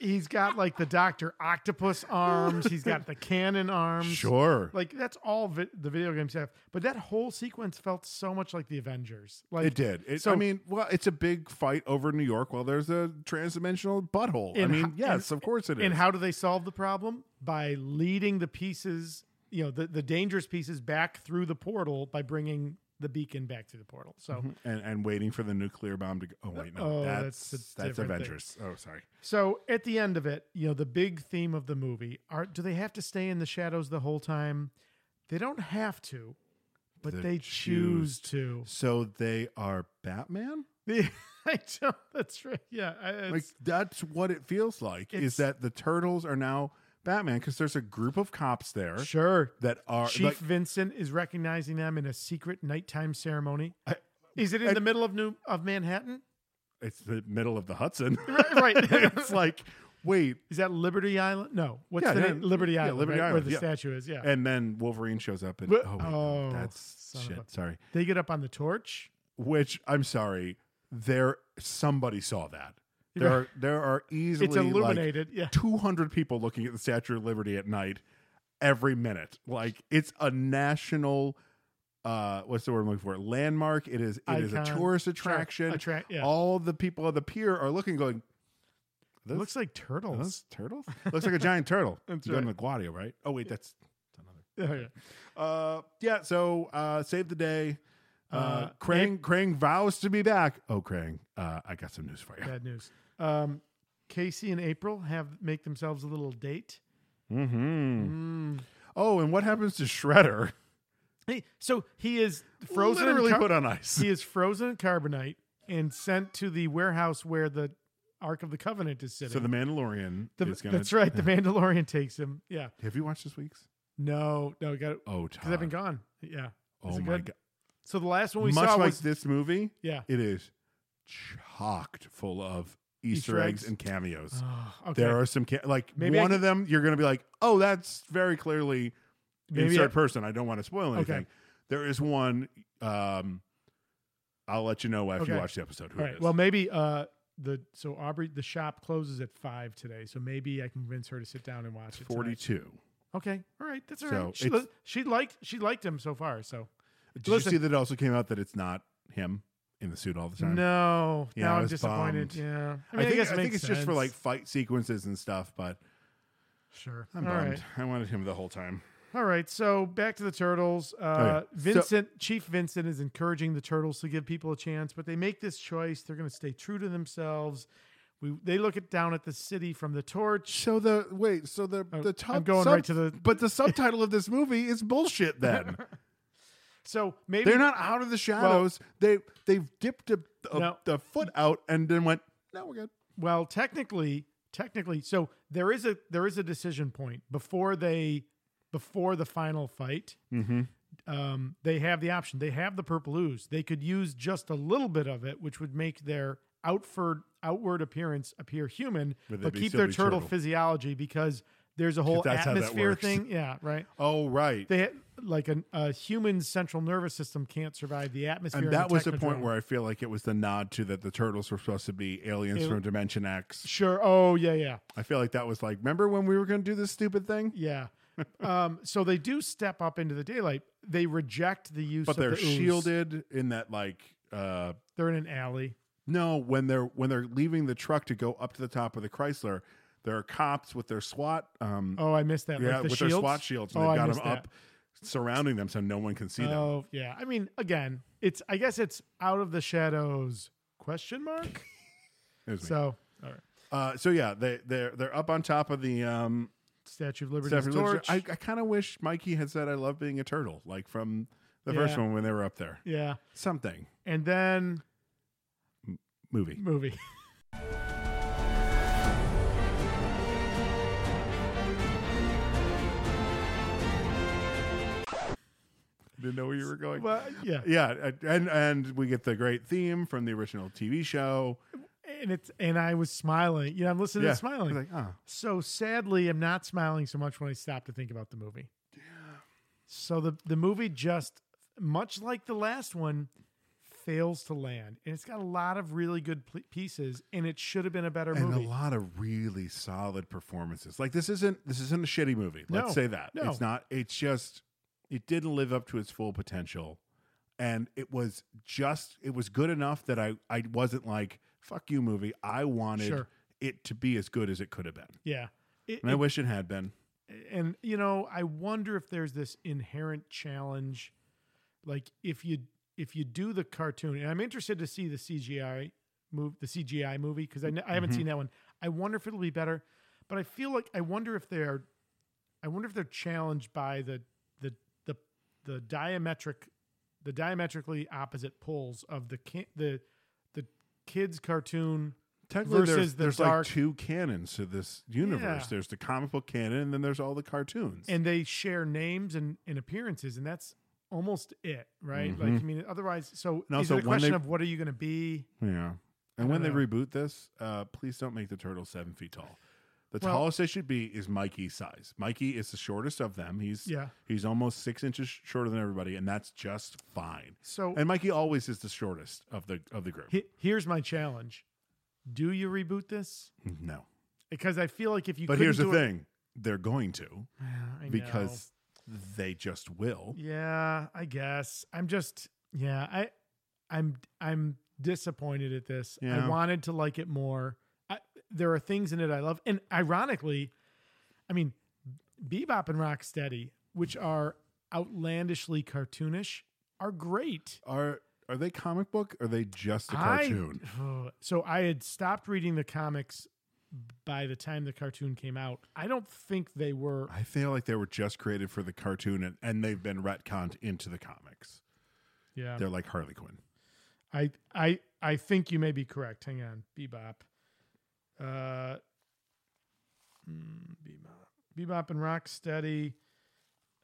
S2: He's got like the Doctor Octopus arms. He's got the cannon arms.
S1: sure.
S2: Like that's all vi- the video game stuff. But that whole sequence felt so much like the Avengers. Like
S1: it did. It, I mean, well, it's a big fight over New York. Well, there's a transdimensional butthole. I
S2: And
S1: mean,
S2: ho-
S1: yes,
S2: and-
S1: of course it is.
S2: And how do they solve the problem? By leading the pieces, you know, the, the dangerous pieces back through the portal by bringing the beacon back through the portal. So,
S1: and, and waiting for the nuclear bomb to go. Oh wait, no,
S2: Oh,
S1: that's
S2: that's a
S1: that's,
S2: different thing.
S1: Avengers. Oh, sorry.
S2: so at the end of it, you know, the big theme of the movie are do they have to stay in the shadows the whole time? They don't have to, but
S1: They
S2: they choose to.
S1: So they are Batman.
S2: I don't, that's right. Yeah, I- it's,
S1: like that's what it feels like is
S2: it's-
S1: that the turtles are now batman because there's a group of cops there
S2: sure.
S1: that are
S2: Chief
S1: like,
S2: Vincent is recognizing them in a secret nighttime ceremony. is it in the middle of New of Manhattan?
S1: it's the middle of the hudson
S2: right.
S1: it's like wait
S2: is that Liberty Island? No. What's
S1: Yeah,
S2: the
S1: yeah.
S2: name? Liberty
S1: Yeah,
S2: Island.
S1: Liberty
S2: right?
S1: Island,
S2: Where the
S1: yeah.
S2: statue is. Yeah.
S1: and then wolverine shows up and
S2: Wh-
S1: oh, wait, no,
S2: Oh,
S1: that's
S2: son of
S1: shit
S2: a-
S1: sorry
S2: they get up on the torch.
S1: which i'm sorry there somebody saw that there are, there are easily
S2: It's illuminated. yeah.
S1: like 200 people looking at the statue of liberty at night every minute like it's a national uh what's the word i'm looking for landmark it is it is a
S2: Icon.
S1: tourist
S2: Sure.
S1: attraction
S2: Attract- yeah.
S1: all the people on the pier are looking going
S2: It looks like turtles.
S1: those turtles looks like a giant turtle
S2: That's
S1: you go
S2: right.
S1: to LaGuardia, right oh wait that's
S2: Oh, yeah.
S1: uh yeah so uh save the day uh, Krang Krang vows to be back. Oh, Krang, uh, I got some news for you.
S2: Bad news. Um, Casey and April have make themselves a little date.
S1: Oh, and what happens to Shredder?
S2: Hey, so he is frozen. in
S1: Literally
S2: car-
S1: put on ice.
S2: He is frozen in carbonite and sent to the warehouse where the Ark of the Covenant is sitting.
S1: So the Mandalorian
S2: The-
S1: is gonna.
S2: that's right. The Mandalorian takes him. Yeah.
S1: Have you watched this week's?
S2: No, no, got
S1: Oh,
S2: because I've been
S1: Todd.
S2: gone. Yeah. Is
S1: Oh
S2: it
S1: my
S2: good?
S1: god!
S2: So the last one we
S1: Much
S2: saw
S1: like
S2: was
S1: this movie,
S2: yeah.
S1: it is chocked full of Easter,
S2: Easter
S1: eggs.
S2: eggs.
S1: and cameos.
S2: Uh, okay.
S1: There are some ca- like
S2: Maybe I
S1: one
S2: can-
S1: of them you're going to be like, oh, that's very clearly
S2: Maybe
S1: insert
S2: I-
S1: person. I don't want to spoil anything. There is one. um I'll let you know after you
S2: Okay.
S1: watch the episode. Who
S2: All
S1: it
S2: right.
S1: is.
S2: Well, maybe uh the so Aubrey the shop closes at five today, so maybe I can convince her to sit down and watch it. tonight.
S1: forty-two.
S2: Okay, all right, that's all right.
S1: So
S2: She,
S1: it's-
S2: li- she liked she liked him so far. So
S1: Did
S2: Listen.
S1: you see that it also came out that it's not him in the suit all the time?
S2: no,
S1: Yeah,
S2: now
S1: I
S2: I'm
S1: was
S2: disappointed.
S1: bummed.
S2: Yeah,
S1: I,
S2: mean,
S1: think, I
S2: guess it
S1: think
S2: makes
S1: it's just for
S2: sense.
S1: like fight sequences and stuff, but
S2: sure.
S1: I'm
S2: all
S1: bummed.
S2: right,
S1: I wanted him the whole time.
S2: all right. So back to the turtles. Uh,
S1: Oh, yeah. So-
S2: Vincent, Chief Vincent, is encouraging the turtles to give people a chance, but they make this choice. They're going to stay true to themselves. We they look at down at the city from the torch.
S1: So the wait, so the the top
S2: Oh, I'm going right to the-
S1: but the subtitle of this movie is bullshit then.
S2: So maybe
S1: They're not out of the shadows. they they've dipped a, a,
S2: No.
S1: the foot out and then went, "No, we're good."
S2: Well, technically, technically, so there is a there is a decision point before they before the final fight.
S1: Mm-hmm.
S2: Um, they have the option. They have the purple ooze. They could use just a little bit of it, which would make their outward outward appearance appear human,
S1: But they'd
S2: but,
S1: be
S2: keep
S1: still
S2: their
S1: be
S2: turtle,
S1: turtle.
S2: physiology because there's a whole
S1: that's how that
S2: atmosphere
S1: works.
S2: thing. Yeah, right.
S1: Oh, right.
S2: They ha- like an, a human central nervous system can't survive the atmosphere.
S1: and that was the
S2: technodrome.
S1: point where I feel like it was the nod to that the turtles were supposed to be aliens
S2: It-
S1: from Dimension X.
S2: sure. Oh yeah, yeah.
S1: I feel like that was like, remember when we were going to do this stupid thing?
S2: Yeah. um, so they do step up into the daylight. They reject the use
S1: But
S2: of
S1: they're
S2: the ooze.
S1: shielded in that like uh
S2: They're in an alley.
S1: no, when they're when they're leaving the truck to go up to the top of the Chrysler, there are cops with their SWAT um
S2: Oh, I missed that.
S1: yeah,
S2: like the
S1: with
S2: shields?
S1: their SWAT shields and
S2: oh,
S1: they've
S2: I
S1: got them
S2: missed that.
S1: up surrounding them so no one can see them.
S2: Oh, yeah. I mean, again, it's I guess it's out of the shadows question mark.
S1: It was me.
S2: so all right.
S1: Uh, so yeah, they they're they're up on top of the um.
S2: Statue of Liberty
S1: Statue of Liberty.
S2: torch.
S1: I, I kind of wish Mikey had said, "I love being a turtle," like from the first
S2: Yeah.
S1: one when they were up there.
S2: yeah.
S1: Something
S2: And then
S1: movie.
S2: movie.
S1: Didn't know where you were going.
S2: well, Uh, yeah.
S1: yeah, and and we get the great theme from the original TV show.
S2: And it's and I was smiling. You know, I'm listening
S1: yeah,
S2: and smiling.
S1: Like, oh,
S2: So sadly, I'm not smiling so much when I stop to think about the movie. So the the movie just much like the last one fails to land, and it's got a lot of really good pl- pieces, and it should have been a better
S1: and a
S2: movie.
S1: lot of really solid performances. Like this isn't this isn't a shitty movie. Let's
S2: No,
S1: say that
S2: no.
S1: it's not. It's just it didn't live up to its full potential, and it was just it was good enough that I I wasn't like fuck you movie. I wanted
S2: Sure.
S1: it to be as good as it could have been,
S2: Yeah, It-
S1: and I wish it had been.
S2: and you know i wonder if there's this inherent challenge like if you if you do the cartoon and i'm interested to see the cgi move the cgi movie because I n- I haven't seen that one i wonder if it'll be better but i feel like i wonder if they're i wonder if they're challenged by the the the the diametric the diametrically opposite poles of the can- the the kids cartoon
S1: Technically,
S2: Versus
S1: there's,
S2: the
S1: there's
S2: dark-
S1: like two canons to this universe.
S2: Yeah.
S1: There's the comic book canon, and then there's all the cartoons.
S2: and they share names and, and appearances, and that's almost it, right? Like, I mean, otherwise, so
S1: Mm-hmm. And
S2: is
S1: also
S2: it a
S1: when
S2: question
S1: they-
S2: of what are you going to be?
S1: Yeah. And when they
S2: know.
S1: reboot this, uh, please don't make the turtle seven feet tall. The
S2: Well-
S1: tallest they should be is Mikey's size. Mikey is the shortest of them. He's
S2: Yeah.
S1: he's almost six inches shorter than everybody, and that's just fine.
S2: So-
S1: and Mikey always is the shortest of the of the group.
S2: He- here's my challenge: Do you reboot this?
S1: Mm, no,
S2: Because I feel like if you,
S1: but
S2: couldn't
S1: here's the
S2: do it-
S1: thing: they're going to
S2: I know.
S1: because they just will.
S2: yeah, I guess I'm just yeah, I I'm I'm disappointed at this.
S1: Yeah.
S2: I wanted to like it more. I, there are things in it I love, and ironically, I mean, Bebop and Rocksteady, which are outlandishly cartoonish, are great.
S1: Are are they comic book? Or are they just a
S2: I- oh,
S1: cartoon?
S2: so I had stopped reading the comics by the time the cartoon came out. I don't think they were.
S1: I feel like they were just created for the cartoon, and, and they've been retconned into the comics.
S2: Yeah,
S1: They're like Harley Quinn.
S2: I I I think you may be correct. Hang on, Bebop. Uh, mm, Bebop, Bebop, and Rocksteady,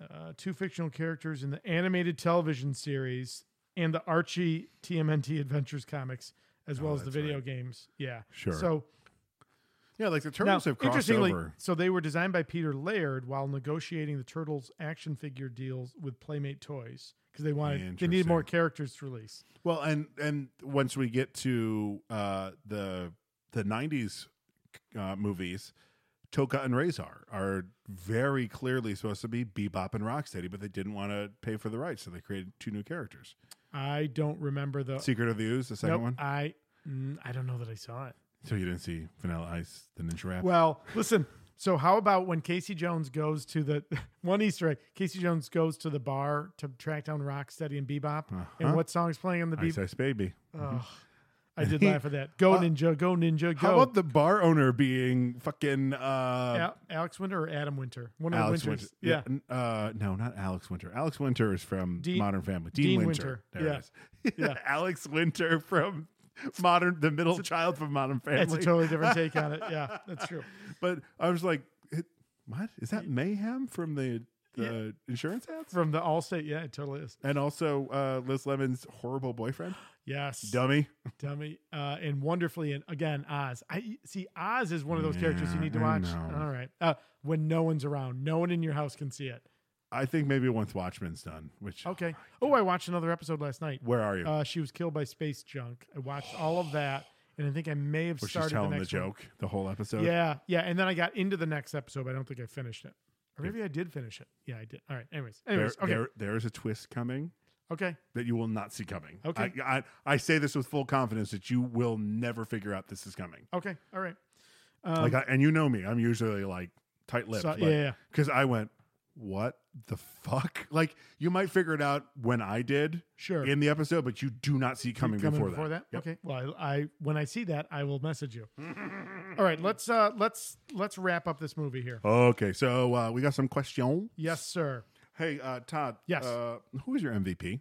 S2: uh, two fictional characters in the animated television series and the Archie TMNT Adventures comics, as well as the video games. Yeah,
S1: Oh, Sure.
S2: So
S1: Yeah, like the
S2: now,
S1: turtles have crossed
S2: interestingly,
S1: over.
S2: so they were designed by Peter Laird while negotiating the Turtles action figure deals with Playmate Toys because they wanted they needed more
S1: Interesting.
S2: characters to release.
S1: Well, and and once we get to uh, the the '90s uh, movies, Toka and Razor are very clearly supposed to be Bebop and Rocksteady, but they didn't want to pay for the rights, so they created two new characters.
S2: I don't remember the
S1: Secret of the Ooze, the second
S2: Nope,
S1: one.
S2: I mm, I don't know that I saw it.
S1: so you didn't see Vanilla Ice, the Ninja Rap.
S2: Well, listen. So how about when Casey Jones goes to the one Easter egg? Casey Jones goes to the bar to track down Rocksteady and Bebop, and what song's playing on the
S1: Ice
S2: Bebop?
S1: Ice Baby.
S2: I did laugh at that. Go Ninja, go Ninja, go.
S1: How about the bar owner being fucking uh,
S2: Al- Alex Winter or Adam Winter? One of
S1: Alex
S2: the
S1: Winter?
S2: Winters. Yeah.
S1: n- Uh, no, not Alex Winter. Alex Winter is from
S2: Dean-
S1: Modern Family. Dean,
S2: Dean
S1: Winter.
S2: Winter. Yeah.
S1: There it is.
S2: Yeah.
S1: Alex Winter from Modern, the middle child from Modern Family.
S2: That's a totally different take on it. Yeah, that's true.
S1: But I was like, it- what is that? Mayhem from the the insurance ads,
S2: From the Allstate, yeah, it totally is.
S1: and also uh, Liz Lemon's horrible boyfriend,
S2: Yes,
S1: dummy.
S2: dummy, uh, and wonderfully, and again, Oz. I see Oz is one of those characters you
S1: Yeah,
S2: need to
S1: I
S2: watch.
S1: know.
S2: All right, uh, when no one's around, no one in your house can see it.
S1: I think maybe once Watchmen's done, which
S2: Okay. Oh, I watched another episode last night.
S1: Where are you?
S2: Uh, she was killed by space junk. I watched all of that, and I think I may have
S1: where she's
S2: started
S1: telling
S2: the
S1: the,
S2: next one.
S1: joke the whole episode.
S2: Yeah, yeah. And then I got into the next episode, but I don't think I finished it. Or maybe I did finish it. Yeah, I did. All right. Anyways,
S1: There,
S2: anyways. okay.
S1: there, there is a twist coming
S2: okay.
S1: that you will not see coming.
S2: Okay.
S1: I, I, I say this with full confidence that you will never figure out this is coming.
S2: Okay. All right.
S1: like, I, and you know me, I'm usually like tight lipped.
S2: Um, So- yeah, yeah.
S1: Because I went, what the fuck? Like, you might figure it out when I did,
S2: Sure.
S1: in the episode, but you do not see coming,
S2: Coming
S1: before,
S2: before, that.
S1: Yep.
S2: Okay. Well, I, I when I see that, I will message you. all right. Let's uh let's let's wrap up this movie here.
S1: Okay, so uh, we got some question.
S2: Yes, sir.
S1: Hey, uh, Todd.
S2: Yes.
S1: Uh, who is your MVP?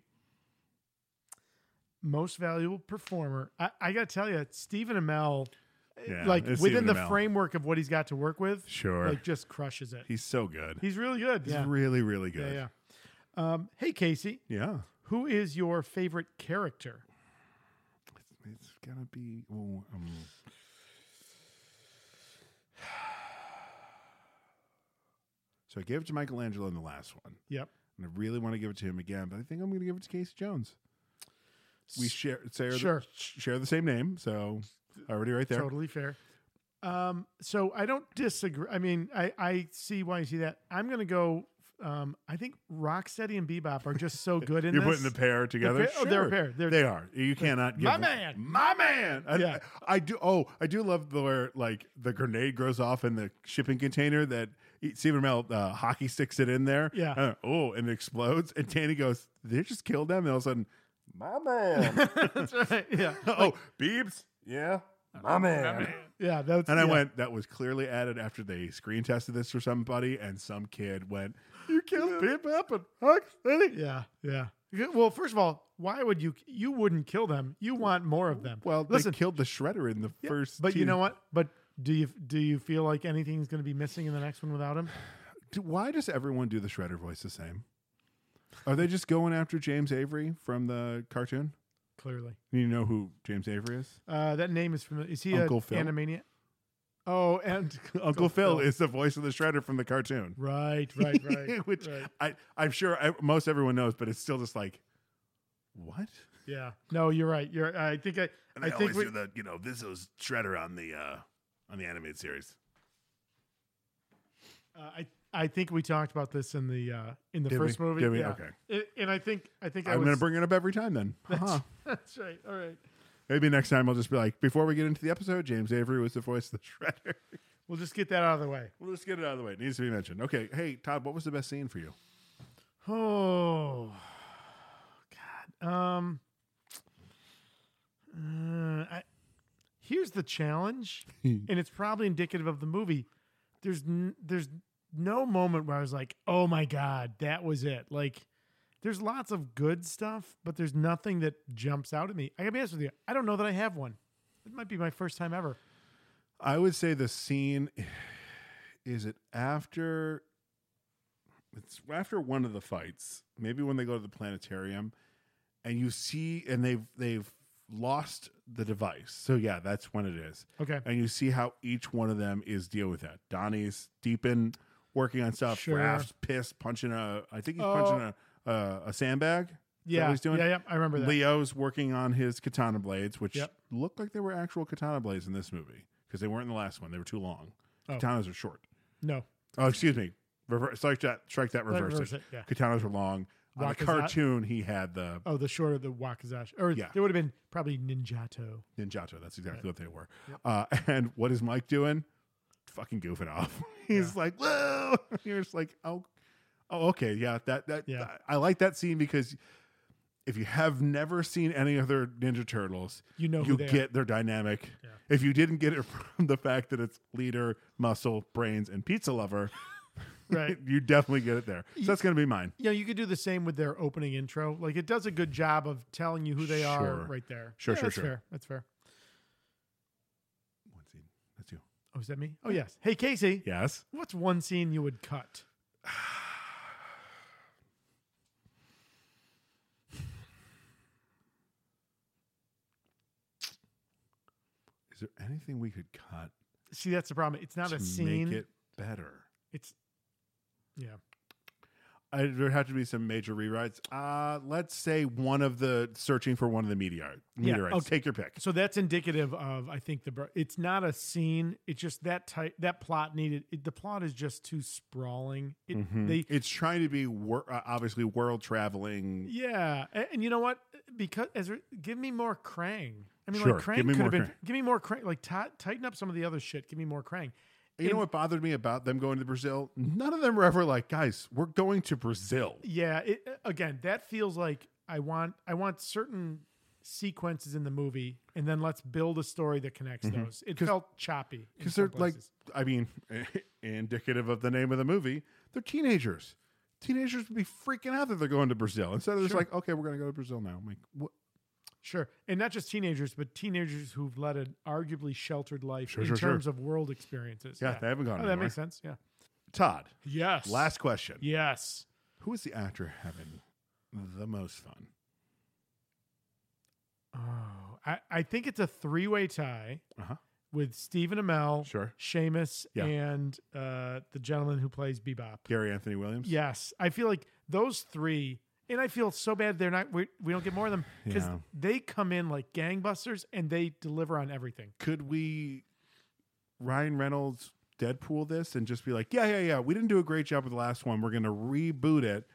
S2: Most valuable performer. I, I gotta tell you, Stephen Amell.
S1: Yeah,
S2: like
S1: it's
S2: within
S1: Stephen
S2: the
S1: Amell.
S2: framework of what he's got to work with,
S1: Sure.
S2: like just crushes it.
S1: He's so good.
S2: He's really good.
S1: He's
S2: yeah.
S1: really, really
S2: yeah,
S1: good.
S2: yeah. Um, hey Casey,
S1: Yeah.
S2: who is your favorite character?
S1: It's gonna be. ooh, um, so I gave it to Michelangelo in the last one,
S2: Yep.
S1: and I really want to give it to him again, but I think I'm gonna give it to Casey Jones. We share share
S2: Sure.
S1: the, share the same name, so already right there.
S2: Totally fair. Um, so I don't disagree. I mean, I, I see why you see that. I'm gonna go. Um, I think Rocksteady and Bebop are just so good in
S1: You're
S2: this.
S1: putting the pair together.
S2: pair- oh, they're a pair. They're-
S1: they are. You cannot give
S2: My man.
S1: my man. I,
S2: Yeah.
S1: I do. Oh, I do love the where like the grenade goes off in the shipping container that Stephen Mel uh, hockey sticks it in there.
S2: Yeah.
S1: Uh, oh, and it explodes. And Tanny goes, "They just killed them." And all of a sudden, my man.
S2: yeah,
S1: oh, beeps. Yeah, my man.
S2: yeah. That's,
S1: And I
S2: yeah.
S1: went, that was clearly added after they screen tested this for somebody, and some kid went, You killed Bebop and Hucksteady.
S2: Yeah, yeah. Good- Well, first of all, why would you? You wouldn't kill them. You want more of them.
S1: Well,
S2: listen,
S1: they killed the Shredder in the first.
S2: But you
S1: team.
S2: know what? But do you do you feel like anything's going to be missing in the next one without him?
S1: Do- Why does everyone do the Shredder voice the same? Are they just going after James Avery from the cartoon?
S2: Clearly,
S1: You know who James Avery is?
S2: uh, that name is familiar. Is he
S1: Uncle
S2: a
S1: Phil?
S2: Animaniac? Oh, and
S1: Uncle, Phil, is the voice of the Shredder from the cartoon,
S2: right, right, right.
S1: Which
S2: right.
S1: I, I'm sure I, most everyone knows, but it's still just like, what?
S2: Yeah. No, you're right. You're. I think I. I think we,
S1: the, you know, this is Shredder on the uh, on the animated series.
S2: uh, I. I think we talked about this in the uh, in the
S1: Did
S2: first
S1: we?
S2: movie.
S1: Did we?
S2: Yeah.
S1: Okay.
S2: It- and I think I think I
S1: I'm
S2: was,
S1: going to bring it up every time then. Huh.
S2: That's right. All right.
S1: Maybe next time I'll just be like, before we get into the episode, James Avery was the voice of the Shredder.
S2: We'll just get that out of the way.
S1: Well, let's get it out of the way. It needs to be mentioned. Okay. Hey, Todd, what was the best scene for you?
S2: Oh, God. Um. uh, I, here's the challenge, and it's probably indicative of the movie. There's n- there's no moment where I was like, "Oh my God, that was it!" Like, there's lots of good stuff, but there's nothing that jumps out at me. I gotta be honest with you, I don't know that I have one. It might be my first time ever.
S1: I would say the scene is it after it's after one of the fights, maybe when they go to the planetarium and you see and they've they've lost the device. So yeah, that's when it is.
S2: Okay.
S1: And you see how each one of them is deal with that. Donnie's deep in working on stuff,
S2: Sure.
S1: Raph's pissed, punching a I think he's
S2: Oh.
S1: punching a uh, a sandbag. Is that
S2: Yeah,
S1: what he's doing?
S2: yeah, yeah. I remember that.
S1: Leo's working on his katana blades, which
S2: Yep. Oh.
S1: looked like they were actual katana blades in this movie because they weren't in the last one. They were too long. Katanas are short.
S2: No.
S1: Oh, excuse me. Rever- strike that. Strike that. Reverse,
S2: reverse
S1: it.
S2: it, yeah.
S1: Katanas were long. On the
S2: Wakizashi-
S1: cartoon, he had the
S2: Oh, the shorter the Wakazashi. Or
S1: Yeah.
S2: there would have been probably Ninjato.
S1: ninjato. That's exactly what they were. Uh, and what is Mike doing? Fucking goofing off. He's like, whoa. You're just like, oh, oh, okay, yeah. That that.
S2: Yeah.
S1: I, I like that scene because if you have never seen any other Ninja Turtles,
S2: You know who
S1: you
S2: they are.
S1: get their dynamic. If you didn't get it from the fact that it's leader, muscle, brains, and pizza lover.
S2: Right.
S1: you definitely get it there. So that's going to be mine.
S2: you know, you could do the same with their opening intro. Like it does a good job of telling you who they
S1: Sure.
S2: are right there.
S1: Sure,
S2: Yeah,
S1: sure,
S2: that's
S1: sure.
S2: Fair. That's fair.
S1: One scene. That's you.
S2: Oh, is that me? Oh yes. Hey Casey.
S1: Yes.
S2: What's one scene you would cut?
S1: Is there anything we could cut
S2: See, that's the problem. It's not
S1: to
S2: a scene.
S1: make it better?
S2: It's yeah.
S1: I, there'd have to be some major rewrites. Uh, let's say one of the searching for one of the meteor
S2: Yeah,
S1: meteorites.
S2: okay.
S1: Take your pick.
S2: So that's indicative of I think the br- it's not a scene. It's just that type that plot needed. It, the plot is just too sprawling. It, They
S1: It's trying to be wor- uh, obviously world traveling.
S2: yeah, A- and, you know what? Because as re- give me more Krang. I mean,
S1: Sure,
S2: like Krang
S1: give me
S2: could
S1: more
S2: have been.
S1: Krang.
S2: Give me more Krang. Like ti- tighten up some of the other shit. Give me more Krang.
S1: You know
S2: In-
S1: what bothered me about them going to Brazil? None of them were ever like, guys, we're going to Brazil.
S2: Yeah. It, again, that feels like I want I want certain sequences in the movie, and then let's build a story that connects those. It felt choppy in
S1: Because
S2: some
S1: Mm-hmm. they're like,
S2: places.
S1: I mean, indicative of the name of the movie, they're teenagers. Teenagers would be freaking out that they're going to Brazil. Instead of just like, okay, we're going to go to Brazil now. I'm like, what?
S2: Sure. And not just teenagers, but teenagers who've led an arguably sheltered life
S1: Sure,
S2: in
S1: sure, sure.
S2: terms of world experiences.
S1: Yeah, they haven't gone
S2: Oh,
S1: anywhere.
S2: that makes sense. Yeah.
S1: Todd,
S2: Yes.
S1: last question.
S2: Yes.
S1: Who is the actor having the most fun?
S2: Oh, I, I think it's a three way tie
S1: Uh-huh.
S2: with Stephen Amell,
S1: Sure.
S2: Seamus,
S1: Yeah.
S2: and uh, the gentleman who plays Bebop.
S1: Gary Anthony Williams?
S2: Yes. I feel like those three, and I feel so bad they're not, we, we don't get more of them because
S1: Yeah.
S2: they come in like gangbusters and they deliver on everything.
S1: Could we Ryan Reynolds Deadpool this and just be like, yeah, yeah, yeah, we didn't do a great job with the last one. We're going to reboot it,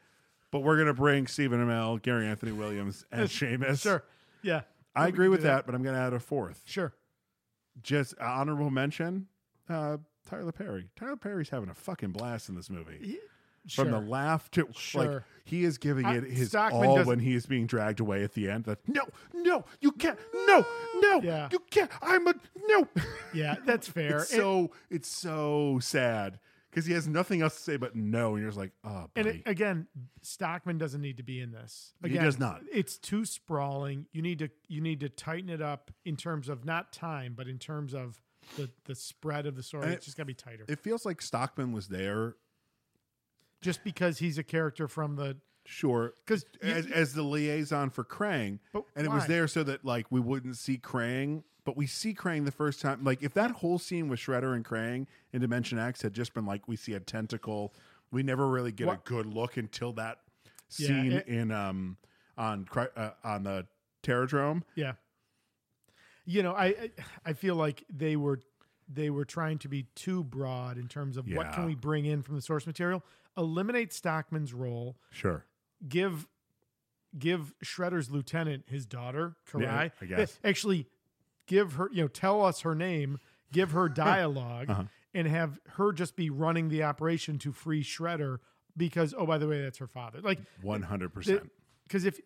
S1: but we're going to bring Stephen Amell, Gary Anthony Williams, and Seamus.
S2: Sure. Yeah.
S1: I
S2: We
S1: agree
S2: can
S1: with
S2: do
S1: that, but I'm going to add a fourth.
S2: Sure.
S1: Just honorable mention uh, Tyler Perry. Tyler Perry's having a fucking blast in this movie.
S2: Sure.
S1: From the laugh to like
S2: Sure.
S1: he is giving
S2: I-
S1: it his
S2: Stockman
S1: all
S2: doesn't-
S1: when he is being dragged away at the end. That no, no, you can't, no, no,
S2: Yeah.
S1: you can't. I'm a no.
S2: Yeah, that's fair.
S1: It's
S2: And-
S1: so it's so sad because he has nothing else to say but no, and you're just like, oh,
S2: and
S1: buddy.
S2: it, again, Stockman doesn't need to be in this.
S1: He
S2: Again,
S1: does not.
S2: It's too sprawling. You need to you need to tighten it up in terms of not time, but in terms of the the spread of the story.
S1: And
S2: it's
S1: it-
S2: just got to be tighter.
S1: it feels like Stockman was there,
S2: just because he's a character from the
S1: sure,
S2: 'Cause you-
S1: as, as the liaison for Krang,
S2: But
S1: and it was
S2: why?
S1: there so that like we wouldn't see Krang. But we see Krang the first time. Like if that whole scene with Shredder and Krang in Dimension X had just been like we see a tentacle, we never really get a
S2: What-
S1: good look until that
S2: Yeah,
S1: scene
S2: it-
S1: in um on Cry- uh, on the Terradrome.
S2: yeah. You know, I I- I feel like they were they were trying to be too broad in terms of what
S1: Yeah.
S2: can we bring in from the source material. Eliminate Stockman's role.
S1: Sure.
S2: give give Shredder's lieutenant his daughter Karai. eh,
S1: Yeah, I guess.
S2: actually give her you know tell us her name, give her dialog
S1: Uh-huh.
S2: and have her just be running the operation to free Shredder because oh by the way that's her father. Like
S1: One hundred percent.
S2: because if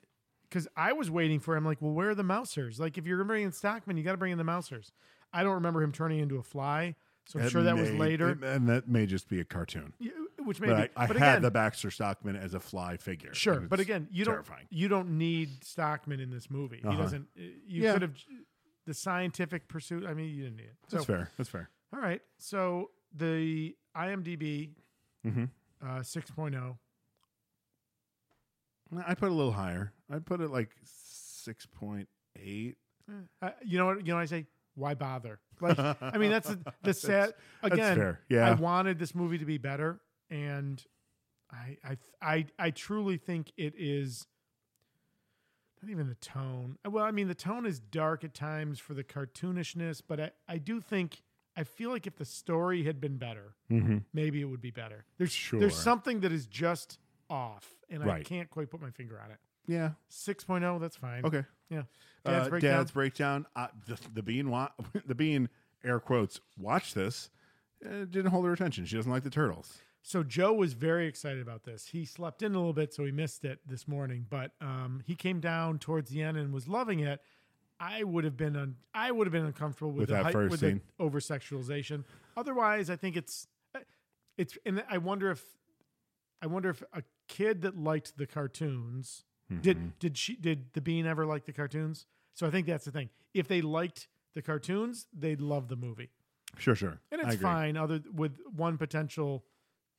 S2: because I was waiting for him like well where are the mousers? Like if you're bringing in Stockman you got to bring in the mousers. I don't remember him turning into a fly. So I'm sure that was later,
S1: and that may just be a cartoon.
S2: Yeah, which maybe.
S1: But I, I
S2: but
S1: had
S2: again,
S1: the Baxter Stockman as a fly figure.
S2: Sure,
S1: and
S2: but
S1: it's
S2: again, you don't
S1: terrifying. Uh-huh.
S2: you don't need Stockman in this movie. He doesn't. uh, You
S1: Yeah.
S2: could have the scientific pursuit. I mean, you didn't need it. So,
S1: That's fair. That's fair.
S2: All right. So the IMDb
S1: Mhm.
S2: uh, 6.0.
S1: I put it a little higher. I put it like six point eight.
S2: Uh, you know what? You know what I say? Why bother? Like, I mean, that's the, the sad. Again,
S1: fair. Yeah.
S2: I wanted this movie to be better, and I, I, I, I truly think it is. Not even the tone. Well, I mean, the tone is dark at times for the cartoonishness, but I, I do think I feel like if the story had been better, maybe it would be better. There's
S1: Mm-hmm. Sure.
S2: there's something that is just off, and I
S1: Right.
S2: can't quite put my finger on it.
S1: Yeah.
S2: 6.0, that's fine.
S1: Okay.
S2: Yeah.
S1: Dad's
S2: Dad's
S1: uh, breakdown.
S2: breakdown.
S1: Dad's breakdown. Uh, the, the bean, wa- the bean, air quotes. Watch this. Uh, didn't hold her attention. She doesn't like the turtles.
S2: So Joe was very excited about this. He slept in a little bit, so he missed it this morning. But um, he came down towards the end and was loving it. I would have been un- I would have been uncomfortable with,
S1: With
S2: the
S1: that
S2: hy-
S1: first
S2: with
S1: scene.
S2: the over sexualization. Otherwise, I think it's uh, it's and I wonder if I wonder if a kid that liked the cartoons
S1: Mm-hmm.
S2: did did she did the bean ever like the cartoons? So I think that's the thing. If they liked the cartoons, they'd love the movie
S1: Sure, sure.
S2: and
S1: I
S2: it's
S1: agree.
S2: fine other with one potential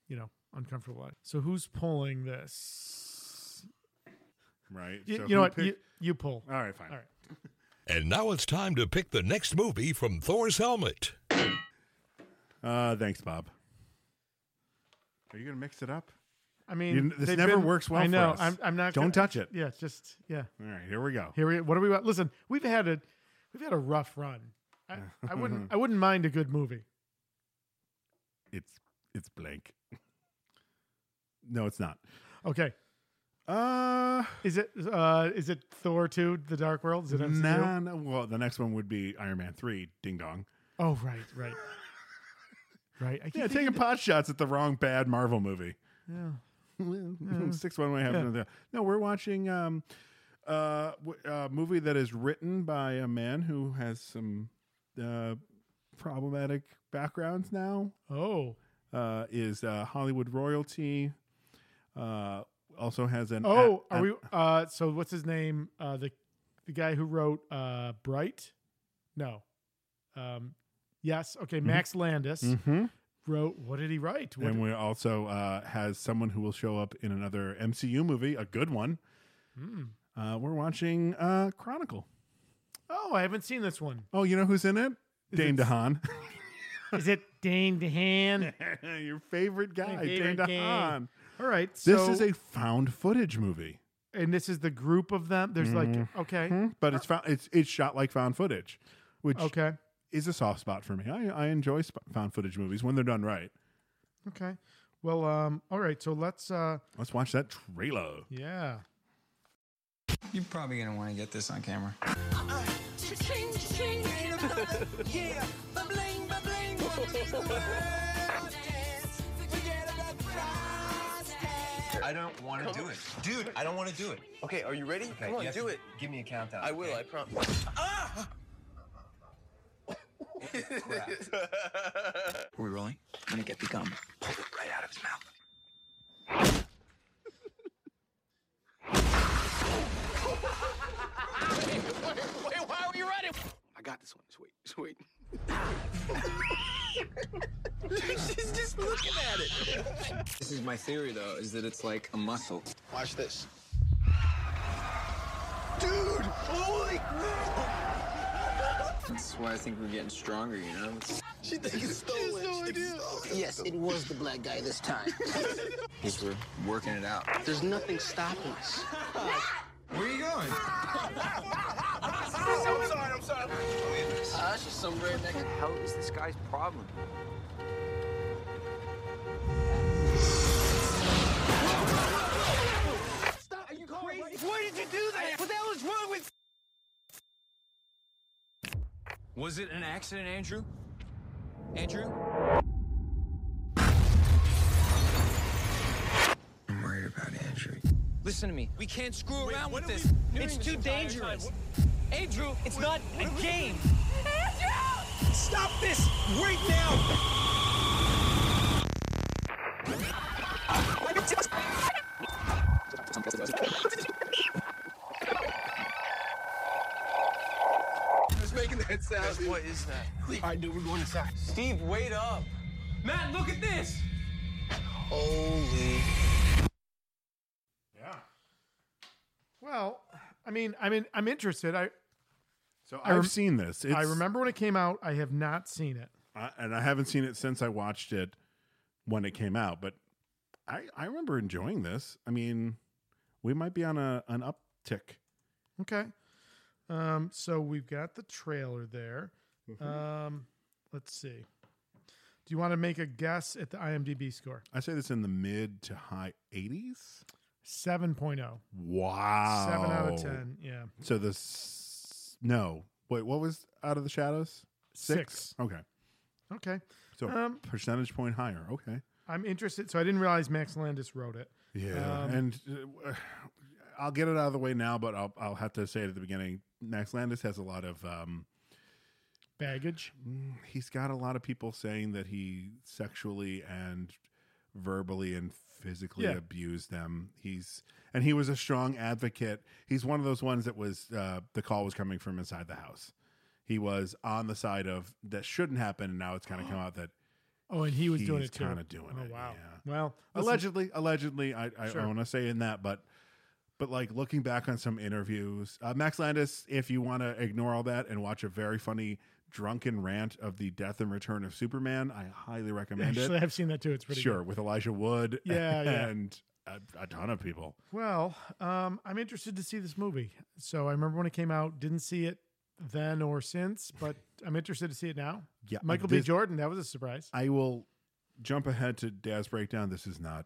S2: you know uncomfortable line. so who's pulling this
S1: right?
S2: you,
S1: So
S2: you
S1: who
S2: know what
S1: picked-
S2: you, you pull
S1: All right, fine.
S2: All right.
S3: And now it's time to pick the next movie from Thor's helmet.
S1: Uh, thanks, Bob. Are you gonna mix it up?
S2: i mean
S1: You- this
S2: they've
S1: never works well
S2: i
S1: for
S2: know
S1: us.
S2: I'm, I'm not
S1: Don't
S2: gonna-
S1: touch it.
S2: yeah it's just yeah
S1: All right, here we go.
S2: here we what are we about listen we've had a we've had a rough run I, I wouldn't i wouldn't mind a good movie
S1: It's it's blank. No, it's not.
S2: okay
S1: Uh,
S2: is it uh is it thor 2 the dark world is it MCU?
S1: nah, no. Well, the next one would be Iron Man three. Ding dong.
S2: oh right right right I keep
S1: Yeah, taking
S2: thinking-
S1: pot shots at the wrong bad Marvel movie.
S2: yeah.
S1: Six one way happened. to the- No, we're watching um, uh, w- a movie that is written by a man who has some uh, problematic backgrounds. Now
S2: oh
S1: uh, is uh, Hollywood royalty. Uh, also has an
S2: Oh,
S1: a-
S2: are
S1: an-
S2: we? Uh, so what's his name? Uh, the the guy who wrote uh, Bright? No. Um, yes. Okay. Max Landis
S1: Mhm.
S2: wrote. What did he write?
S1: Mm-hmm.
S2: What
S1: and
S2: did-
S1: we also uh, has someone who will show up in another MCU movie, a good one.
S2: Hmm.
S1: Uh, we're watching uh, Chronicle.
S2: oh, I haven't seen this one.
S1: Oh, you know who's in it? Dane DeHaan.
S2: Is it Dane DeHaan?
S1: Your favorite guy, Dane
S2: favorite guy.
S1: DeHaan.
S2: All right.
S1: This
S2: so-
S1: is a found footage movie,
S2: and this is the group of them. There's
S1: Mm-hmm.
S2: like okay,
S1: but it's found, it's it's shot like found footage, which
S2: okay,
S1: is a soft spot for me. I, I enjoy sp- found footage movies when they're done right.
S2: okay. Well, um, all right. So let's. Uh,
S1: Let's watch that trailer.
S2: yeah.
S5: You're probably gonna want to get this on camera.
S4: I don't want to do it. Dude, I don't want to do it.
S5: Okay, are you ready? Come on, do it.
S4: Give me a countdown.
S5: I will, I promise.
S4: Are we rolling? I'm gonna get the gum. Pull it right out of his mouth. wait, wait, why are you ready? I got this one. Sweet, sweet. She's just looking at it.
S5: This is my theory, though, is that it's like a muscle.
S4: Watch this. Dude! Holy crap!
S5: That's why I think we're getting stronger, you know?
S4: She thinks it's stolen. no idea. Yes, it was the black guy this time.
S5: Because we're working it out.
S4: There's nothing stopping us.
S5: Where are you going?
S4: Uh, that's just some redneck. What the hell is this guy's problem? Stop! Are you crazy? Why did you do that? What the hell is wrong with?
S5: Was it an accident, Andrew? Andrew?
S4: I'm worried about Andrew.
S5: Listen to me. We can't screw around with this. it's too dangerous. Andrew, it's not a game. Andrew! Stop this right now!
S4: Just making that sound. What is that? All right, dude, we're going inside.
S5: Steve, wait up. Matt, look at this!
S4: Holy.
S1: Yeah.
S2: Well, I mean, I mean, I'm interested. I
S1: So
S2: I rem-
S1: I've seen this. It's,
S2: I remember when it came out. I have not seen it.
S1: I, and I haven't seen it since I watched it when it came out. But I I remember enjoying this. I mean, we might be on a an uptick. Mm-hmm.
S2: Okay. Um, so we've got the trailer there. Um, Let's see. Do you want to make a guess at the IMDb score?
S1: I say this in the mid to high 80s.
S2: 7.0.
S1: Wow.
S2: 7 oh. out of 10. Yeah.
S1: So the s- no. Wait, what was out of the shadows?
S2: Six.
S1: Okay.
S2: Okay.
S1: So
S2: Um,
S1: percentage point higher. Okay.
S2: I'm interested. So I didn't realize Max Landis wrote it.
S1: Yeah. and uh, I'll get it out of the way now, but I'll I'll have to say it at the beginning. Max Landis has a lot of um
S2: Baggage.
S1: he's got a lot of people saying that he sexually and verbally and physically
S2: Yeah.
S1: abused them. He's and he was a strong advocate. He's one of those ones that was uh, the call was coming from inside the house. He was on the side of that shouldn't happen, and now it's kind of come out that
S2: Oh, and he was doing
S1: He's
S2: it too.
S1: kinda doing
S2: oh,
S1: it,
S2: Wow.
S1: yeah.
S2: Well, allegedly.
S1: allegedly, allegedly, I, I,
S2: Sure.
S1: I want to say in that, but but like looking back on some interviews, uh, Max Landis, if you want to ignore all that and watch a very funny drunken rant of the death and return of Superman, I highly recommend
S2: Actually,
S1: it.
S2: I've seen that too. It's pretty
S1: Sure,
S2: good.
S1: with Elijah Wood,
S2: Yeah, yeah.
S1: and a, a ton of people.
S2: Well, um, I'm interested to see this movie. So I remember when it came out, didn't see it then or since, but I'm interested to see it now.
S1: Yeah,
S2: Michael B.
S1: this-
S2: Jordan, that was a surprise.
S1: I will jump ahead to Dad's breakdown. This is not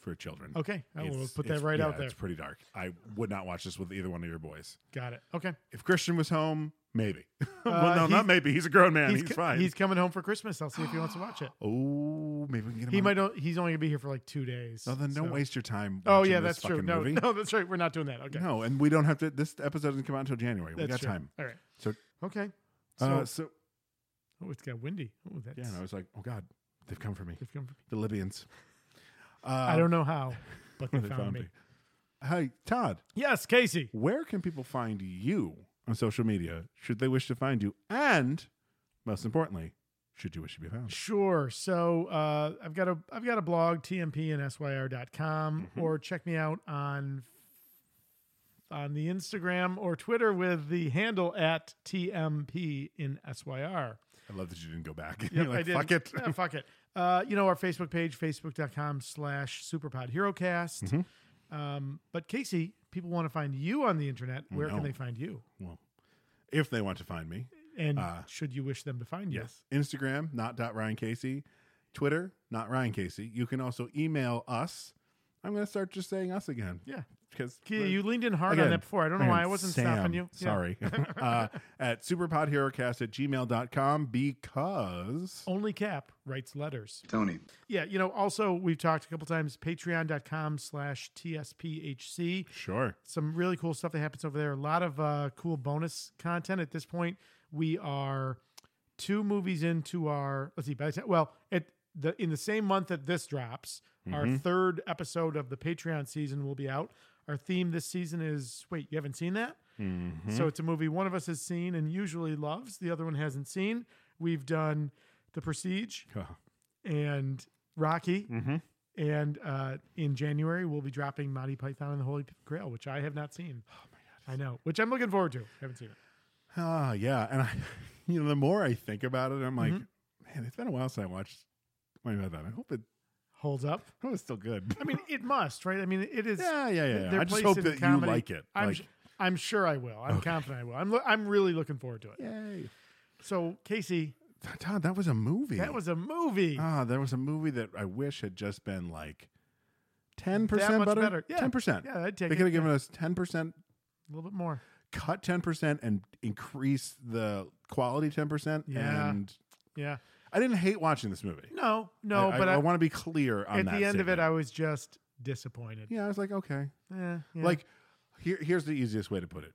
S1: for children.
S2: Okay. Oh, we'll
S1: It's-
S2: put that
S1: it's-
S2: right
S1: yeah,
S2: out there.
S1: It's pretty dark. I would not watch this with either one of your boys.
S2: Got it. Okay.
S1: If Christian was home, maybe.
S2: Uh,
S1: well, no,
S2: he's-
S1: not maybe. He's a grown man. He's,
S2: co-
S1: fine.
S2: He's coming home for Christmas. I'll see if he wants to watch it.
S1: Oh, maybe we can get him.
S2: He
S1: on-
S2: might. o- He's only gonna be here for like two days.
S1: No, Oh, then don't
S2: so-
S1: waste your time.
S2: Oh
S1: watching
S2: yeah,
S1: this
S2: that's true.
S1: fucking
S2: No,
S1: movie.
S2: no, that's right. We're not doing that. Okay.
S1: No, and we don't have to. This episode doesn't come out until January.
S2: that's
S1: we got
S2: true.
S1: time.
S2: All right.
S1: So,
S2: Okay. So,
S1: uh, so
S2: oh, it's got windy. Oh, that's.
S1: yeah, and I was like, oh god, they've come for me.
S2: they've come for me.
S1: The Libyans. Uh,
S2: I don't know how, but they,
S1: They
S2: found,
S1: found
S2: me.
S1: me. Hey, Todd,
S2: Yes, Casey.
S1: where can people find you on social media? Should they wish to find you, and most importantly, should you wish to be found?
S2: Sure. So uh, I've got a I've got a blog tmp and syr.com
S1: Mm-hmm.
S2: or check me out on on the Instagram or Twitter with the handle at tmp in syr.
S1: I love that you didn't go back.
S2: Yep,
S1: You're like,
S2: I did.
S1: fuck it.
S2: Yeah, fuck it. Uh, you know, our Facebook page, facebook.com slash superpodherocast.
S1: Mm-hmm.
S2: Um, but Casey, people want to find you on the internet. Where
S1: No.
S2: can they find you?
S1: well, if they want to find me,
S2: And
S1: Uh,
S2: should you wish them to find you?
S1: Yes. Instagram, not dot Ryan Casey. Twitter, not Ryan Casey. You can also email us. I'm going to start just saying us again.
S2: Yeah.
S1: Because
S2: Yeah, you leaned in hard on that before. I don't know why I wasn't stopping you. Yeah.
S1: Sorry. uh, at superpodherocast at gmail.com because
S2: Only Cap writes letters.
S5: Tony.
S2: Yeah, you know, also we've talked a couple times, patreon.com slash TSPHC.
S1: sure.
S2: Some really cool stuff that happens over there. A lot of uh, cool bonus content at this point. We are two movies into our let's see, by the time well, at the in the same month that this drops, our third episode of the Patreon season will be out. Our theme this season is wait, you haven't seen that? So it's a movie one of us has seen and usually loves, the other one hasn't seen. We've done The Prestige and Rocky.
S1: Mm-hmm.
S2: And uh, in January, we'll be dropping Monty Python and the Holy Grail, which I have not seen. Oh my god! I know, which I'm looking forward to. Haven't seen it.
S1: Ah, yeah. And I, you know, the more I think about it, I'm like,
S2: Mm-hmm.
S1: man, it's been a while since I watched. Wait about that. I hope it,
S2: Holds up.
S1: I hope it's still good.
S2: I mean, it must, right? I mean, it is.
S1: Yeah, yeah, yeah, yeah.
S2: their
S1: I just
S2: place
S1: hope
S2: in
S1: that you
S2: comedy.
S1: like it.
S2: I'm,
S1: Like-
S2: su- I'm sure I will. I'm confident I will. I'm. lo- I'm really looking forward to it.
S1: yay.
S2: So, Casey,
S1: Todd, that was a movie.
S2: that was a movie.
S1: Ah, there was a movie that I wish had just been like ten
S2: That
S1: percent
S2: much
S1: better.
S2: better. Yeah.
S1: ten percent.
S2: Yeah, I'd take
S1: They
S2: it.
S1: could have given us ten percent,
S2: a little bit more.
S1: cut ten percent, and increase the quality ten percent.
S2: Yeah.
S1: And
S2: Yeah.
S1: I didn't hate watching this movie.
S2: No, no,
S1: I,
S2: but
S1: I,
S2: I,
S1: want to be clear on
S2: at the
S1: that
S2: end of
S1: statement.
S2: it, I was just disappointed.
S1: yeah, I was like, okay,
S2: Eh, yeah. Mm-hmm.
S1: like. Here, here's the easiest way to put it.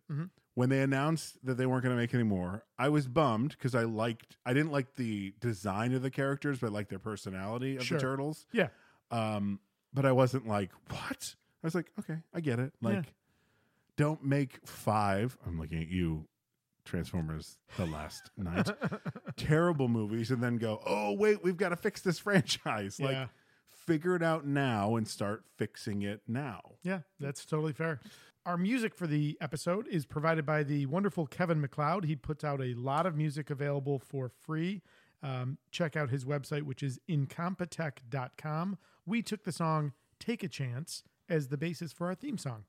S1: When they announced that they weren't going to make any more, I was bummed because I liked, I didn't like the design of the characters, but I liked their personality of
S2: Sure.
S1: the turtles.
S2: yeah.
S1: Um, but I wasn't like, what? I was like, okay, I get it. Like, don't make five. I'm looking at you, Transformers, the last night. Terrible movies, and then go, oh, wait, we've got to fix this franchise.
S2: Yeah.
S1: Like, figure it out now and start fixing it now.
S2: Yeah, that's totally fair. Our music for the episode is provided by the wonderful Kevin McLeod. He puts out a lot of music available for free. Um, check out his website, which is incompetech.com. We took the song Take a Chance as the basis for our theme song.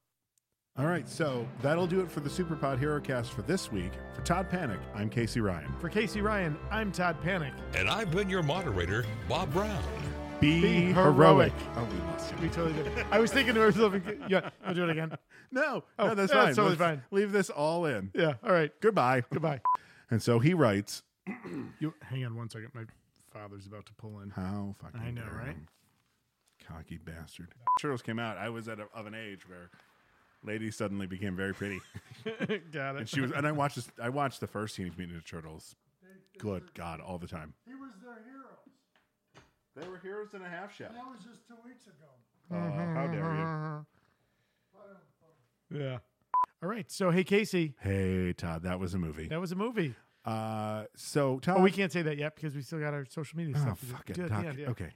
S1: All right, so that'll do it for the Superpod Hero Cast for this week. For Todd Panic, I'm Casey Ryan.
S2: For Casey Ryan, I'm Todd Panic.
S3: And I've been your moderator, Bob Brown.
S1: Be,
S2: Be
S1: heroic.
S2: heroic.
S1: Oh, we lost you.
S2: We totally did. it. I was thinking to myself, yeah, I'll do it again.
S1: No,
S2: Oh,
S1: no, that's
S2: yeah,
S1: fine.
S2: it's totally
S1: Let's
S2: fine.
S1: Leave this all in.
S2: Yeah, all right.
S1: Goodbye.
S2: Goodbye.
S1: And so he writes,
S2: You hang on one second. My father's about to pull in.
S1: "How fucking
S2: I know,
S1: dare
S2: right?
S1: him. Cocky bastard." Turtles came out. I was at a, of an age where ladies suddenly became very pretty,
S2: Got
S1: and
S2: it.
S1: she was. And I watched this. I watched the first Teenage Mutant Ninja Turtles. Good God, all the time.
S11: He was their hero.
S1: They were heroes in a half shell.
S11: That was just two weeks ago.
S1: how dare
S2: Yeah. All right. So hey, Casey,
S1: you? Hey Todd, that was a movie.
S2: that was a movie.
S1: Uh, so Todd,
S2: Oh, we can't say that yet because we still got our social media
S1: Oh,
S2: stuff. to do.
S1: fuck it.
S2: Good,
S1: Doc.
S2: yeah, yeah.
S1: Okay.